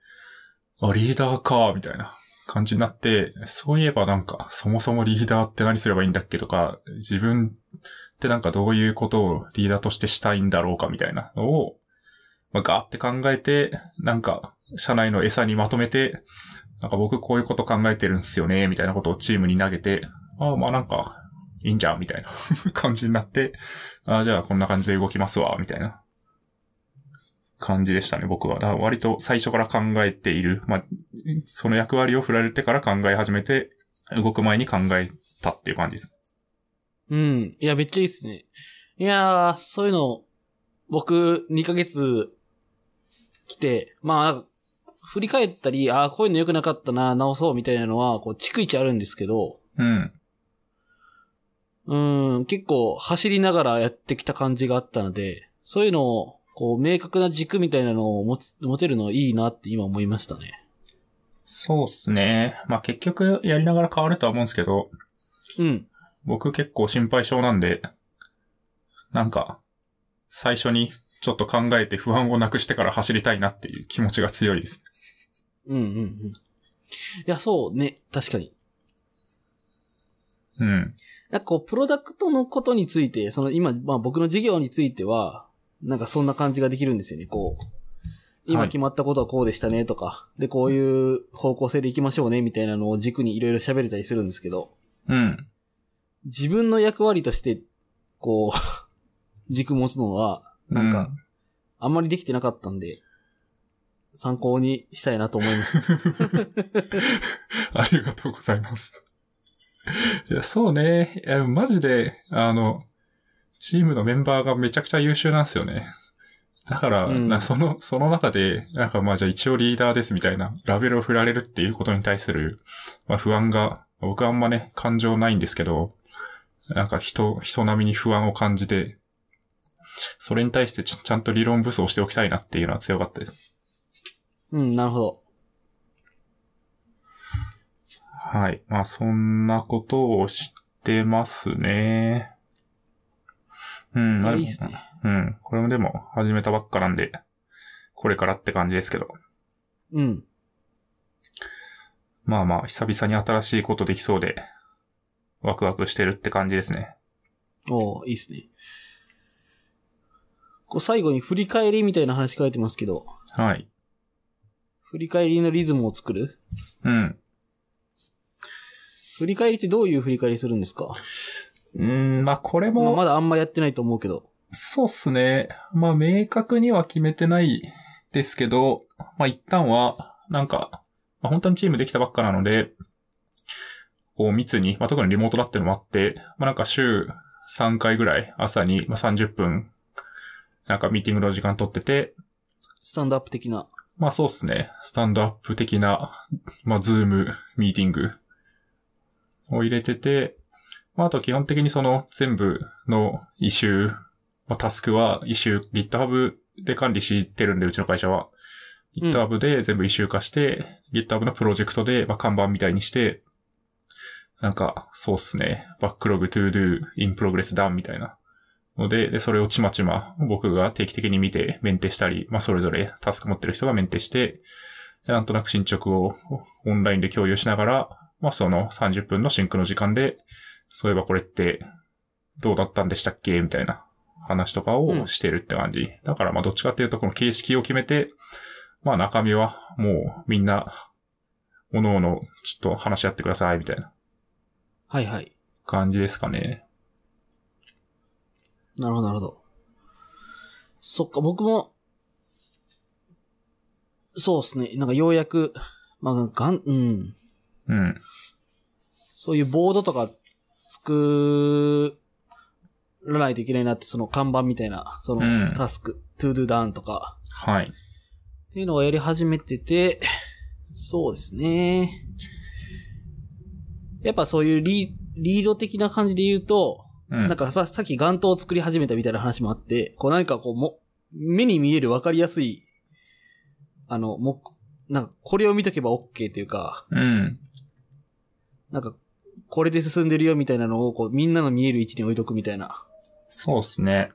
[SPEAKER 1] あ、リーダーか、みたいな感じになって、そういえばなんか、そもそもリーダーって何すればいいんだっけとか、自分ってなんかどういうことをリーダーとしてしたいんだろうかみたいなのを、まあ、ガーって考えて、なんか、社内の餌にまとめて、なんか僕こういうこと考えてるんすよね、みたいなことをチームに投げて、ああ、まあなんか、いいんじゃん、みたいな 感じになって、ああ、じゃあこんな感じで動きますわ、みたいな感じでしたね、僕は。だから割と最初から考えている。まあ、その役割を振られてから考え始めて、動く前に考えたっていう感じです。
[SPEAKER 2] うん。いや、めっちゃいいっすね。いやー、そういうの、僕、2ヶ月、来て、まあなんか、振り返ったり、ああ、こういうの良くなかったな、直そうみたいなのは、こう、逐一あるんですけど、
[SPEAKER 1] うん。
[SPEAKER 2] うん、結構、走りながらやってきた感じがあったので、そういうのを、こう、明確な軸みたいなのを持つ、持てるのいいなって今思いましたね。
[SPEAKER 1] そうっすね。まあ結局やりながら変わるとは思うんですけど、
[SPEAKER 2] うん。
[SPEAKER 1] 僕結構心配性なんで、なんか、最初にちょっと考えて不安をなくしてから走りたいなっていう気持ちが強いです。
[SPEAKER 2] うんうんうん。いや、そうね。確かに。
[SPEAKER 1] うん。
[SPEAKER 2] なんかこう、プロダクトのことについて、その今、まあ僕の事業については、なんかそんな感じができるんですよね、こう。今
[SPEAKER 1] はい
[SPEAKER 2] 決まったことはこうでしたねとか、で、こういう方向性で行きましょうね、みたいなのを軸にいろいろ喋れたりするんですけど、
[SPEAKER 1] うん。
[SPEAKER 2] 自分の役割として、こう、 軸持つのは、なんか、あんまりできてなかったんで、参考にしたいなと思いま した。
[SPEAKER 1] ありがとうございます。いや、そうね。いやマジで、あの、チームのメンバーがめちゃくちゃ優秀なんですよね。だから、
[SPEAKER 2] うん
[SPEAKER 1] なその、その中で、なんかまあじゃあ一応リーダーですみたいな、ラベルを振られるっていうことに対する、まあ不安が、僕はあんまね、感情ないんですけど、なんか人、人並みに不安を感じて、それに対してちちゃんと理論武装しておきたいなっていうのは強かったです。
[SPEAKER 2] うん、なるほど。
[SPEAKER 1] はい。まあ、そんなことをしてますね。うん。
[SPEAKER 2] い
[SPEAKER 1] まあ
[SPEAKER 2] や
[SPEAKER 1] で
[SPEAKER 2] い
[SPEAKER 1] も
[SPEAKER 2] いっすね。
[SPEAKER 1] うん。これもでも、始めたばっかなんで、これからって感じですけど。
[SPEAKER 2] うん。
[SPEAKER 1] まあまあ、久々に新しいことできそうで、ワクワクしてるって感じですね。
[SPEAKER 2] おーいいっすね。こう最後に振り返りみたいな話書いてますけど、
[SPEAKER 1] はい。
[SPEAKER 2] 振り返りのリズムを作る
[SPEAKER 1] うん。
[SPEAKER 2] 振り返りってどういう振り返りするんですか
[SPEAKER 1] うん、まあ、これ
[SPEAKER 2] まあ
[SPEAKER 1] も、
[SPEAKER 2] まだあんまやってないと思うけど。
[SPEAKER 1] そうっすね。まあ、明確には決めてないですけど、まあ、一旦は、なんか、まあ、本当にチームできたばっかなので、こう密に、まあ、特にリモートだってのもあって、まあ、なんか週3回ぐらい朝に、まあ、30分、なんかミーティングの時間取ってて、
[SPEAKER 2] スタンドアップ的な。
[SPEAKER 1] まあそうっすね。スタンドアップ的な、まあズーム、ミーティングを入れてて、まああと基本的にその全部のイシュー、まあタスクはイシュー、GitHub で管理してるんで、うちの会社は。
[SPEAKER 2] うん
[SPEAKER 1] GitHub で全部イシュー化して、GitHub のプロジェクトで、まあ看板みたいにして、なんか、そうっすね。バックログ、トゥードゥ、インプログレス、ダンみたいな。ので、で、それをちまちま僕が定期的に見てメンテしたり、まあそれぞれタスク持ってる人がメンテして、でなんとなく進捗をオンラインで共有しながら、まあその30分のシンクの時間で、そういえばこれってどうだったんでしたっけみたいな話とかをしてるって感じ。だからまあどっちかっていうとこの形式を決めて、まあ中身はもうみんな、おのおのちょっと話し合ってくださいみたいな
[SPEAKER 2] はいはい。
[SPEAKER 1] 感じですかね。
[SPEAKER 2] なるほどなるほど。そっか、僕も、そうですね。なんかようやく、まあ、がん、うん。
[SPEAKER 1] うん。
[SPEAKER 2] そういうボードとか作らないといけないなって、その看板みたいな、そ
[SPEAKER 1] うん
[SPEAKER 2] のタスク、トゥードゥダウンとか、
[SPEAKER 1] はい。
[SPEAKER 2] っていうのをやり始めてて、そうですね。やっぱそういうリリード的な感じで言うと、
[SPEAKER 1] うん。
[SPEAKER 2] なんかささっき眼灯を作り始めたみたいな話もあって、こう何かこうも、目に見えるわかりやすい、あの、も、なんか、これを見とけば OK っていうか、
[SPEAKER 1] うん。
[SPEAKER 2] なんか、これで進んでるよみたいなのを、こう、みんなの見える位置に置いとくみたいな。
[SPEAKER 1] そうっすね。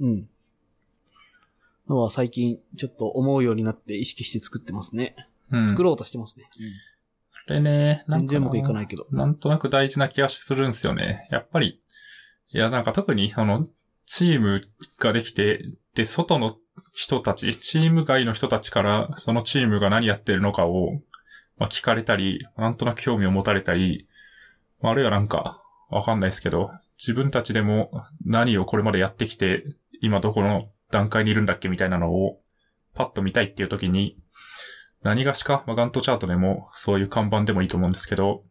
[SPEAKER 2] うん。のは最近、ちょっと思うようになって意識して作ってますね。
[SPEAKER 1] うん。
[SPEAKER 2] 作ろうとしてますね。
[SPEAKER 1] これね、なん。
[SPEAKER 2] 全然うまくいかないいけど。
[SPEAKER 1] なんとなく大事な気がするんですよね。やっぱり、いや、なんか特に、その、チームができて、で、外の人たち、チーム外の人たちから、そのチームが何やってるのかを、まあ、聞かれたり、なんとなく興味を持たれたり、まああるいはなんか、わかんないですけど、自分たちでも何をこれまでやってきて、今どこの段階にいるんだっけみたいなのを、パッと見たいっていう時に、何がしか、まあ、ガントチャートでも、そういう看板でもいいと思うんですけど、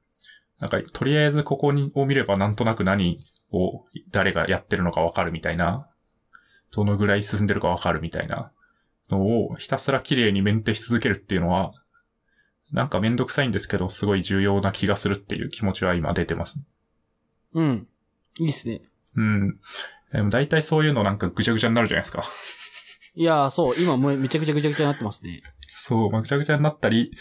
[SPEAKER 1] なんか、とりあえずここにを見ればなんとなく何を誰がやってるのかわかるみたいな、どのぐらい進んでるかわかるみたいなのをひたすら綺麗にメンテし続けるっていうのは、なんかめんどくさいんですけど、すごい重要な気がするっていう気持ちは今出てます。
[SPEAKER 2] うん。いいっすね。
[SPEAKER 1] うん。でも大体そういうのなんかぐちゃぐちゃになるじゃないですか。
[SPEAKER 2] いやー、そう、今もうめちゃくちゃぐちゃぐちゃになってますね。
[SPEAKER 1] そう、まあぐちゃぐちゃになったり、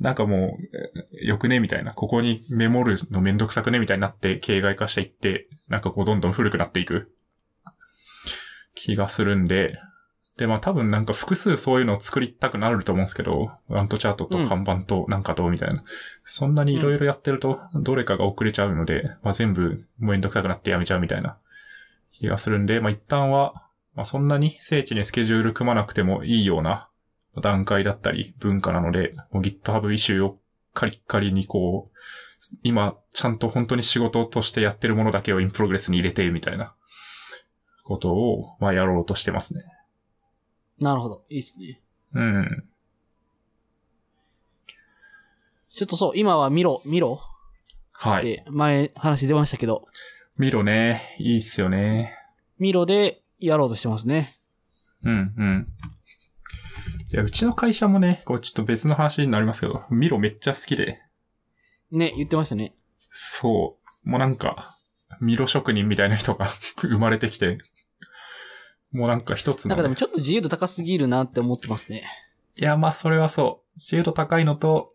[SPEAKER 1] なんかもう、えよくねみたいな、ここにメモるのめんどくさくねみたいになって、形骸化していって、なんかこうどんどん古くなっていく気がするんで、で、まあ多分なんか複数そういうのを作りたくなると思うんですけど、ワントチャートと看板となんかどうみたいな。そんなにいろいろやってると、どれかが遅れちゃうので、まあ全部めんどくさくなってやめちゃうみたいな気がするんで、まあ一旦は、まあそんなに精緻にスケジュール組まなくてもいいような段階だったり文化なので、もう GitHub イシューをカリッカリにこう、今ちゃんと本当に仕事としてやってるものだけをインプログレスに入れてみたいなことを、まあやろうとしてますね。
[SPEAKER 2] なるほど。いいっすね。
[SPEAKER 1] うん。
[SPEAKER 2] ちょっとそう、今は見ろ、見ろ
[SPEAKER 1] は
[SPEAKER 2] っ
[SPEAKER 1] い。
[SPEAKER 2] て前話出ましたけど、
[SPEAKER 1] 見ろね。いいっすよね。
[SPEAKER 2] ミロでやろうとしてますね。
[SPEAKER 1] うん、うん。いや、うちの会社もね、こうちょっと別の話になりますけど、ミロめっちゃ好きで、
[SPEAKER 2] ね、言ってましたね。
[SPEAKER 1] そう。もうなんか、ミロ職人みたいな人が 生まれてきて、もうなんか一つの、
[SPEAKER 2] なんかでもちょっと自由度高すぎるなって思ってますね。
[SPEAKER 1] いや、まあそれはそう。自由度高いのと、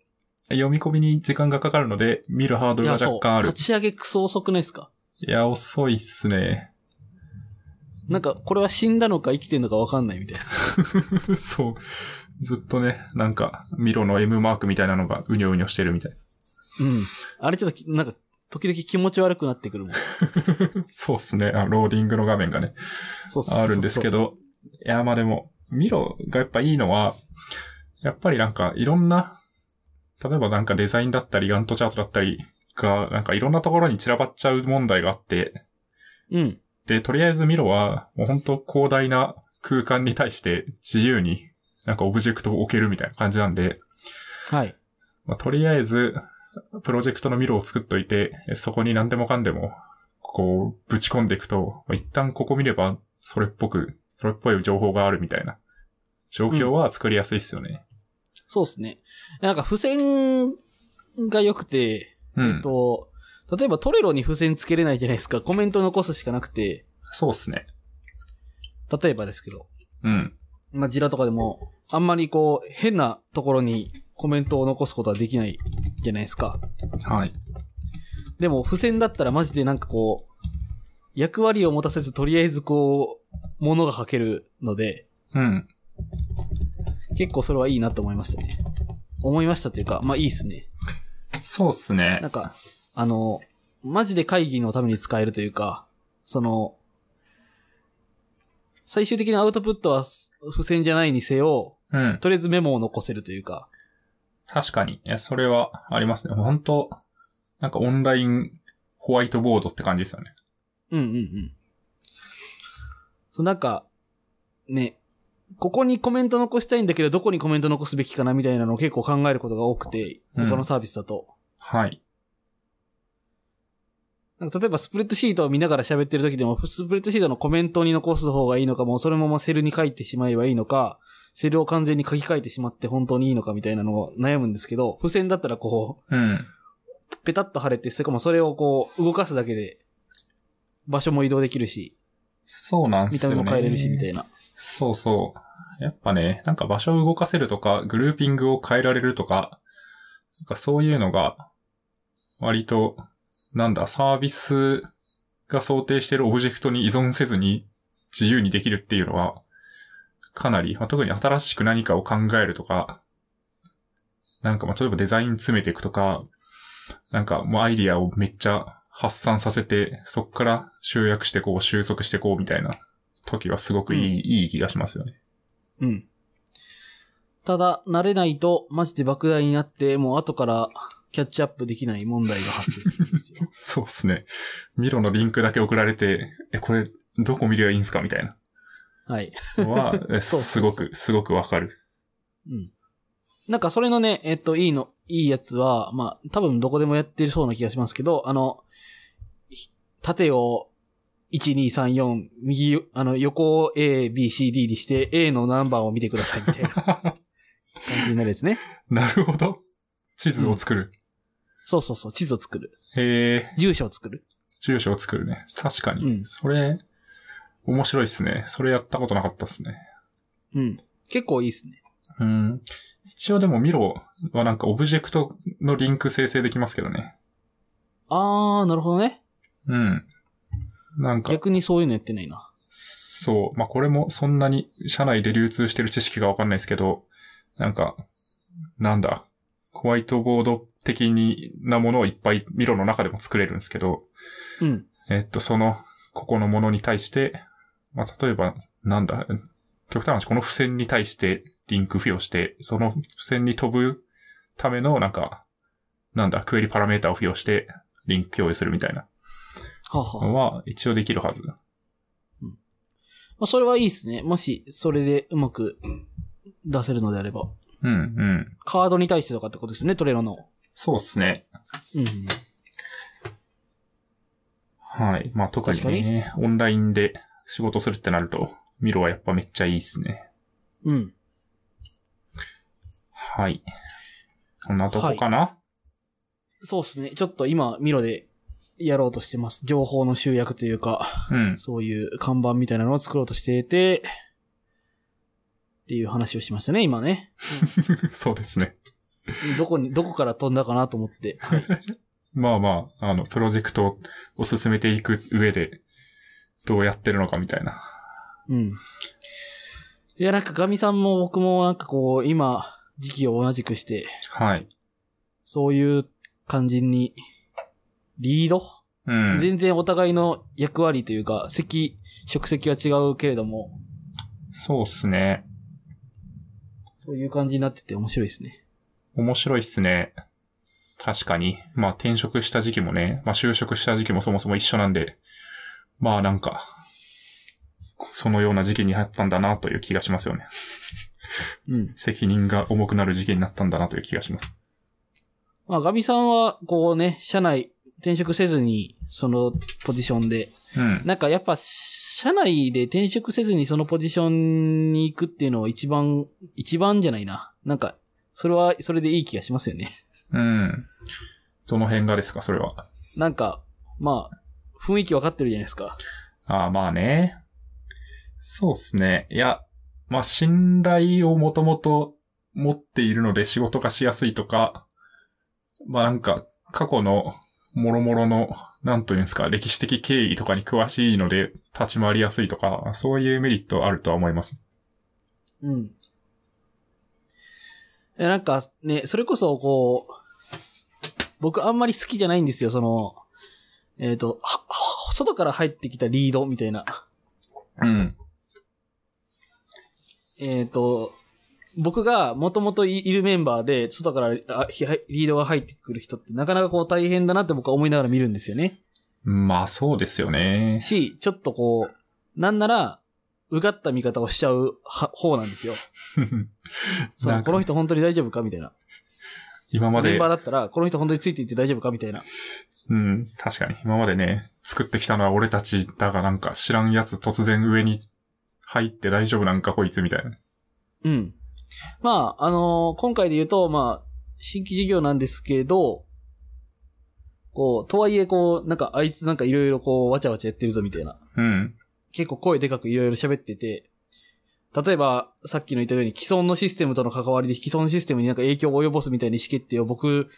[SPEAKER 1] 読み込みに時間がかかるので、見るハード
[SPEAKER 2] い
[SPEAKER 1] ルが
[SPEAKER 2] や、そ
[SPEAKER 1] 若
[SPEAKER 2] う。
[SPEAKER 1] 干ある
[SPEAKER 2] 立。ち上げクソ遅くないですか
[SPEAKER 1] いや、遅いっすね。
[SPEAKER 2] なんか、これは死んだのか生きてんのかわかんないみたいな。
[SPEAKER 1] そう。ずっとね、なんか、ミロの M マークみたいなのがうにょうにょしてるみたい。
[SPEAKER 2] うん。あれちょっとき、なんか、時々気持ち悪くなってくるもん。
[SPEAKER 1] そうっすね。あローディングの画面がね、
[SPEAKER 2] そうそう
[SPEAKER 1] あるんですけ
[SPEAKER 2] ど。
[SPEAKER 1] ど。いや、まあでも、ミロがやっぱいいのは、やっぱりなんかいろんな、例えばなんかデザインだったり、ガントチャートだったりが、なんかいろんなところに散らばっちゃう問題があって、
[SPEAKER 2] うん。
[SPEAKER 1] で、とりあえずミロは、もう本当広大な空間に対して自由に、なんかオブジェクトを置けるみたいな感じなんで、
[SPEAKER 2] はい。
[SPEAKER 1] まあ、とりあえず、プロジェクトのミロを作っといて、そこに何でもかんでも、こう、ぶち込んでいくと、まあ一旦ここ見れば、それっぽく、それっぽい情報があるみたいな、状況は作りやすいっすよね。
[SPEAKER 2] そうですね。なんか、付箋が良くて、
[SPEAKER 1] うん。
[SPEAKER 2] えっと、例えばトレロに付箋つけれないじゃないですか。コメント残すしかなくて、
[SPEAKER 1] そうっすね。
[SPEAKER 2] 例えばですけど、
[SPEAKER 1] うん。
[SPEAKER 2] まあ、ジラとかでも、あんまりこう、変なところにコメントを残すことはできないじゃないですか。
[SPEAKER 1] はい。
[SPEAKER 2] でも、付箋だったらマジでなんかこう、役割を持たせず、とりあえずこう、物が吐けるので、
[SPEAKER 1] うん。
[SPEAKER 2] 結構それはいいなと思いましたね。思いましたというか、まあいいっすね。
[SPEAKER 1] そうっすね
[SPEAKER 2] なんか、あの、マジで会議のために使えるというか、その、最終的なアウトプットは付箋じゃないにせよ、
[SPEAKER 1] うん。
[SPEAKER 2] とりあえずメモを残せるというか、
[SPEAKER 1] 確かに。いや、それはありますね。本当なんかオンラインホワイトボードって感じですよね。
[SPEAKER 2] うんうんうん。そうなんか、ね、ここにコメント残したいんだけど、どこにコメント残すべきかなみたいなのを結構考えることが多くて、
[SPEAKER 1] うん
[SPEAKER 2] 他のサービスだと。
[SPEAKER 1] はい。
[SPEAKER 2] なんか例えばスプレッドシートを見ながら喋ってる時でも、スプレッドシートのコメントに残す方がいいのか、もうそのままセルに書いてしまえばいいのか、セルを完全に書き換えてしまって本当にいいのかみたいなのを悩むんですけど、付箋だったらこ
[SPEAKER 1] うん。
[SPEAKER 2] う、ペタッと貼れて、しかもそれをこう、動かすだけで、場所も移動できるし、
[SPEAKER 1] そうなん
[SPEAKER 2] 見
[SPEAKER 1] す
[SPEAKER 2] た
[SPEAKER 1] よ
[SPEAKER 2] 目
[SPEAKER 1] ね。
[SPEAKER 2] も変えれるし、みたいな。
[SPEAKER 1] そうそう。やっぱね、なんか場所を動かせるとか、グルーピングを変えられるとか、なんかそういうのが、割と、なんだ、サービスが想定しているオブジェクトに依存せずに自由にできるっていうのは、かなり、まあ、特に新しく何かを考えるとか、なんかまあ、例えばデザイン詰めていくとか、なんかもうアイディアをめっちゃ発散させて、そっから集約してこう、収束してこうみたいな時はすごくいい、いい気がしますよね。
[SPEAKER 2] うん。ただ、慣れないと、マジで莫大になって、もう後からキャッチアップできない問題が発生するんですよ。
[SPEAKER 1] そうですね。ミロのリンクだけ送られて、え、これ、どこ見ればいいんすかみたいな
[SPEAKER 2] はい。
[SPEAKER 1] の は、
[SPEAKER 2] そうそ
[SPEAKER 1] え
[SPEAKER 2] うそう
[SPEAKER 1] すごく、すごくわかる。
[SPEAKER 2] うん。なんか、それのね、えっと、いいの、いいやつは、まあ、多分どこでもやってるそうな気がしますけど、あの、ひ縦を、1234、右、あの、横を A, B, C, D にして、A のナンバーを見てください、みたいな感じになるやつね。
[SPEAKER 1] なるほど。地図を作る。
[SPEAKER 2] そうそうそう、地図を作る。
[SPEAKER 1] へえ、
[SPEAKER 2] 住所を作る。
[SPEAKER 1] 住所を作るね。確かに。
[SPEAKER 2] うん
[SPEAKER 1] それ、面白いっすね。それやったことなかったっすね。
[SPEAKER 2] うん。結構いいですね。
[SPEAKER 1] うん。一応でもミロはなんかオブジェクトのリンク生成できますけどね。
[SPEAKER 2] あー、なるほどね。
[SPEAKER 1] うん。なんか、
[SPEAKER 2] 逆にそういうのやってないな。
[SPEAKER 1] そう。まあ、これもそんなに社内で流通してる知識がわかんないですけど、なんか、なんだ、ホワイトボード的になものをいっぱいミロの中でも作れるんですけど、
[SPEAKER 2] うん。
[SPEAKER 1] えっと、その、ここのものに対して、まあ、例えば、なんだ、極端な話、この付箋に対してリンク付与して、その付箋に飛ぶための、なんか、なんだ、クエリパラメータを付与して、リンク共有するみたいな
[SPEAKER 2] はあはあ
[SPEAKER 1] のは、一応できるはず。
[SPEAKER 2] まあ、それはいいですね。もし、それでうまく出せるのであれば。
[SPEAKER 1] うん、うん。
[SPEAKER 2] カードに対してとかってことですよね、トレロの。
[SPEAKER 1] そうですね。
[SPEAKER 2] うん。
[SPEAKER 1] はい。まあ特にね、オンラインで仕事するってなると、ミロはやっぱめっちゃいいっすね。
[SPEAKER 2] うん。
[SPEAKER 1] はい。こんなとこかな、
[SPEAKER 2] そうですね。ちょっと今、ミロでやろうとしてます。情報の集約というか、
[SPEAKER 1] うん。
[SPEAKER 2] そういう看板みたいなのを作ろうとしていて、っていう話をしましたね、今ね。
[SPEAKER 1] そうですね。
[SPEAKER 2] どこに、どこから飛んだかなと思って。はい。
[SPEAKER 1] まあまあ、あの、プロジェクトを進めていく上で、どうやってるのかみたいな。
[SPEAKER 2] うん。いや、なんか、ガミさんも僕もなんかこう、今、時期を同じくして、
[SPEAKER 1] はい。
[SPEAKER 2] そういう感じに、リード、
[SPEAKER 1] うん。
[SPEAKER 2] 全然お互いの役割というか、席、職責は違うけれども、
[SPEAKER 1] そうっすね。
[SPEAKER 2] そういう感じになってて面白いですね。
[SPEAKER 1] 面白いっすね。確かに。まあ転職した時期もね、まあ就職した時期もそもそも一緒なんで、まあなんか、そのような時期に入ったんだなという気がしますよね。
[SPEAKER 2] うん。
[SPEAKER 1] 責任が重くなる時期になったんだなという気がします。
[SPEAKER 2] まあ、ガミさんは、こうね、社内、転職せずに、そのポジションで、
[SPEAKER 1] うん。
[SPEAKER 2] なんかやっぱ、社内で転職せずにそのポジションに行くっていうのは一番、一番じゃないな。なんか、それは、それでいい気がしますよね。
[SPEAKER 1] うん。どの辺がですか、それは。
[SPEAKER 2] なんか、まあ、雰囲気わかってるじゃないですか。
[SPEAKER 1] ああ、まあね。そうですね。いや、まあ、信頼をもともと持っているので仕事がしやすいとか、まあなんか、過去の、もろもろの、なんというんですか、歴史的経緯とかに詳しいので、立ち回りやすいとか、そういうメリットあるとは思います。
[SPEAKER 2] うん。えなんかね、それこそこう、僕あんまり好きじゃないんですよ、その、えっ、と、はは外から入ってきたリードみたいな。
[SPEAKER 1] うん。
[SPEAKER 2] えっ、と、僕がもともといいるメンバーで、外からあひはいリードが入ってくる人ってなかなかこう大変だなって僕は思いながら見るんですよね。
[SPEAKER 1] まあ、そうですよね。
[SPEAKER 2] し、ちょっとこう、なんなら、うがった見方をしちゃうは方なんですよ。そ
[SPEAKER 1] な
[SPEAKER 2] の
[SPEAKER 1] ん
[SPEAKER 2] こ
[SPEAKER 1] か
[SPEAKER 2] の人本当に大丈夫かみたいな。
[SPEAKER 1] 今ま
[SPEAKER 2] メン
[SPEAKER 1] で
[SPEAKER 2] バー、だったら、この人本当についていって大丈夫かみたいな。
[SPEAKER 1] うん、確かに。今までね、作ってきたのは俺たちだがなんか知らんやつ突然上に入って大丈夫なんかこいつみたいな。
[SPEAKER 2] うん。まあ、あのー今回で言うと、まあ、新規事業なんですけど、こう、とはいえ、こう、なんか、あいつなんかいろいろこう、わちゃわちゃやってるぞみたいな。
[SPEAKER 1] うん。
[SPEAKER 2] 結構声でかくいろいろ喋ってて、例えば、さっきの言ったように既存のシステムとの関わりで既存システムになんか影響を及ぼすみたいな意思決定を僕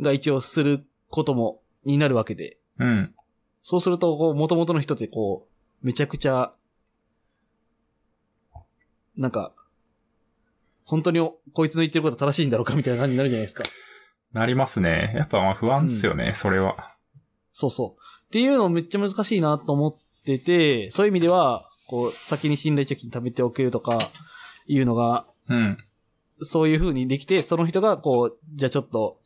[SPEAKER 2] が一応することも、になるわけで。
[SPEAKER 1] うん。
[SPEAKER 2] そうすると、こう、元々の人ってこう、めちゃくちゃ、なんか、本当におこいつの言ってることは正しいんだろうかみたいな感じになるじゃないですか。
[SPEAKER 1] なりますね。やっぱまあ不安っすよね、それは。
[SPEAKER 2] そうそう。っていうのめっちゃ難しいなと思ってて、そういう意味では、こう、先に信頼貯金貯めておけるとか、いうのが、
[SPEAKER 1] うん。
[SPEAKER 2] そういう風にできて、その人がこう、じゃあちょっと、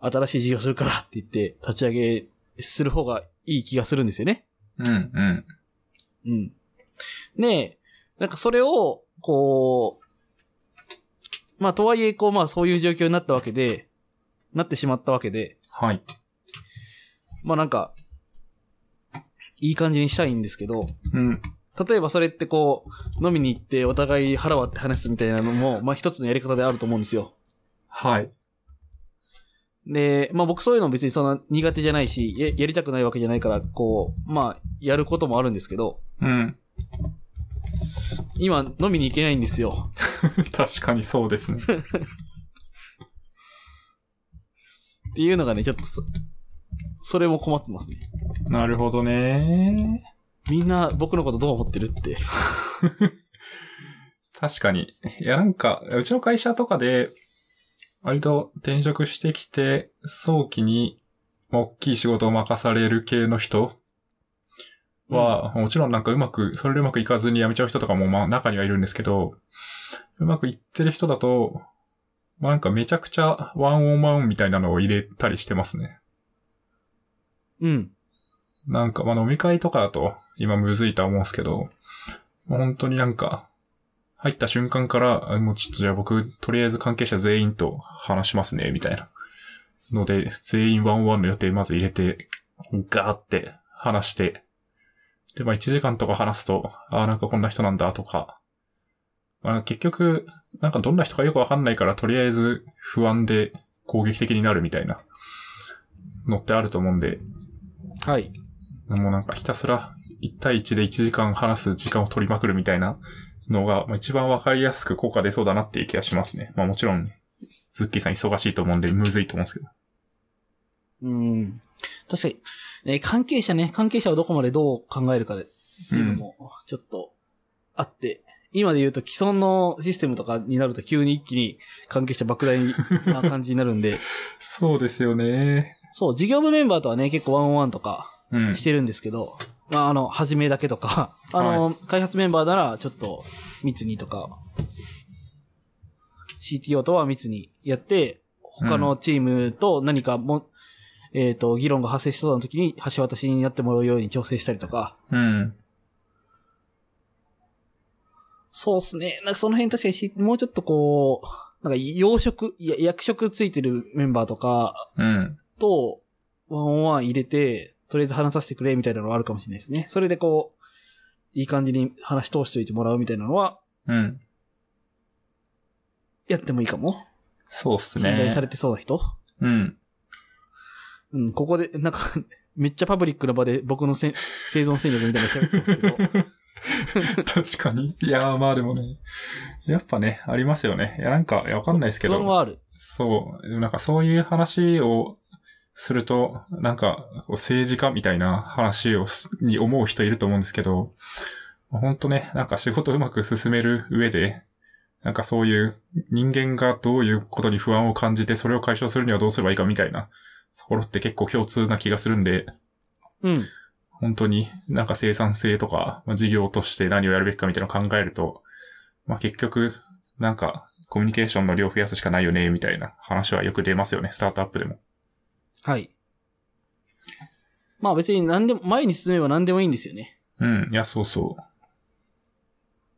[SPEAKER 2] 新しい事業するからって言って、立ち上げする方がいい気がするんですよね。
[SPEAKER 1] うん、うん。
[SPEAKER 2] うん。で、なんかそれを、こう、まあとはいえ、こうまあそういう状況になったわけで、なってしまったわけで、
[SPEAKER 1] はい。
[SPEAKER 2] まあなんか、いい感じにしたいんですけど、
[SPEAKER 1] うん。
[SPEAKER 2] 例えばそれってこう、飲みに行ってお互い腹割って話すみたいなのも、まあ一つのやり方であると思うんですよ。
[SPEAKER 1] はい。
[SPEAKER 2] で、まあ僕そういうの別にそんな苦手じゃないし、ややりたくないわけじゃないから、こう、まあやることもあるんですけど、
[SPEAKER 1] うん。
[SPEAKER 2] 今飲みに行けないんですよ。
[SPEAKER 1] 確かにそうですね。
[SPEAKER 2] っていうのがね、ちょっとそ、それも困ってますね。
[SPEAKER 1] なるほどね。
[SPEAKER 2] みんな僕のことどう思ってるって。
[SPEAKER 1] 確かに。いや、なんか、うちの会社とかで、割と転職してきて、早期に、まあ大きい仕事を任される系の人は、もちろんなんかうまく、それでうまくいかずに辞めちゃう人とかも、まあ中にはいるんですけど、うまくいってる人だと、まあなんかめちゃくちゃワンオンワンみたいなのを入れたりしてますね。
[SPEAKER 2] うん。
[SPEAKER 1] なんか、まあ、飲み会とかだと、今むずいとは思うんですけど、まあ本当になんか、入った瞬間から、あもうちょっとじゃあ僕、とりあえず関係者全員と話しますね、みたいな。ので、全員ワンオンワンの予定まず入れて、ガーって話して、で、まあ、1時間とか話すと、ああ、なんかこんな人なんだ、とか、まあ、結局、なんかどんな人かよくわかんないから、とりあえず不安で攻撃的になるみたいな、のってあると思うんで、
[SPEAKER 2] はい。
[SPEAKER 1] もうなんかひたすら1対1で1時間話す時間を取りまくるみたいなのが、まあ、一番わかりやすく効果出そうだなっていう気がしますね。まあもちろん、ズッキーさん忙しいと思うんで、むずいと思うんですけど。
[SPEAKER 2] うん。確かに、ね、関係者ね、関係者をどこまでどう考えるかでっていうのも、ちょっと、あって、今で言うと既存のシステムとかになると急に一気に関係者莫大な感じになるん で、
[SPEAKER 1] そうですよね。
[SPEAKER 2] そう、事業部メンバーとはね、結構ワンオンワンとか
[SPEAKER 1] うん
[SPEAKER 2] し。てるんですけど、まあ、あの、はじめだけとか、 あの、開発メンバーならちょっと密にとか、CTO とは密にやって、他のチームと何かも、えっ、と、議論が発生しそうな時に橋渡しになってもらうように調整したりとか、
[SPEAKER 1] うん。
[SPEAKER 2] そうっすね。なんかその辺確かにし、もうちょっとこう、なんか要職、いや役職ついてるメンバーとか
[SPEAKER 1] うん。
[SPEAKER 2] と、ワンオンワン入れて、とりあえず話させてくれみたいなのはあるかもしれないですね。それでこう、いい感じに話通しておいてもらうみたいなのは、
[SPEAKER 1] うん。
[SPEAKER 2] やってもいいかも。
[SPEAKER 1] そうっす
[SPEAKER 2] 信頼
[SPEAKER 1] ね
[SPEAKER 2] さ。れてそうな人。
[SPEAKER 1] うん。
[SPEAKER 2] うん、ここで、なんか、 めっちゃパブリックな場で僕のせ 生存戦略みたいなの喋ってますけど。
[SPEAKER 1] 確かに。いやーまあでもね、やっぱね、ありますよね。いやなんか、いやわかんないですけ
[SPEAKER 2] 不
[SPEAKER 1] ど。
[SPEAKER 2] 安はある。
[SPEAKER 1] そう。でもなんかそういう話をすると、なんかこう政治家みたいな話をしに思う人いると思うんですけど、本当ね、なんか仕事をうまく進める上で、なんかそういう人間がどういうことに不安を感じてそれを解消するにはどうすればいいかみたいなところって結構共通な気がするんで、
[SPEAKER 2] うん。
[SPEAKER 1] 本当になんか生産性とか、まあ事業として何をやるべきかみたいなのを考えると、まあ結局、なんかコミュニケーションの量を増やすしかないよね、みたいな話はよく出ますよね、スタートアップでも。
[SPEAKER 2] はい。まあ別に何でも、前に進めば何でもいいんですよね。
[SPEAKER 1] うん、いや、そうそ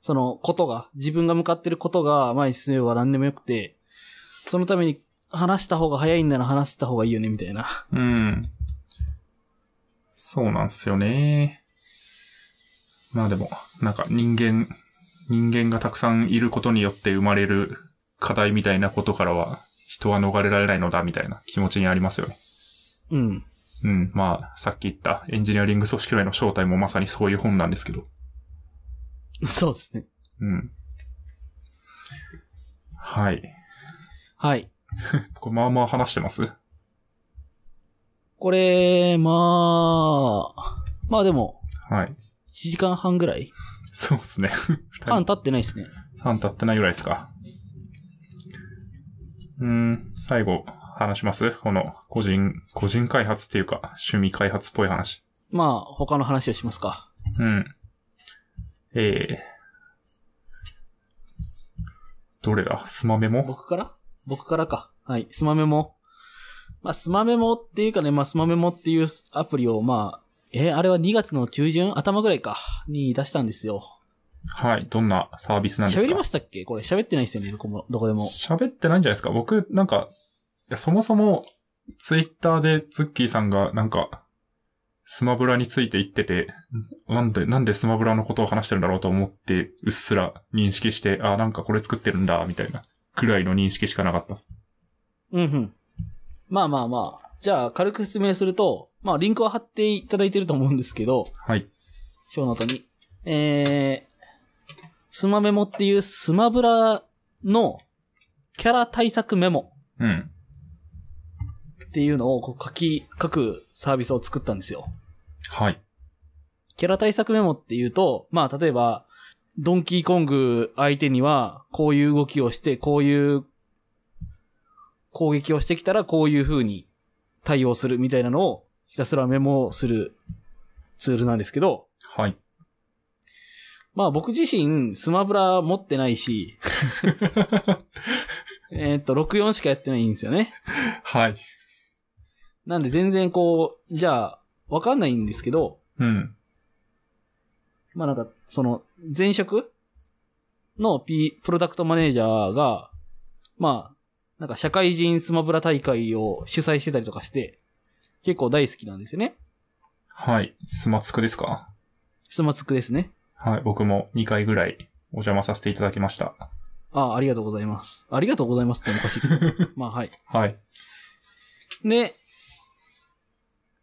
[SPEAKER 2] そのことが、自分が向かってることが前に進めば何でもよくて、そのために話した方が早いんなら話した方がいいよね、みたいな。
[SPEAKER 1] う。うん。そうなんですよね。まあでも、なんか人間、人間がたくさんいることによって生まれる課題みたいなことからは、人は逃れられないのだ、みたいな気持ちにありますよね。
[SPEAKER 2] うん。
[SPEAKER 1] うん、まあ、さっき言ったエンジニアリング組織論への正体もまさにそういう本なんですけど。
[SPEAKER 2] そうですね。
[SPEAKER 1] うん。はい。
[SPEAKER 2] はい。
[SPEAKER 1] これまあまあ話してます
[SPEAKER 2] これ、まあ、まあでも、
[SPEAKER 1] はい。
[SPEAKER 2] 1時間半ぐらい
[SPEAKER 1] そうですね。 二
[SPEAKER 2] 半経ってないですね。
[SPEAKER 1] 3経ってないぐらいですか。うーん、最後、話しますこの、個人、個人開発っていうか、趣味開発っぽい話。
[SPEAKER 2] まあ、他の話をしますか。
[SPEAKER 1] うん。ええどれだスマメモ
[SPEAKER 2] 僕から僕からか。はい。スマメモ。まあ、スマメモっていうかね、まあ、スマメモっていうアプリを、まあ、えーあれは2月の中旬頭ぐらいか、に出したんですよ。
[SPEAKER 1] はい、どんなサービスなんですか
[SPEAKER 2] 喋りましたっけこれ喋ってないですよね、どこも、どこでも。
[SPEAKER 1] 喋ってないんじゃないですか僕、なんか、いや、そもそも、ツイッターでズッキーさんが、なんか、スマブラについて言ってて、なんで、なんでスマブラのことを話してるんだろうと思って、うっすら認識して、あ、なんかこれ作ってるんだ、みたいな、くらいの認識しかなかったっす。
[SPEAKER 2] うんうん。まあまあまあ。じゃあ、軽く説明すると、まあ、リンクは貼っていただいてると思うんですけど、
[SPEAKER 1] はい。
[SPEAKER 2] ショーノートに。えー、スマメモっていうスマブラのキャラ対策メモ
[SPEAKER 1] うん。
[SPEAKER 2] っていうのをこう書き、書くサービスを作ったんですよ。
[SPEAKER 1] はい。
[SPEAKER 2] キャラ対策メモっていうと、まあ、例えば、ドンキーコング相手には、こういう動きをして、こういう攻撃をしてきたら、こういう風に対応するみたいなのを、ひたすらメモするツールなんですけど、
[SPEAKER 1] はい。
[SPEAKER 2] まあ僕自身、スマブラ持ってないし、えーっと、64しかやってないんですよね。
[SPEAKER 1] はい。
[SPEAKER 2] なんで全然こう、じゃあ、わかんないんですけど、
[SPEAKER 1] うん。
[SPEAKER 2] まあなんか、その、前職の P、プロダクトマネージャーが、まあ、なんか社会人スマブラ大会を主催してたりとかして、結構大好きなんですよね。
[SPEAKER 1] はい。スマツクですか
[SPEAKER 2] スマツクですね。
[SPEAKER 1] はい。僕も2回ぐらいお邪魔させていただきました。
[SPEAKER 2] ああ、ありがとうございます。ありがとうございますっておかしいけど。まあはい。
[SPEAKER 1] はい。
[SPEAKER 2] で、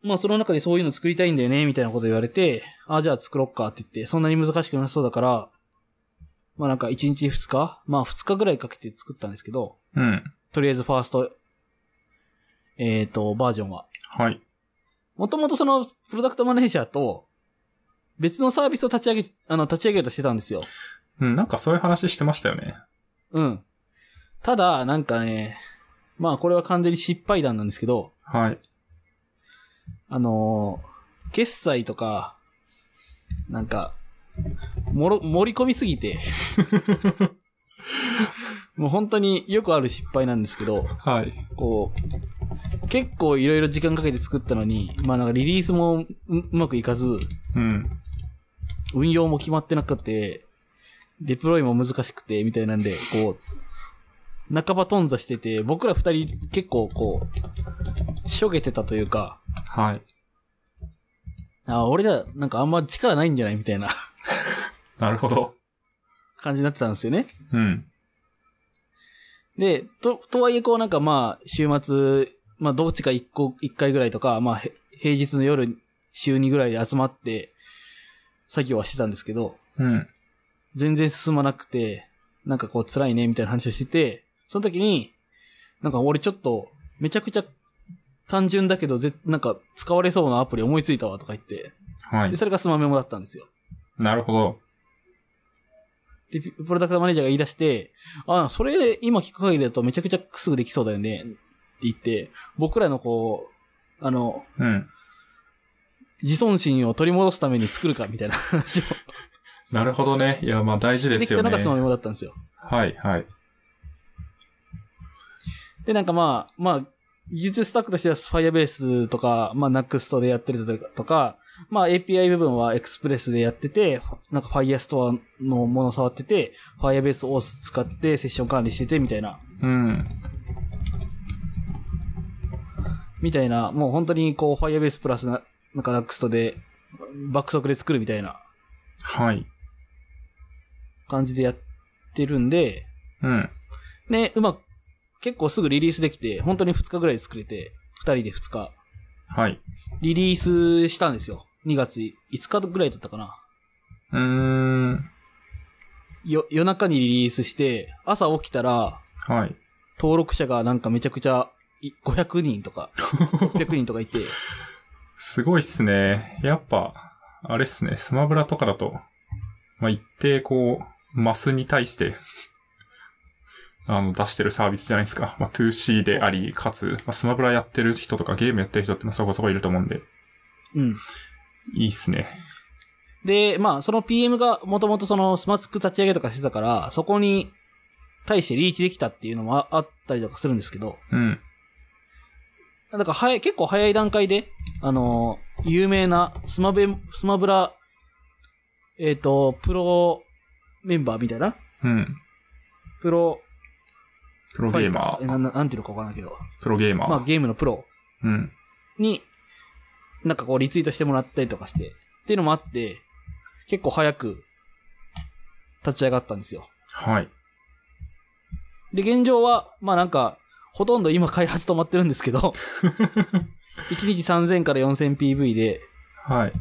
[SPEAKER 2] まあその中でそういうの作りたいんだよね、みたいなこと言われて、あ、じゃあ作ろっかって言って、そんなに難しくなさそうだから、まあなんか1日2日まあ2日ぐらいかけて作ったんですけど、
[SPEAKER 1] うん。
[SPEAKER 2] とりあえずファースト、えっ、と、バージョンは。
[SPEAKER 1] はい。
[SPEAKER 2] もともとその、プロダクトマネージャーと、別のサービスを立ち上げ、あの、立ち上げようとしてたんですよ。
[SPEAKER 1] うん、なんかそういう話してましたよね。
[SPEAKER 2] うん。ただ、なんかね、まあこれは完全に失敗談なんですけど、
[SPEAKER 1] はい。
[SPEAKER 2] あのー決済とか、なんか、もろ、盛り込みすぎて、もう本当によくある失敗なんですけど、
[SPEAKER 1] はい。
[SPEAKER 2] こう、結構いろいろ時間かけて作ったのに、まあなんかリリースもううまくいかず、
[SPEAKER 1] うん。
[SPEAKER 2] 運用も決まってなくて、デプロイも難しくて、みたいなんで、こう、半ば頓挫してて、僕ら二人結構こう、しょげてたというか、
[SPEAKER 1] はい。
[SPEAKER 2] あ、俺らなんかあんま力ないんじゃないみたいな
[SPEAKER 1] なるほど。
[SPEAKER 2] 感じになってたんですよね。
[SPEAKER 1] うん。
[SPEAKER 2] で、と、とはいえこうなんかまあ、週末、まあどっちか一個、一回ぐらいとか、まあへ平日の夜、週2ぐらいで集まって、作業はしてたんですけど、
[SPEAKER 1] うん。
[SPEAKER 2] 全然進まなくて、なんかこう辛いね、みたいな話をしてて、その時に、なんか俺ちょっと、めちゃくちゃ単純だけど、ぜ、なんか使われそうなアプリ思いついたわとか言って、
[SPEAKER 1] はい
[SPEAKER 2] で、。それがスマメモだったんですよ。
[SPEAKER 1] なるほど。
[SPEAKER 2] で、ピプロダクトマネージャーが言い出して、あ、それ今聞く限りだとめちゃくちゃすぐできそうだよねって言って、僕らのこう、あの、
[SPEAKER 1] うん。
[SPEAKER 2] 自尊心を取り戻すために作るかみたいな話を
[SPEAKER 1] なるほどね。いや、まあ大事で
[SPEAKER 2] でき
[SPEAKER 1] す
[SPEAKER 2] た
[SPEAKER 1] よ
[SPEAKER 2] の
[SPEAKER 1] ね。
[SPEAKER 2] がスマメモだったんですよ。
[SPEAKER 1] はい、はい。
[SPEAKER 2] で、なんかまあ、まあ、技術スタックとしては Firebase とか、まあ Next でやってるとか、まあ API 部分は Express でやってて、なんか Firestore のもの触ってて、Firebase OS 使ってセッション管理しててみたいな、
[SPEAKER 1] うん。
[SPEAKER 2] みたいな、もう本当にこう Firebase プラスな、なんか Next で爆速で作るみたいな
[SPEAKER 1] はい。
[SPEAKER 2] 感じでやってるんで、
[SPEAKER 1] うん。
[SPEAKER 2] ね、うまく、結構すぐリリースできて、本当に2日ぐらいで作れて、2人で2日。
[SPEAKER 1] はい。
[SPEAKER 2] リリースしたんですよ。2月5日ぐらいだったかな。
[SPEAKER 1] うーん。
[SPEAKER 2] よ、夜中にリリースして、朝起きたら、
[SPEAKER 1] はい。
[SPEAKER 2] 登録者がなんかめちゃくちゃ、い500人とか、600人とかいて、
[SPEAKER 1] すごいっすね。やっぱ、あれっすね。スマブラとかだと、まあ、一定こう、マスに対して、 あの、出してるサービスじゃないですか。まあ、2C であり、かつ、まあ、スマブラやってる人とかゲームやってる人ってまあそこそこいると思うんで、
[SPEAKER 2] うん。
[SPEAKER 1] いいっすね。
[SPEAKER 2] で、まあ、その PM がもともとそのスマスク立ち上げとかしてたから、そこに対してリーチできたっていうのもああったりとかするんですけど、
[SPEAKER 1] うん。
[SPEAKER 2] なんか早い、結構早い段階で、あのー有名なスマベ、スマブラ、えっ、と、プロメンバーみたいな
[SPEAKER 1] うん。
[SPEAKER 2] プロ
[SPEAKER 1] プロ
[SPEAKER 2] フ
[SPEAKER 1] ゲ
[SPEAKER 2] ァイ
[SPEAKER 1] ー
[SPEAKER 2] タ
[SPEAKER 1] マ
[SPEAKER 2] え
[SPEAKER 1] ー。
[SPEAKER 2] なななんていうのかわかんないけど、
[SPEAKER 1] プロゲーマー。
[SPEAKER 2] まあゲームのプロ
[SPEAKER 1] うん。
[SPEAKER 2] に、なんかこうリツイートしてもらったりとかして、っていうのもあって、結構早く立ち上がったんですよ。
[SPEAKER 1] はい。
[SPEAKER 2] で、現状は、まあなんか、ほとんど今開発止まってるんですけ ど、1日3000から 4000PV で、
[SPEAKER 1] はい。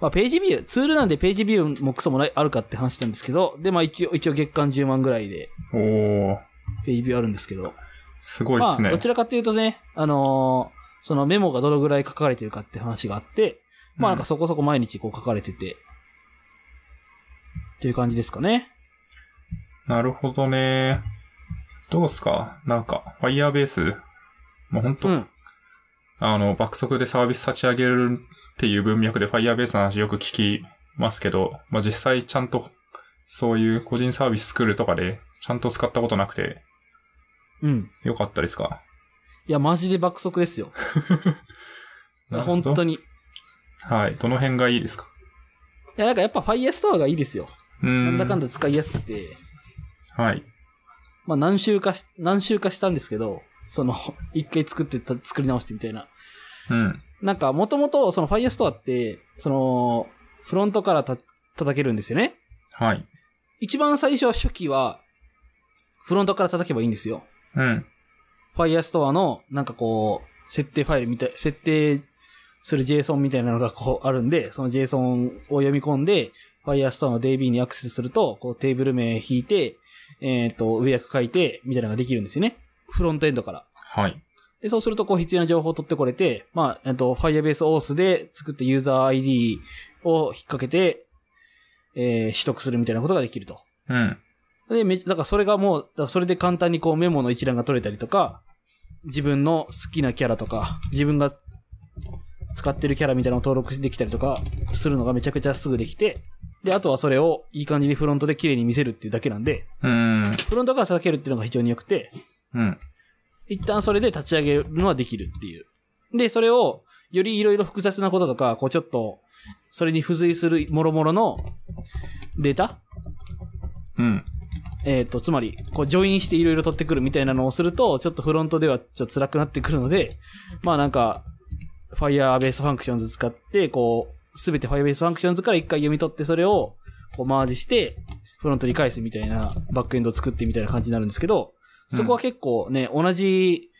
[SPEAKER 2] まあページビュー、ツールなんでページビューもクソもない、あるかって話なんですけど、で、まあ一応、一応月間10万ぐらいで、
[SPEAKER 1] おー。
[SPEAKER 2] ページビューあるんですけど、
[SPEAKER 1] すごいっ
[SPEAKER 2] まあ
[SPEAKER 1] すね。
[SPEAKER 2] どちらかというとね、あのーそのメモがどのぐらい書かれてるかって話があって、まあなんかそこそこ毎日こう書かれてて、っていう感じですかね。
[SPEAKER 1] なるほどね。どうっすかなんか、Firebase、もうほんと、
[SPEAKER 2] うん。
[SPEAKER 1] あの、爆速でサービス立ち上げるっていう文脈で Firebase の話よく聞きますけど、まあ、実際ちゃんと、そういう個人サービス作るとかで、ちゃんと使ったことなくて、
[SPEAKER 2] うん。
[SPEAKER 1] よかったですか
[SPEAKER 2] いや、マジで爆速ですよ。本
[SPEAKER 1] なるほ
[SPEAKER 2] 当
[SPEAKER 1] ど
[SPEAKER 2] に。い
[SPEAKER 1] はい。どの辺がいいですか
[SPEAKER 2] や、なんかやっぱ Firestore がいいですよ。
[SPEAKER 1] うーん。
[SPEAKER 2] なんだかんだ使いやすくて、
[SPEAKER 1] はい。
[SPEAKER 2] まあ何週かし、何週かしたんですけど、その、 一回作ってた、作り直してみたいな。
[SPEAKER 1] うん。
[SPEAKER 2] なんか、もともと、その Firestore って、その、フロントからた叩けるんですよね。
[SPEAKER 1] はい。
[SPEAKER 2] 一番最初、初期は、フロントから叩けばいいんですよ。
[SPEAKER 1] うん。
[SPEAKER 2] Firestore の、なんかこう、設定ファイルみたい、設定する JSON みたいなのがこうあるんで、その JSON を読み込んで、Firestore の DB にアクセスすると、こうテーブル名引いて、えっ、と、上役書いて、みたいなのができるんですよね。フロントエンドから。
[SPEAKER 1] はい。
[SPEAKER 2] で、そうすると、こう必要な情報を取ってこれて、まあ、えっと、Firebase Auth で作ったユーザー ID を引っ掛けて、えー取得するみたいなことができると。
[SPEAKER 1] うん。
[SPEAKER 2] で、め、だからそれがもう、だからそれで簡単にこうメモの一覧が取れたりとか、自分の好きなキャラとか、自分が使ってるキャラみたいなのを登録できたりとか、するのがめちゃくちゃすぐできて、で、あとはそれをいい感じにフロントで綺麗に見せるっていうだけなんで、
[SPEAKER 1] うーん。
[SPEAKER 2] フロントから叩けるっていうのが非常に良くて、
[SPEAKER 1] うん。
[SPEAKER 2] 一旦それで立ち上げるのはできるっていう。で、それを、よりいろいろ複雑なこととか、こうちょっと、それに付随する諸々のデータ
[SPEAKER 1] うん。
[SPEAKER 2] えっ、と、つまり、こう、ジョインしていろいろ取ってくるみたいなのをすると、ちょっとフロントではちょっと辛くなってくるので、まあなんか、Firebase Functions 使って、こう、すべて Firebase Functions から一回読み取って、それを、こう、マージして、フロントに返すみたいな、バックエンドを作ってみたいな感じになるんですけど、そこは結構ね、同じ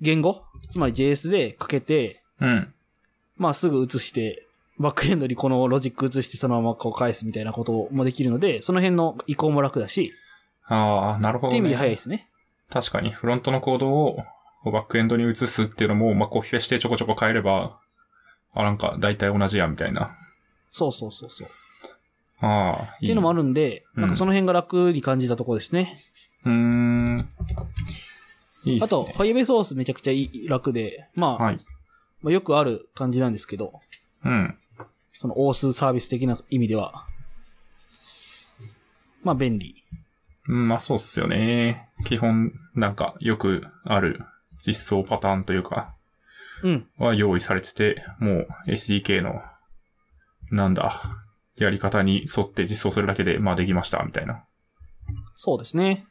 [SPEAKER 2] 言語、つまり JS でかけて、
[SPEAKER 1] うん。
[SPEAKER 2] まあすぐ移して、バックエンドにこのロジック移してそのままこう返すみたいなこともできるので、その辺の移行も楽だし、
[SPEAKER 1] ああ、なるほ
[SPEAKER 2] っ
[SPEAKER 1] ど、
[SPEAKER 2] てい
[SPEAKER 1] ね。
[SPEAKER 2] う意味で早いですね。
[SPEAKER 1] 確かに、フロントのコードをバックエンドに移すっていうのも、まあ、コピペしてちょこちょこ変えれば、あ、なんか、大体同じや、みたいな。
[SPEAKER 2] そうそうそうそう。
[SPEAKER 1] ああ、
[SPEAKER 2] っていうのもあ
[SPEAKER 1] る。
[SPEAKER 2] るんで、
[SPEAKER 1] うん
[SPEAKER 2] なんかその辺が楽に感じたところですね。
[SPEAKER 1] うーん。いいっす、ね。
[SPEAKER 2] あと、Firebase ソースめちゃくちゃいい楽で、まあ、
[SPEAKER 1] はい。
[SPEAKER 2] まあよくある感じなんですけど、
[SPEAKER 1] うん。
[SPEAKER 2] そのオースサービス的な意味では、まあ便利。
[SPEAKER 1] うんまあ、そうっすよね。基本、なんか、よくある実装パターンというか、
[SPEAKER 2] うん。
[SPEAKER 1] は用意されてて、もう SDK の、なんだ、やり方に沿って実装するだけで、まあ、できました、みたいな。
[SPEAKER 2] そうですね。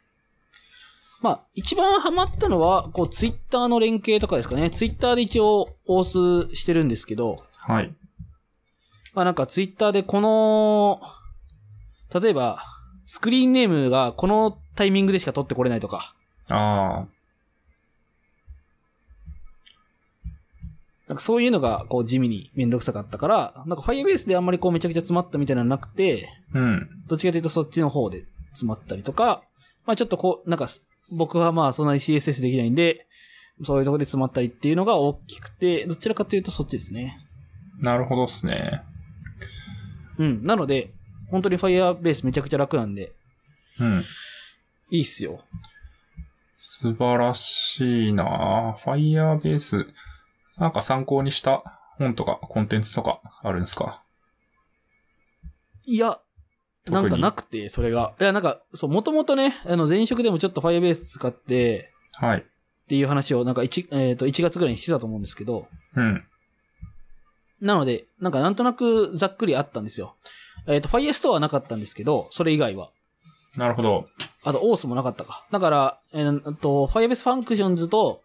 [SPEAKER 2] まあ、一番ハマったのは、こう、ツイッターの連携とかですかね。ツイッターで一応、オースしてるんですけど、
[SPEAKER 1] はい。
[SPEAKER 2] まあなんかツイッターでこの、例えば、スクリーンネームがこのタイミングでしか取ってこれないとか、
[SPEAKER 1] ああ、
[SPEAKER 2] なんかそういうのが、こう、地味にめんどくさかったから、なんか Firebase であんまりこう、めちゃくちゃ詰まったみたいなのなくて、
[SPEAKER 1] うん。
[SPEAKER 2] どっちかというとそっちの方で詰まったりとか、まあちょっとこう、なんかす、僕はまあそんなに CSS できないんで、そういうところで詰まったりっていうのが大きくて、どちらかというとそっちですね。
[SPEAKER 1] なるほどっすね。
[SPEAKER 2] うん。なので、本当に Firebase めちゃくちゃ楽なんで、
[SPEAKER 1] うん。
[SPEAKER 2] いいっすよ。
[SPEAKER 1] 素晴らしいなぁ Firebase。なんか参考にした本とかコンテンツとかあるんですか
[SPEAKER 2] いや、
[SPEAKER 1] 特
[SPEAKER 2] な
[SPEAKER 1] に
[SPEAKER 2] んかなくて、それが。いや、なんか、そう、もともとね、あの、前職でもちょっと Firebase 使って、
[SPEAKER 1] はい。
[SPEAKER 2] っていう話を、なんか1、えっ、と、1月ぐらいにしてたと思うんですけど、
[SPEAKER 1] うん。
[SPEAKER 2] なので、なんかなんとなくざっくりあったんですよ。えっ、と、Firestore はなかったんですけど、それ以外は。
[SPEAKER 1] なるほど。
[SPEAKER 2] あと、オースもなかったか。だから、えーっと、Firebase Functions と、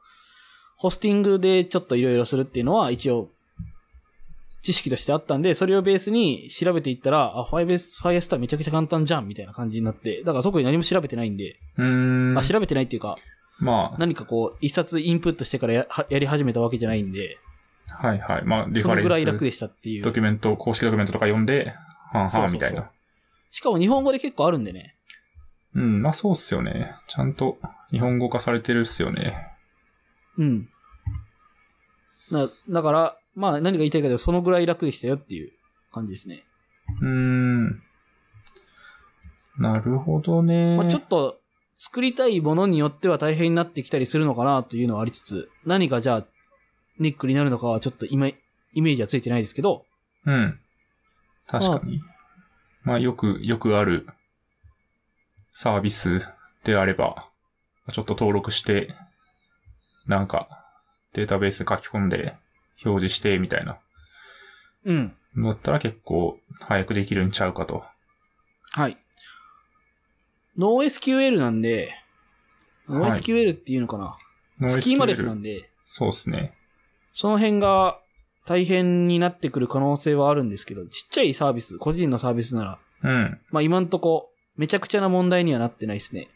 [SPEAKER 2] ホスティングでちょっといろいろするっていうのは、一応、知識としてあったんで、それをベースに調べていったら、あ、Firebase、Firestore めちゃくちゃ簡単じゃん、みたいな感じになって、だから特に何も調べてないんで、
[SPEAKER 1] うーん。
[SPEAKER 2] あ、調べてないっていうか、
[SPEAKER 1] ま
[SPEAKER 2] 何かこう、一冊インプットしてからやはやり始めたわけじゃないんで、
[SPEAKER 1] あ、はいはい。まあ、リフ
[SPEAKER 2] そ
[SPEAKER 1] ァ
[SPEAKER 2] のぐらい
[SPEAKER 1] レン
[SPEAKER 2] 楽
[SPEAKER 1] ス、
[SPEAKER 2] でしたっていう
[SPEAKER 1] ド。キュメント、公式ドキュメントとか読んで、はん
[SPEAKER 2] そうそう
[SPEAKER 1] は
[SPEAKER 2] そ
[SPEAKER 1] ん
[SPEAKER 2] う
[SPEAKER 1] みたいな。
[SPEAKER 2] しかも日本語で結構あるんでね。
[SPEAKER 1] うん、まあそうっすよね。ちゃんと日本語化されてるっすよね。
[SPEAKER 2] うん。なだから、まあ何が言いたいかというと、そのぐらい楽でしたよっていう感じですね。
[SPEAKER 1] うーん。なるほどね。
[SPEAKER 2] まあ、ちょっと作りたいものによっては大変になってきたりするのかなというのはありつつ、何がじゃあネックになるのかはちょっと今、イメージはついてないですけど、
[SPEAKER 1] うん。確かに。まあ、よく、よくあるサービスであれば、ちょっと登録して、なんか、データベース書き込んで、表示して、みたいな。
[SPEAKER 2] うん。
[SPEAKER 1] だったら結構、早くできるんちゃうかと。
[SPEAKER 2] はい。NoSQL なんで、
[SPEAKER 1] はい
[SPEAKER 2] NoSQL っていうのかな、スキーマレスなん
[SPEAKER 1] で。
[SPEAKER 2] で、
[SPEAKER 1] そうですね。
[SPEAKER 2] その辺が大変になってくる可能性はあるんですけど、ちっちゃいサービス、個人のサービスなら、
[SPEAKER 1] うん。
[SPEAKER 2] まあ今んとこ、めちゃくちゃな問題にはなってないですね。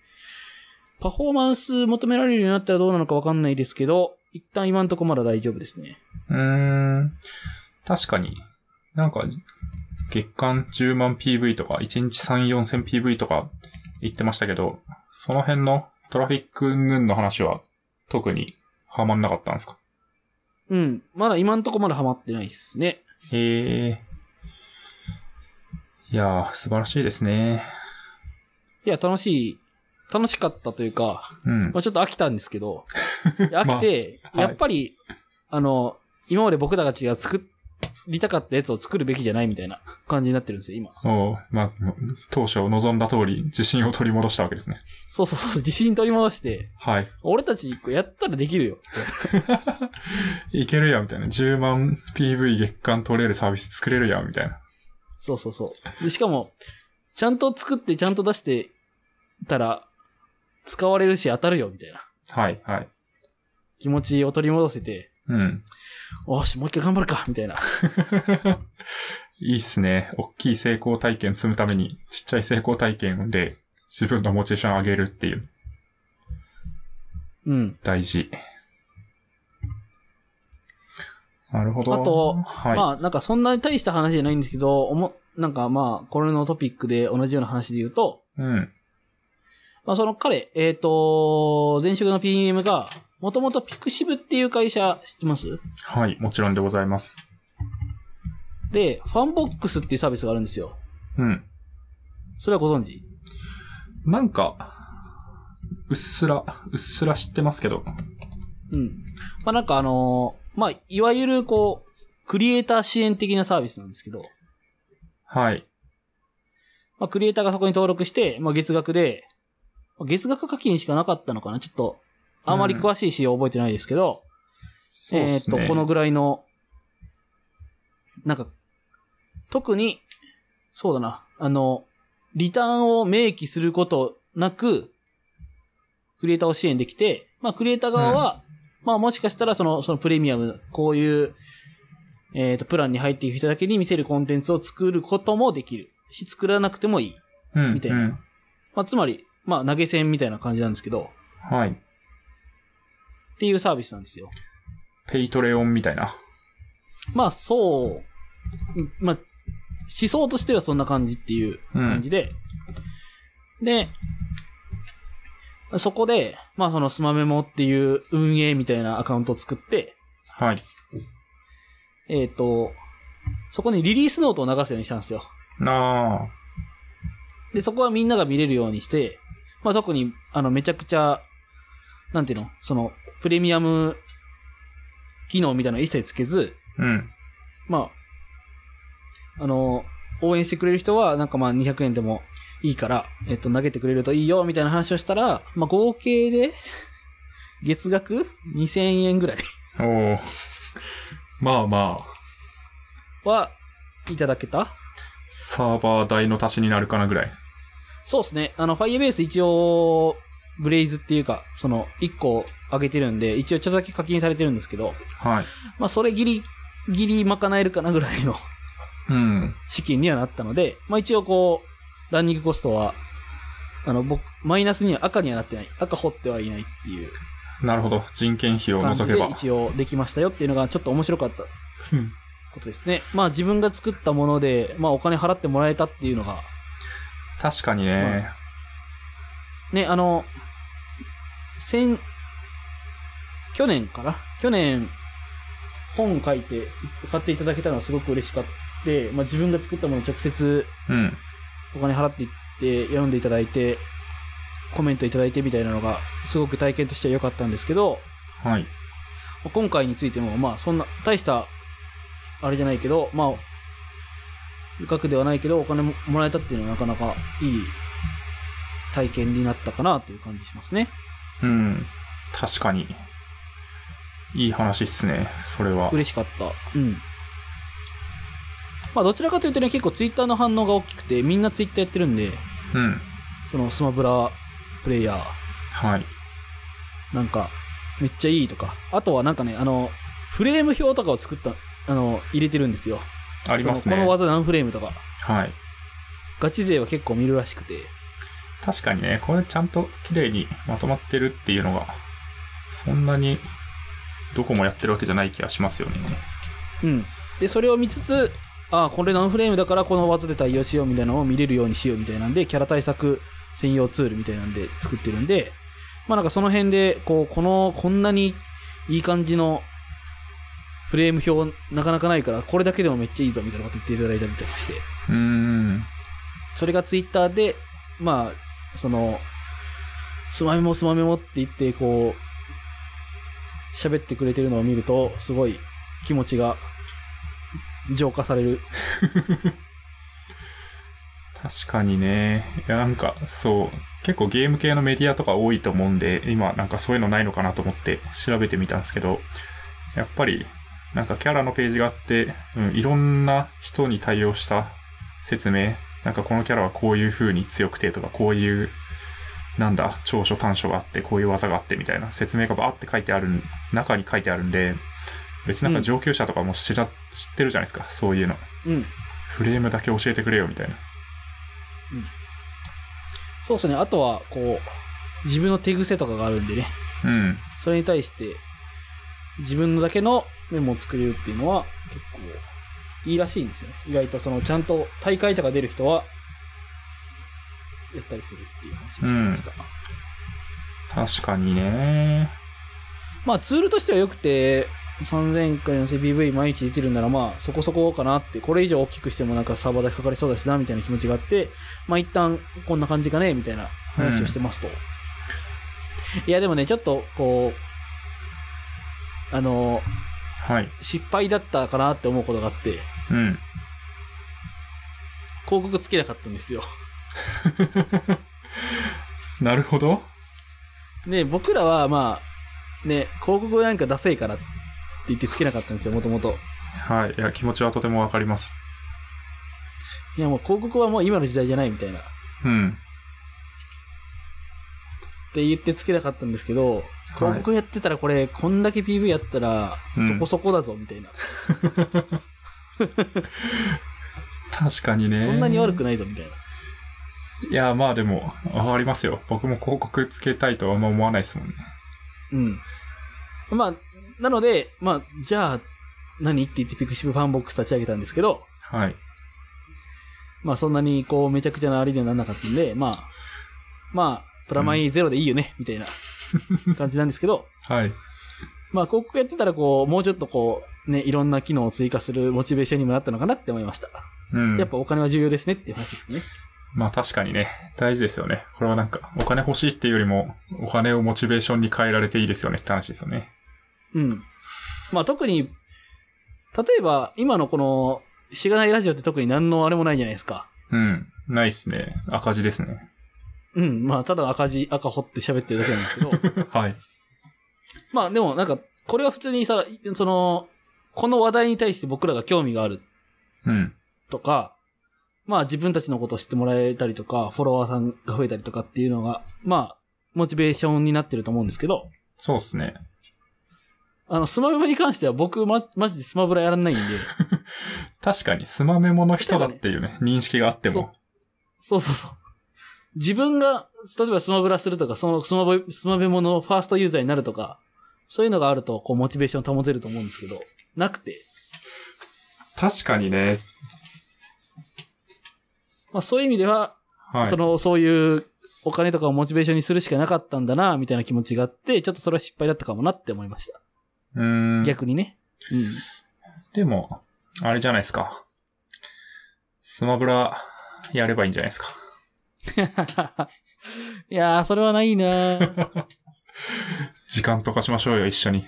[SPEAKER 2] パフォーマンス求められるようになったらどうなのかわかんないですけど、一旦今んとこまだ大丈夫ですね。
[SPEAKER 1] うーん。確かに。なんか、月間10万 PV とか、1日3、4000 PV とか言ってましたけど、その辺のトラフィック云の話は特にハマんなかったんですか
[SPEAKER 2] うん。まだ今んとこまだハマってないですね。
[SPEAKER 1] へえ。いやー、素晴らしいですね。
[SPEAKER 2] いや、楽しい、楽しかったというか、
[SPEAKER 1] うん
[SPEAKER 2] ま。あちょっと飽きたんですけ ど、いや飽きて、
[SPEAKER 1] まあはい
[SPEAKER 2] やっぱり、あの、今まで僕たちが作りたかったやつを作るべきじゃないみたいな感じになってるんですよ、今。
[SPEAKER 1] おうまあ、当初望んだ通り自信を取り戻したわけですね。
[SPEAKER 2] そうそうそう、自信取り戻して、
[SPEAKER 1] はい。
[SPEAKER 2] 俺たちやったらできるよ。
[SPEAKER 1] いけるやん、みたいな。10万 PV 月間取れるサービス作れるやん、みたいな。
[SPEAKER 2] そうそうそう。で、しかも、ちゃんと作ってちゃんと出してたら、使われるし当たるよ、みたいな
[SPEAKER 1] はい、はい。
[SPEAKER 2] 気持ちを取り戻せて、
[SPEAKER 1] うん。
[SPEAKER 2] おーし、もう一回頑張るか、みたいな。
[SPEAKER 1] いいっすね。大きい成功体験積むために、ちっちゃい成功体験で自分のモチベーション上げるっていう、
[SPEAKER 2] うん。
[SPEAKER 1] 大事。なるほど。
[SPEAKER 2] あと
[SPEAKER 1] はい。
[SPEAKER 2] まあ、なんかそんなに大した話じゃないんですけど、おも、なんかまあ、これのトピックで同じような話で言うと、
[SPEAKER 1] うん。
[SPEAKER 2] まあその彼、えっ、と、前職の PM が、もともとピクシブっていう会社知ってます
[SPEAKER 1] はい。もちろんでございます。
[SPEAKER 2] で、ファンボックスっていうサービスがあるんですよ。
[SPEAKER 1] うん。
[SPEAKER 2] それはご存知
[SPEAKER 1] なんか、うっすら、うっすら知ってますけど。
[SPEAKER 2] うん。まあなんかあのーまあいわゆるこう、クリエイター支援的なサービスなんですけど、
[SPEAKER 1] はい。
[SPEAKER 2] まあクリエイターがそこに登録して、まあ月額で、まあ月額課金しかなかったのかなちょっと、あまり詳しい仕様覚えてないですけど、
[SPEAKER 1] そう
[SPEAKER 2] え
[SPEAKER 1] で
[SPEAKER 2] ーっ
[SPEAKER 1] すね。
[SPEAKER 2] と、このぐらいの、なんか、特に、そうだな、あの、リターンを明記することなく、クリエイターを支援できて、まあ、クリエイター側は、まあ、もしかしたら、その、そのプレミアム、こういう、えーっ、と、プランに入っていく人だけに見せるコンテンツを作ることもできる。し、作らなくてもいい。
[SPEAKER 1] うん、
[SPEAKER 2] みたいな
[SPEAKER 1] うん。
[SPEAKER 2] まあ、つまり、まあ、投げ銭みたいな感じなんですけど、
[SPEAKER 1] はい。
[SPEAKER 2] っていうサービスなんですよ。
[SPEAKER 1] ペイトレオンみたいな。
[SPEAKER 2] まあ、そう、うんまあ、思想としてはそんな感じっていう
[SPEAKER 1] うん
[SPEAKER 2] 感じで、で、そこで、まあ、そのスマメモっていう運営みたいなアカウントを作って、
[SPEAKER 1] はい。
[SPEAKER 2] えっ、と、そこにリリースノートを流すようにしたんですよ。
[SPEAKER 1] な
[SPEAKER 2] で、そこはみんなが見れるようにして、まあ、特に、あの、めちゃくちゃ、なんていうのその、プレミアム機能みたいなの一切つけず、
[SPEAKER 1] あ。うん。
[SPEAKER 2] まあ、あの、応援してくれる人は、なんかまあ200円でもいいから、えっと、投げてくれるといいよ、みたいな話をしたら、まあ合計で、月額2000円ぐらい
[SPEAKER 1] おお。まあまあ、
[SPEAKER 2] は、いただけた
[SPEAKER 1] サーバー代の足しになるかなぐらい。
[SPEAKER 2] そうですね。あの、Firebase 一応、ブレイズっていうか、その、1個上げてるんで、一応著作権課金されてるんですけど、
[SPEAKER 1] はい。
[SPEAKER 2] まあ、それギリ、ギリ賄えるかなぐらいの
[SPEAKER 1] うん。
[SPEAKER 2] 資金にはなったので、まあ、一応こう、ランニングコストは、あの、僕、マイナスには赤にはなってない。赤掘ってはいないっていう
[SPEAKER 1] なるほど。人件費を
[SPEAKER 2] 感
[SPEAKER 1] 除
[SPEAKER 2] じ
[SPEAKER 1] け
[SPEAKER 2] で
[SPEAKER 1] ば。
[SPEAKER 2] 一応できましたよっていうのがちょっと面白かった
[SPEAKER 1] うん
[SPEAKER 2] ことですね。まあ自分が作ったもので、まあお金払ってもらえたっていうのが、
[SPEAKER 1] 確かにね。
[SPEAKER 2] ね、あの、先、去年かな去年、本書いて、買っていただけたのはすごく嬉しかった。まあ自分が作ったものを直接
[SPEAKER 1] うん。
[SPEAKER 2] お金払っていって、読んでいただいて、コメントいただいてみたいなのが、すごく体験としては良かったんですけど、
[SPEAKER 1] はい。
[SPEAKER 2] 今回についても、まあそんな、大した、あれじゃないけど、まあ、額ではないけど、お金ももらえたっていうのはなかなかいい体験になったかなという感じしますね。
[SPEAKER 1] うん。確かに。いい話っすね。それは。
[SPEAKER 2] 嬉しかった。うん。まあどちらかというとね、結構ツイッターの反応が大きくて、みんなツイッターやってるんで、
[SPEAKER 1] うん。
[SPEAKER 2] そのスマブラプレイヤー、
[SPEAKER 1] はい。
[SPEAKER 2] なんか、めっちゃいいとか。あとはなんかね、あの、フレーム表とかを作った、あの、入れてるんですよ。
[SPEAKER 1] あります
[SPEAKER 2] そ
[SPEAKER 1] ね。
[SPEAKER 2] のこの技何フレームとか。
[SPEAKER 1] はい。
[SPEAKER 2] ガチ勢は結構見るらしくて。
[SPEAKER 1] 確かにね、これちゃんと綺麗にまとまってるっていうのが、そんなにどこもやってるわけじゃない気がしますよね。
[SPEAKER 2] うん。で、それを見つつ、ああ、これ何フレームだからこの技で対応しようみたいなのを見れるようにしようみたいなんで、キャラ対策専用ツールみたいなんで作ってるんで、まあなんかその辺で、こう、この、こんなにいい感じのフレーム表なかなかないから、これだけでもめっちゃいいぞみたいなこと言っていただいたみたいまして。
[SPEAKER 1] うーん。
[SPEAKER 2] それがツイッターで、まあ、その、スマメモスマメモって言って、こう、喋ってくれてるのを見ると、すごい気持ちが浄化される。
[SPEAKER 1] 確かにね。いや、なんか、そう。結構ゲーム系のメディアとか多いと思うんで、今なんかそういうのないのかなと思って調べてみたんですけど、やっぱり、なんかキャラのページがあって、うん、いろんな人に対応した説明。なんかこのキャラはこういう風に強くてとか、こういう、なんだ、長所短所があって、こういう技があってみたいな説明がバーって書いてある、中に書いてあるんで、別になんか上級者とかも知ら、知ってるじゃないですか、そういうの。
[SPEAKER 2] うん。
[SPEAKER 1] フレームだけ教えてくれよみたいな。
[SPEAKER 2] そうですね。あとは、こう、自分の手癖とかがあるんでね。
[SPEAKER 1] うん。
[SPEAKER 2] それに対して、自分のだけのメモを作れるっていうのは、結構、いいらしいんですよね。意外と、その、ちゃんと大会とか出る人は、やったりするっていう話を聞きました。
[SPEAKER 1] 確かにね。
[SPEAKER 2] まあツールとしては良くて、3000回の CPV 毎日出てるならまあそこそこかなって、これ以上大きくしてもなんかサーバー代かかりそうだしなみたいな気持ちがあって、まあ一旦こんな感じかねみたいな話をしてますと。いやでもね、ちょっとこう、あの、
[SPEAKER 1] はい。
[SPEAKER 2] 失敗だったかなって思うことがあって、
[SPEAKER 1] うん。
[SPEAKER 2] 広告つけなかったんですよ。
[SPEAKER 1] なるほど。
[SPEAKER 2] ね、僕らはまあ、ね、広告なんかダセいからって言ってつけなかったんですよ、もともと。
[SPEAKER 1] はい。いや、気持ちはとてもわかります。
[SPEAKER 2] いやもう広告はもう今の時代じゃないみたいな。
[SPEAKER 1] うん。
[SPEAKER 2] って言ってつけなかったんですけど、広告やってたらこれ、こんだけ PV やったら
[SPEAKER 1] う、ん
[SPEAKER 2] そこそこだぞ、みたいな、
[SPEAKER 1] 確かにね。
[SPEAKER 2] そんなに悪く
[SPEAKER 1] な
[SPEAKER 2] ないぞ、みたいな。
[SPEAKER 1] い。いや、まあでも、わかりますよ。僕も広告つけたいとはあんま思わないですもんね。
[SPEAKER 2] うん。まあ、なので、まあ、じゃあ、何って言ってピクシブファンボックス立ち上げたんですけど、
[SPEAKER 1] はい。
[SPEAKER 2] まあそんなにこうめちゃくちゃなありにはならなかったんで、まあ、まあ、プラマイゼロでいいよね、みたい な感じなんですけど、
[SPEAKER 1] はい。
[SPEAKER 2] まあ広告やってたらこう、もうちょっとこう、ね、いろんな機能を追加するモチベーションにもなったのかなって思いました。
[SPEAKER 1] うん。
[SPEAKER 2] やっぱお金は重要ですねっていう話ですね。
[SPEAKER 1] まあ確かにね、大事ですよね。これはなんか、お金欲しいっていうよりも、お金をモチベーションに変えられていいですよねって話ですよね。
[SPEAKER 2] うん。まあ特に、例えば今のこの、しがないラジオって特に何のあれもないじゃないですか。
[SPEAKER 1] うん。ないっすね。赤字ですね。
[SPEAKER 2] うん。まあただ赤字、赤掘って喋ってるだけなんですけど。
[SPEAKER 1] はい。
[SPEAKER 2] まあでもなんか、これは普通にさ、その、この話題に対して僕らが興味がある
[SPEAKER 1] うん。
[SPEAKER 2] とか、まあ自分たちのことを知ってもらえたりとか、フォロワーさんが増えたりとかっていうのが、まあ、モチベーションになってると思うんですけど、
[SPEAKER 1] そうっすね。
[SPEAKER 2] あの、スマブラに関しては僕、ま、マジでスマブラやらないんで、
[SPEAKER 1] 確かに、スマメモの人だっていうね、認識があっても。
[SPEAKER 2] そうそうそう。自分が、例えばスマブラするとか、そのスマブ、スマベモのファーストユーザーになるとか、そういうのがあると、こう、モチベーション保てると思うんですけど、なくて、
[SPEAKER 1] 確かにね。
[SPEAKER 2] まあそういう意味では、
[SPEAKER 1] はい。
[SPEAKER 2] その、そういうお金とかをモチベーションにするしかなかったんだな、みたいな気持ちがあって、ちょっとそれは失敗だったかもなって思いました。
[SPEAKER 1] うーん。
[SPEAKER 2] 逆にね。うん。
[SPEAKER 1] でも、あれじゃないですか。スマブラ、やればいいんじゃないですか。
[SPEAKER 2] いやー、それはないなー
[SPEAKER 1] 時間とかしましょうよ、一 緒に。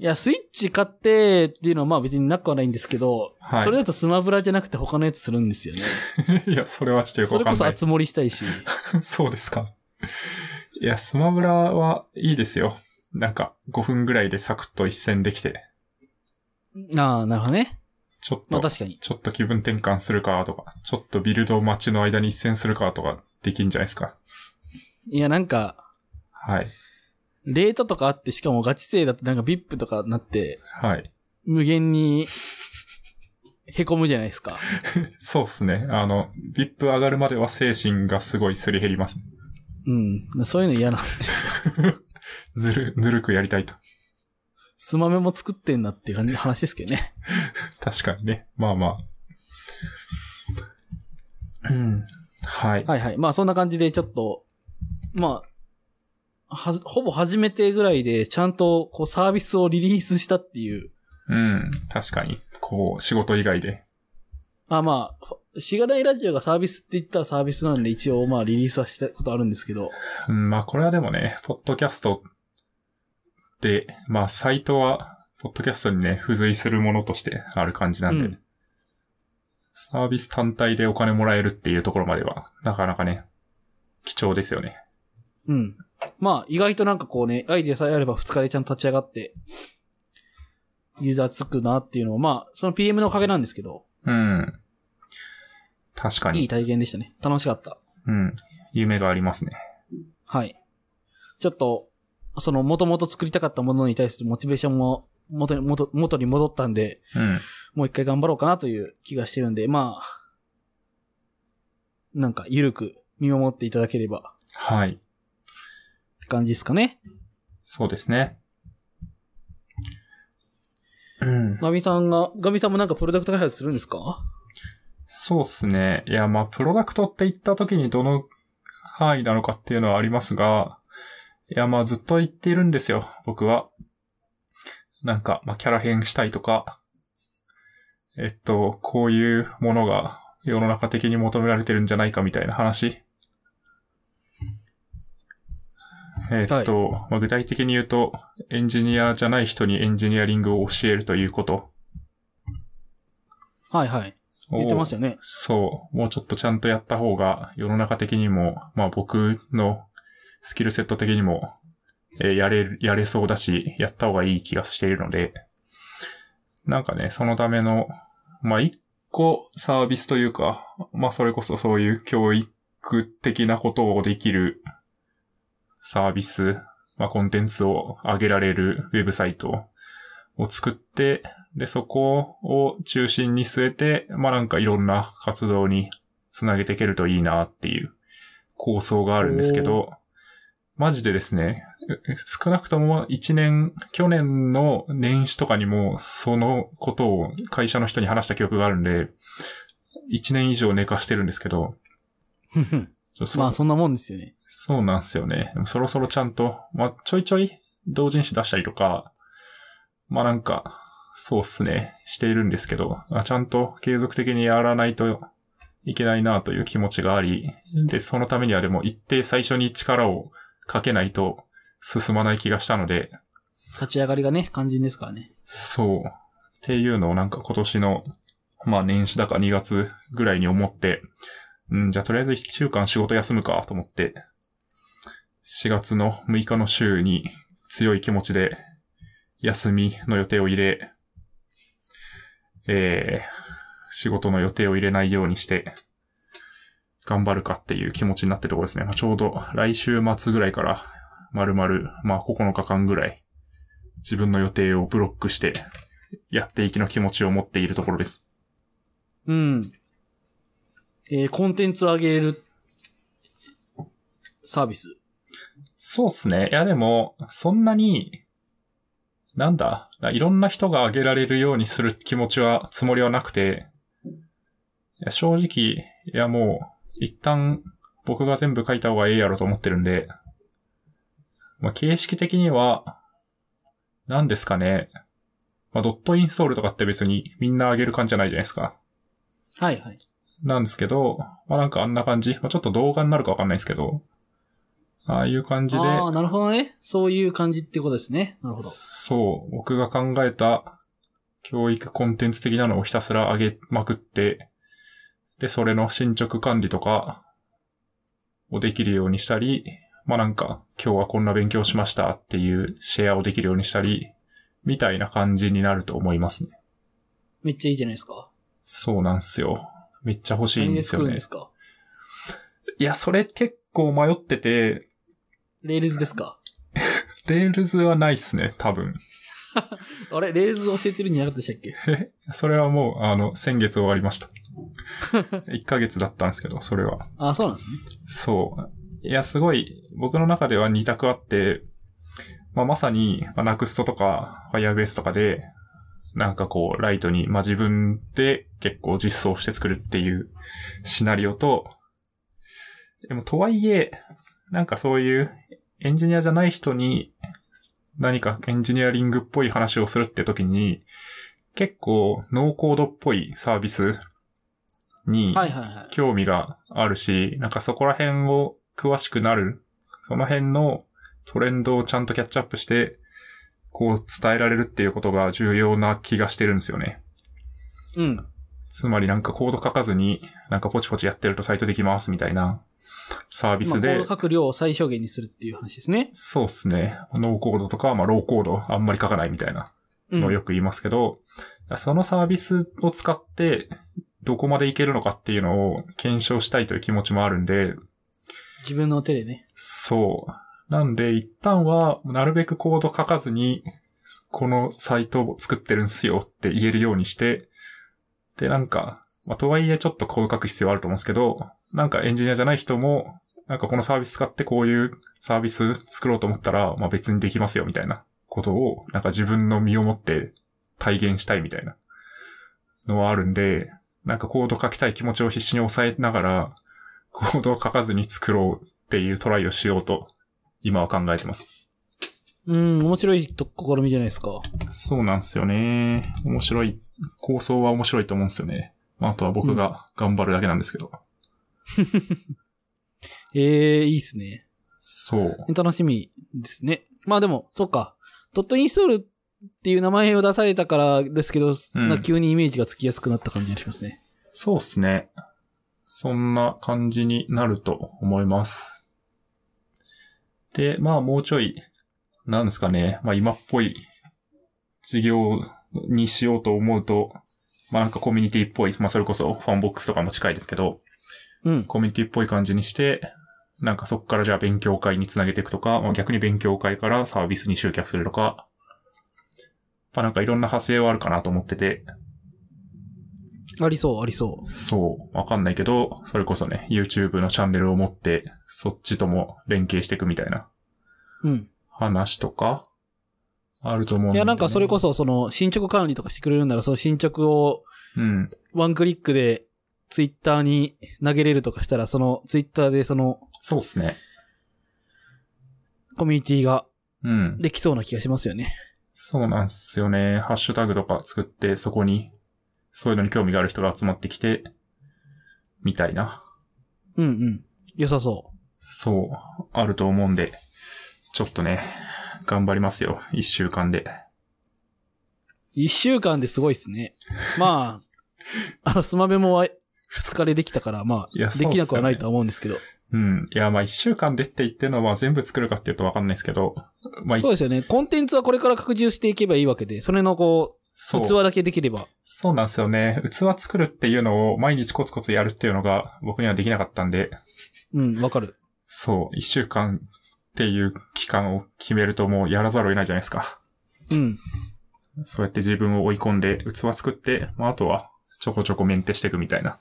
[SPEAKER 2] いや、スイッチ買ってっていうのはまあ別になくはないんですけど、
[SPEAKER 1] はい
[SPEAKER 2] それだとスマブラじゃなくて他のやつするんですよね。
[SPEAKER 1] いや、それはちょっと
[SPEAKER 2] それ
[SPEAKER 1] よくわ
[SPEAKER 2] こ
[SPEAKER 1] かん
[SPEAKER 2] そ
[SPEAKER 1] ない。
[SPEAKER 2] 熱盛りしたいし。
[SPEAKER 1] そうですか。いや、スマブラはいいですよ。なんか、5分ぐらいでサクッと一戦できて、
[SPEAKER 2] ああ、なるほどね。
[SPEAKER 1] ちょっ
[SPEAKER 2] ま
[SPEAKER 1] と、
[SPEAKER 2] あ確かに。
[SPEAKER 1] ちょっと気分転換するかとか、ちょっとビルド待ちの間に一戦するかとか、できんじゃないですか。
[SPEAKER 2] いや、なんか、
[SPEAKER 1] はい。
[SPEAKER 2] レートとかあって、しかもガチ勢だとなんか VIP とかなって、
[SPEAKER 1] はい。
[SPEAKER 2] 無限に、凹むじゃないですか。
[SPEAKER 1] そうっすね。あの、VIP 上がるまでは精神がすごいすり減ります。
[SPEAKER 2] うん。そういうの嫌なんです よ。
[SPEAKER 1] ぬる、ぬるくやりたいと。
[SPEAKER 2] スマメも作ってんなっていう感じの話ですけどね。
[SPEAKER 1] 確かにね。まあまあ。うん。はい。
[SPEAKER 2] はいはい。まあそんな感じでちょっと、まあ、はず、ほぼ初めてぐらいで、ちゃんと、こう、サービスをリリースしたっていう。
[SPEAKER 1] うん。確かに。こう、仕事以外で。
[SPEAKER 2] あまあ、しがないラジオがサービスって言ったらサービスなんで、一応、まあ、リリースはしたことあるんですけど。
[SPEAKER 1] うん、まあこれはでもね、ポッドキャストって、まあサイトは、ポッドキャストにね、付随するものとしてある感じなんで、
[SPEAKER 2] うん
[SPEAKER 1] サービス単体でお金もらえるっていうところまでは、なかなかね、貴重ですよね。
[SPEAKER 2] うん。まあ、意外となんかこうね、アイディアさえあれば二日でちゃんと立ち上がって、ユーザーつくなっていうのは、まあ、その PM のおかげなんですけど、
[SPEAKER 1] うん。確かに。
[SPEAKER 2] いい体験でしたね。楽しかった。
[SPEAKER 1] うん。夢がありますね。
[SPEAKER 2] はい。ちょっと、その、もともと作りたかったものに対するモチベーションも、元に、元、元に戻ったんで、
[SPEAKER 1] うん。
[SPEAKER 2] もう一回頑張ろうかなという気がしてるんで、まあ、なんか、ゆるく見守っていただければ、
[SPEAKER 1] はい。
[SPEAKER 2] って感じですかね。
[SPEAKER 1] そうですね。うん。
[SPEAKER 2] ガミさんが、ガミさんもなんかプロダクト開発するんですか
[SPEAKER 1] そうっすね。いや、まあ、プロダクトって言った時にどの範囲なのかっていうのはありますが、いや、まあ、ずっと言っているんですよ、僕は。なんか、まあ、キャラ変したいとか、えっと、こういうものが世の中的に求められてるんじゃないかみたいな話。えっと、まあ具体的に言うと、エンジニアじゃない人にエンジニアリングを教えるということ
[SPEAKER 2] はいはい。
[SPEAKER 1] を。
[SPEAKER 2] 言ってますよね。
[SPEAKER 1] そう。もうちょっとちゃんとやった方が、世の中的にも、まあ僕のスキルセット的にも、えーやれる、やれそうだし、やった方がいい気がしているので、なんかね、そのための、まあ一個サービスというか、まあそれこそそういう教育的なことをできるサービス、まあコンテンツを上げられるウェブサイトを作って、で、そこを中心に据えて、まあなんかいろんな活動につなげていけるといいなっていう構想があるんですけど、マジでですね、少なくとも一年、去年の年始とかにも、そのことを会社の人に話した記憶があるんで、一年以上寝かしてるんですけど、ちょそ
[SPEAKER 2] まあ、そんなもんですよね。
[SPEAKER 1] そうなんですよね。でもそろそろちゃんと、まあ、ちょいちょい同人誌出したりとか、まあなんか、そうっすね、しているんですけど、あちゃんと継続的にやらないといけないなという気持ちがあり、で、そのためにはでも一定最初に力をかけないと進まない気がしたので、
[SPEAKER 2] 立ち上がりがね、肝心ですからね。
[SPEAKER 1] そう。っていうのをなんか今年の、まあ年始だか2月ぐらいに思って、うん、じゃあとりあえず1週間仕事休むかと思って、4月の6日の週に強い気持ちで休みの予定を入れ、えー、仕事の予定を入れないようにして、頑張るかっていう気持ちになってるところですね。まあ、ちょうど来週末ぐらいから、まるまる、まあ9日間ぐらい、自分の予定をブロックして、やっていきの気持ちを持っているところです。
[SPEAKER 2] うん。えー、コンテンツ上げるサービス。
[SPEAKER 1] そうっすね。いやでも、そんなに、なんだ、いろんな人が挙げられるようにする気持ちは、つもりはなくて、いや正直、いやもう、一旦僕が全部書いた方がええやろと思ってるんで、まあ、形式的には、何ですかね。まあ、ドットインストールとかって別にみんな挙げる感じじゃないじゃないですか。
[SPEAKER 2] はいはい。
[SPEAKER 1] なんですけど、まあ、なんかあんな感じ。まあ、ちょっと動画になるかわかんないですけど、ああいう感じで、
[SPEAKER 2] ああ、なるほどね。そういう感じってことですね。なるほど。
[SPEAKER 1] そう、僕が考えた教育コンテンツ的なのをひたすら上げまくって、で、それの進捗管理とかをできるようにしたり、まあなんか、今日はこんな勉強しましたっていうシェアをできるようにしたり、みたいな感じになると思いますね。
[SPEAKER 2] めっちゃいいじゃないですか。
[SPEAKER 1] そうなんすよ。めっちゃ欲しいんですよ
[SPEAKER 2] 何で作るん
[SPEAKER 1] ね
[SPEAKER 2] で。すか
[SPEAKER 1] いや、それ結構迷ってて、
[SPEAKER 2] レールズですか
[SPEAKER 1] レールズはないっすね、多分。
[SPEAKER 2] あれレールズ教えてるんじゃなかったでしたっけ
[SPEAKER 1] それはもう、あの、先月終わりました。1ヶ月だったんですけど、それは。
[SPEAKER 2] ああ、そうなんですね。
[SPEAKER 1] そう。いや、すごい、僕の中では二択あって、まあ、まさに、まあ、ナクストとか、ファイアベースとかで、なんかこう、ライトに、まあ、自分で結構実装して作るっていうシナリオと、でも、とはいえ、なんかそういう、エンジニアじゃない人に、何かエンジニアリングっぽい話をするって時に、結構、ノーコードっぽいサービスに、
[SPEAKER 2] はいはいはい。
[SPEAKER 1] 興味があるし、なんかそこら辺を詳しくなる、その辺のトレンドをちゃんとキャッチアップして、こう伝えられるっていうことが重要な気がしてるんですよね。
[SPEAKER 2] うん。
[SPEAKER 1] つまりなんかコード書かずに、なんかポチポチやってるとサイトできますみたいなサービ
[SPEAKER 2] まあ、
[SPEAKER 1] ス
[SPEAKER 2] コー
[SPEAKER 1] で
[SPEAKER 2] ド、書く量を最小限にするっていう話ですね。
[SPEAKER 1] そうっすね。ノーコードとか、まあローコードあんまり書かないみたいな
[SPEAKER 2] うん。
[SPEAKER 1] のをよく言いますけど、そのサービスを使ってどこまでいけるのかっていうのを検証したいという気持ちもあるんで、
[SPEAKER 2] 自分の手でね。
[SPEAKER 1] そう。なんで、一旦は、なるべくコード書かずに、このサイトを作ってるんすよって言えるようにして、で、なんか、まあ、とはいえちょっとコード書く必要あると思うんですけど、なんかエンジニアじゃない人も、なんかこのサービス使ってこういうサービス作ろうと思ったら、まあ別にできますよみたいなことを、なんか自分の身をもって体現したいみたいなのはあるんで、なんかコード書きたい気持ちを必死に抑えながら、コードを書かずに作ろうっていうトライをしようと、今は考えてます。
[SPEAKER 2] うん、面白いと試みじゃないですか。
[SPEAKER 1] そうなんですよね。面白い。構想は面白いと思うんですよね。まあ、あとは僕が頑張るだけなんですけど。
[SPEAKER 2] ええいいっすね。
[SPEAKER 1] そう。
[SPEAKER 2] 楽しみですね。まあでも、そっか。ドットインストールっていう名前を出されたからですけど、
[SPEAKER 1] ん
[SPEAKER 2] なんか急にイメージがつきやすくなった感じがしますね。
[SPEAKER 1] そうっすね。そんな感じになると思います。で、まあもうちょい、なんですかね、まあ今っぽい事業にしようと思うと、まあなんかコミュニティっぽい、まあそれこそファンボックスとかも近いですけど、
[SPEAKER 2] うん。
[SPEAKER 1] コミュニティっぽい感じにして、なんかそこからじゃあ勉強会につなげていくとか、まあ、逆に勉強会からサービスに集客するとか、まあなんかいろんな派生はあるかなと思ってて、
[SPEAKER 2] ありそう、ありそ
[SPEAKER 1] そう、わかんないけど、それこそね、YouTube のチャンネルを持って、そっちとも連携していくみたいな
[SPEAKER 2] う。うん。
[SPEAKER 1] 話とか、あると思うん
[SPEAKER 2] い
[SPEAKER 1] で
[SPEAKER 2] や、なんかそれこそ、その、進捗管理とかしてくれるんなら、その進捗を
[SPEAKER 1] うん。
[SPEAKER 2] ワンクリックで、ツイッターに投げれるとかしたら、その、ツイッターでその、
[SPEAKER 1] そうっすね。
[SPEAKER 2] コミュニティが
[SPEAKER 1] うん。
[SPEAKER 2] できそうな気がしますよね。
[SPEAKER 1] そうなんすよね。ハッシュタグとか作って、そこに、そういうのに興味がある人が集まってきて、みたいな。
[SPEAKER 2] うんうん。良さそ
[SPEAKER 1] そう、あると思うんで、ちょっとね、頑張りますよ。一週間で。
[SPEAKER 2] う。一週間ですごいっすね。ま あ、あの、スマベもわ二日でできたから、ま
[SPEAKER 1] いや
[SPEAKER 2] あ、で
[SPEAKER 1] そうっすよね
[SPEAKER 2] きなくはないとは思うんですけど。
[SPEAKER 1] うん。いや、まあ一週間でって言ってるのは全部作るかっていうとわかんないですけど、まあ、い
[SPEAKER 2] そうですよね。コンテンツはこれから拡充していけばいいわけで、それのこ、
[SPEAKER 1] そうう
[SPEAKER 2] 器だけできれば。
[SPEAKER 1] そうなんですよね。器作るっていうのを毎日コツコツやるっていうのが僕にはできなかったんで、
[SPEAKER 2] うん、わかる。
[SPEAKER 1] そう、一週間っていう期間を決めるともうやらざるを得ないじゃないですか。
[SPEAKER 2] うん。
[SPEAKER 1] そうやって自分を追い込んで、器作って、まああとはちょこちょこメンテしていくみたいな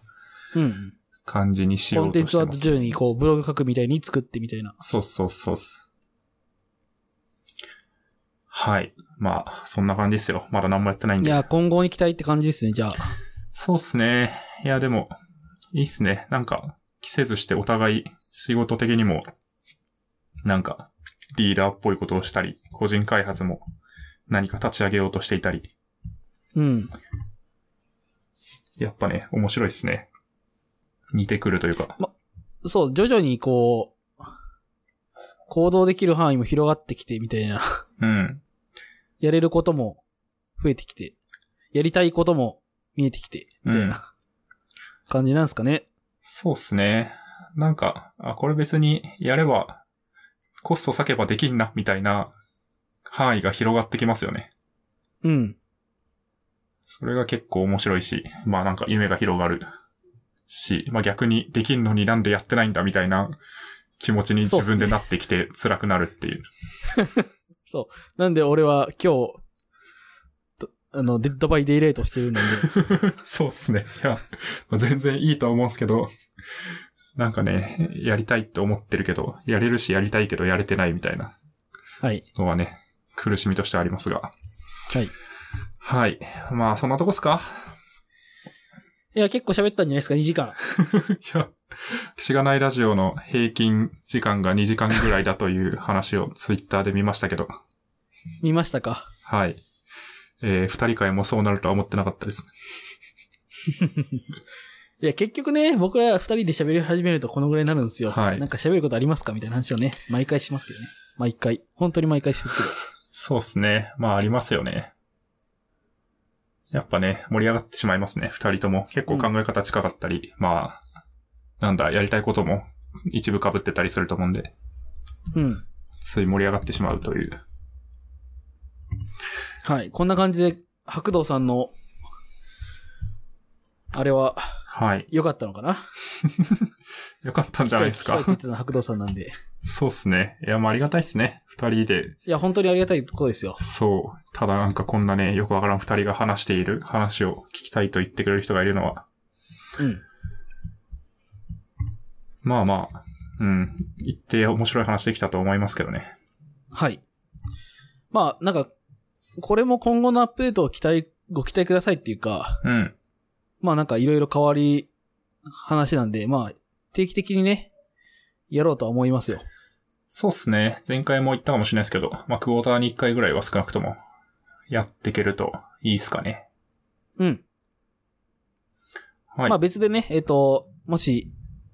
[SPEAKER 2] うん。
[SPEAKER 1] 感じにし
[SPEAKER 2] コ
[SPEAKER 1] よ
[SPEAKER 2] ン
[SPEAKER 1] う
[SPEAKER 2] テン
[SPEAKER 1] と
[SPEAKER 2] ツ
[SPEAKER 1] して
[SPEAKER 2] は
[SPEAKER 1] ます。
[SPEAKER 2] 徐々にこう、ブログ書くみたいに作ってみたいな。
[SPEAKER 1] そうそうそうっす。はい。まあ、そんな感じですよ。まだ何もやってないん
[SPEAKER 2] い
[SPEAKER 1] で。
[SPEAKER 2] や、今後に期待って感じですね、じゃあ。
[SPEAKER 1] そうっすね。いや、でも、いいっすね。なんか、着せずしてお互い仕事的にも、なんか、リーダーっぽいことをしたり、個人開発も何か立ち上げようとしていたり、
[SPEAKER 2] うん。
[SPEAKER 1] やっぱね、面白いっすね。似てくるというか。
[SPEAKER 2] そう、徐々にこう、行動できる範囲も広がってきて、みたいな。
[SPEAKER 1] うん。
[SPEAKER 2] やれることも増えてきて、やりたいことも見えてきて、みたい
[SPEAKER 1] うん
[SPEAKER 2] な感じなんですかね。
[SPEAKER 1] そうっすね。なんか、あ、これ別にやれば、コスト割けばできんな、みたいな範囲が広がってきますよね。
[SPEAKER 2] うん。
[SPEAKER 1] それが結構面白いし、まあなんか夢が広がるし、まあ逆にできんのになんでやってないんだみたいな気持ちに自分でなってきて辛くなるっていう。
[SPEAKER 2] なんで俺は今日、とあの、デッドバイデイレートして るんで、
[SPEAKER 1] そうですね。いや、まあ全然いいとは思うんですけど、なんかね、やりたいって思ってるけど、やれるしやりたいけどやれてないみたいな
[SPEAKER 2] はい。
[SPEAKER 1] のはね、苦しみとしてありますが。
[SPEAKER 2] はい。い
[SPEAKER 1] はい。まあそんなとこっすか
[SPEAKER 2] や、結構喋ったんじゃないですか、2時間。
[SPEAKER 1] いや、しがないラジオの平均時間が2時間ぐらいだという話をツイッターで見ましたけど。
[SPEAKER 2] 見ましたか。
[SPEAKER 1] はい。えー、二人会もそうなるとは思ってなかったです。
[SPEAKER 2] いや、結局ね、僕ら二人で喋り始めるとこのぐらいになるんですよ。
[SPEAKER 1] はい
[SPEAKER 2] なんか喋ることありますかみたいな話をね、毎回しますけどね。毎回。本当に毎回してるけど。
[SPEAKER 1] そうですね。まあ、ありますよね。やっぱね、盛り上がってしまいますね。二人とも。結構考え方近かったり、まあ、なんだ、やりたいことも一部被ってたりすると思うんで、
[SPEAKER 2] うん。
[SPEAKER 1] つい盛り上がってしまうという。
[SPEAKER 2] はい。こんな感じで、白道さんの、あれは、
[SPEAKER 1] はい。
[SPEAKER 2] 良かったのかな
[SPEAKER 1] よかったんじゃないです
[SPEAKER 2] 聞きた
[SPEAKER 1] か
[SPEAKER 2] い。って言ってたのは白道さんなんで。
[SPEAKER 1] そうですね。いや、まあ、ありがたいですね。二人で。
[SPEAKER 2] いや、本当にありがたいことですよ。
[SPEAKER 1] そう。ただなんかこんなね、よくわからん二人が話している話を聞きたいと言ってくれる人がいるのは、
[SPEAKER 2] うん。
[SPEAKER 1] まあまあ、うん。一定面白い話できたと思いますけどね。
[SPEAKER 2] はい。まあ、なんか、これも今後のアップデートを期待、ご期待くださいっていうか、
[SPEAKER 1] うん。
[SPEAKER 2] まあなんかいろいろ変わり、話なんで、まあ、定期的にね、やろうとは思いますよ。
[SPEAKER 1] そうっすね。前回も言ったかもしれないですけど、まあ、クォーターに一回ぐらいは少なくとも、やっていけるといいっすかね。
[SPEAKER 2] うん。
[SPEAKER 1] はい。
[SPEAKER 2] まあ別でね、えっ、と、もし、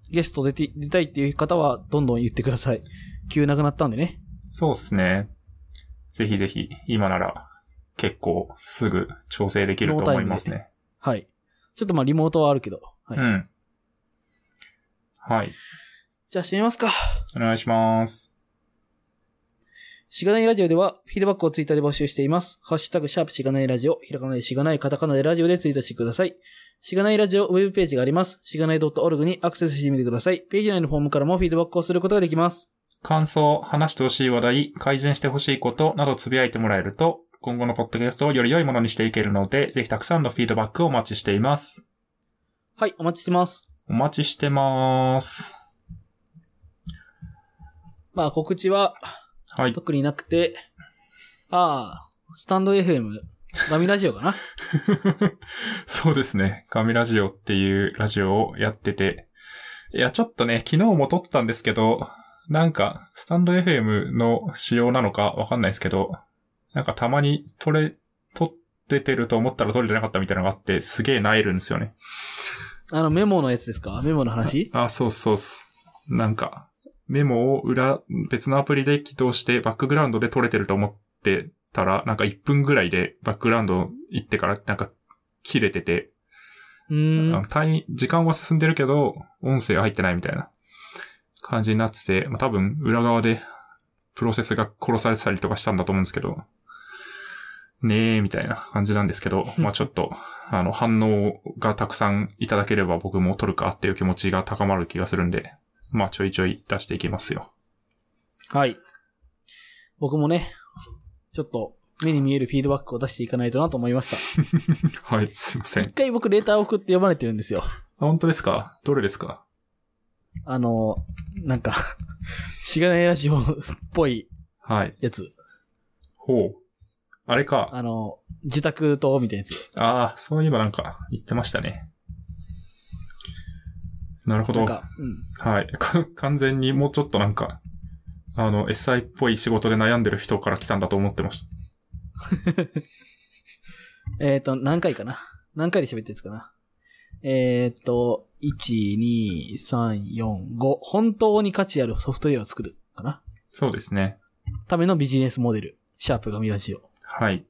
[SPEAKER 2] ゲスト出て、出たいっていう方は、どんどん言ってください。急なくなったんでね。
[SPEAKER 1] そうっすね。ぜひぜひ、今なら、結構すぐ調整できると思いますね。
[SPEAKER 2] はい。ちょっとまあリモートはあるけど。はい。
[SPEAKER 1] うん。はい。
[SPEAKER 2] じゃあ閉めますか。
[SPEAKER 1] お願いします。
[SPEAKER 2] しがないラジオでは、フィードバックをツイッターで募集しています。ハッシュタグ、シャープしがないラジオ、ひらがなでしがない、カタカナでラジオでツイートしてください。しがないラジオウェブページがあります。しがない .org にアクセスしてみてください。ページ内のフォームからもフィードバックをすることができます。
[SPEAKER 1] 感想、話してほしい話題、改善してほしいことなどつぶやいてもらえると、今後のポッドキャストをより良いものにしていけるので、ぜひたくさんのフィードバックをお待ちしています。
[SPEAKER 2] はい、お待ちしてます。
[SPEAKER 1] お待ちしてます。
[SPEAKER 2] まあ告知は、
[SPEAKER 1] はい。
[SPEAKER 2] 特になくて、ああ、スタンド FM、ガミラジオかな
[SPEAKER 1] そうですね。神ラジオっていうラジオをやってて。いや、ちょっとね、昨日も撮ったんですけど、なんか、スタンド FM の仕様なのかわかんないですけど、なんかたまに撮れ、撮っててると思ったら撮れてなかったみたいなのがあって、すげえ萎えるんですよね。
[SPEAKER 2] あのメモのやつですかメモの話
[SPEAKER 1] あ、そうそうっす。なんか、メモを裏、別のアプリで起動してバックグラウンドで撮れてると思ってたら、なんか1分ぐらいでバックグラウンド行ってからなんか切れてて、
[SPEAKER 2] う
[SPEAKER 1] あ
[SPEAKER 2] ー
[SPEAKER 1] の
[SPEAKER 2] ん。
[SPEAKER 1] 単位時間は進んでるけど、音声が入ってないみたいな感じになってて、まあ、多分裏側でプロセスが殺されてたりとかしたんだと思うんですけど、ねえ、みたいな感じなんですけど、まあちょっと、あの、反応がたくさんいただければ僕も取るかっていう気持ちが高まる気がするんで、まあちょいちょい出していきますよ。
[SPEAKER 2] はい。僕もね、ちょっと目に見えるフィードバックを出していかないとなと思いました。
[SPEAKER 1] はい、すいません。
[SPEAKER 2] 一回僕レーター送って読まれてるんですよ。
[SPEAKER 1] あ、本当ですかどれですか
[SPEAKER 2] あの、なんか、 しがないラジオっぽい
[SPEAKER 1] はい。
[SPEAKER 2] やつ。
[SPEAKER 1] ほう。あれか。
[SPEAKER 2] あの、自宅と、みたいなやつ。
[SPEAKER 1] ああ、そういえばなんか言ってましたね。なるほ
[SPEAKER 2] なん
[SPEAKER 1] ど。
[SPEAKER 2] か、うん。
[SPEAKER 1] はい。 か完全にもうちょっとなんか、あの、SI っぽい仕事で悩んでる人から来たんだと思ってまし
[SPEAKER 2] えっ、と、何回かな何回で喋ってるんですかなえっ、と、1、2、3、4、5。本当に価値あるソフトウェアを作る。かな
[SPEAKER 1] た。そうですね。
[SPEAKER 2] ためのビジネスモデル。シャープがミラジオ。
[SPEAKER 1] はい。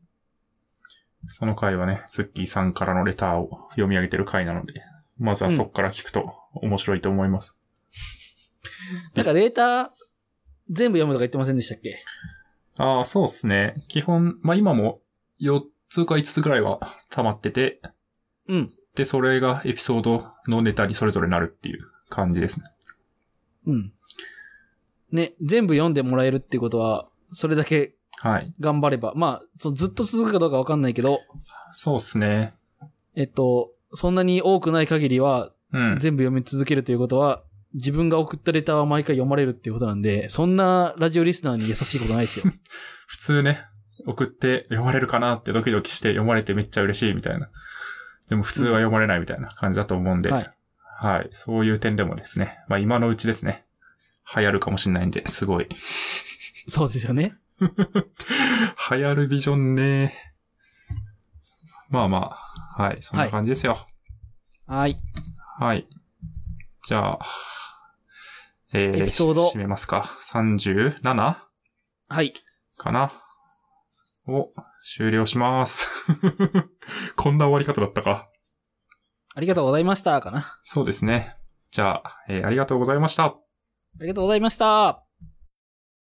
[SPEAKER 1] その回はね、ツッキーさんからのレターを読み上げてる回なので、まずはそこから聞くと面白いと思います。
[SPEAKER 2] なんかレーター、全部読むとか言ってませんでしたっけ
[SPEAKER 1] ああ、そうですね。基本、まあ今も4つか5つぐらいは溜まってて、
[SPEAKER 2] うん。
[SPEAKER 1] で、それがエピソードのネタにそれぞれなるっていう感じですね。
[SPEAKER 2] うん。ね、全部読んでもらえるってことは、それだけ
[SPEAKER 1] はい。
[SPEAKER 2] 頑張れば。まあ、そうずっと続くかどうかわかんないけど、
[SPEAKER 1] そうですね。
[SPEAKER 2] えっと、そんなに多くない限りは、
[SPEAKER 1] うん。
[SPEAKER 2] 全部読み続けるということは、自分が送ったレターは毎回読まれるっていうことなんで、そんなラジオリスナーに優しいことないですよ。
[SPEAKER 1] 普通ね、送って読まれるかなってドキドキして読まれてめっちゃ嬉しいみたいな。でも普通は読まれないみたいな感じだと思うんで。
[SPEAKER 2] はい。
[SPEAKER 1] はい。そういう点でもですね。まあ今のうちですね。流行るかもしれないんで、すごい。
[SPEAKER 2] そうですよね。
[SPEAKER 1] 流行るビジョンね。まあまあ。はい。そんな感じですよ。
[SPEAKER 2] はい。
[SPEAKER 1] はい。じゃあ、え
[SPEAKER 2] エピソード
[SPEAKER 1] し締めますか。37か
[SPEAKER 2] はい。
[SPEAKER 1] なを終了します。 こんな終わり方だったか。
[SPEAKER 2] ありがとうございました。かな。
[SPEAKER 1] そうですね。じゃあ、えーありがとうございました。
[SPEAKER 2] ありがとうございました。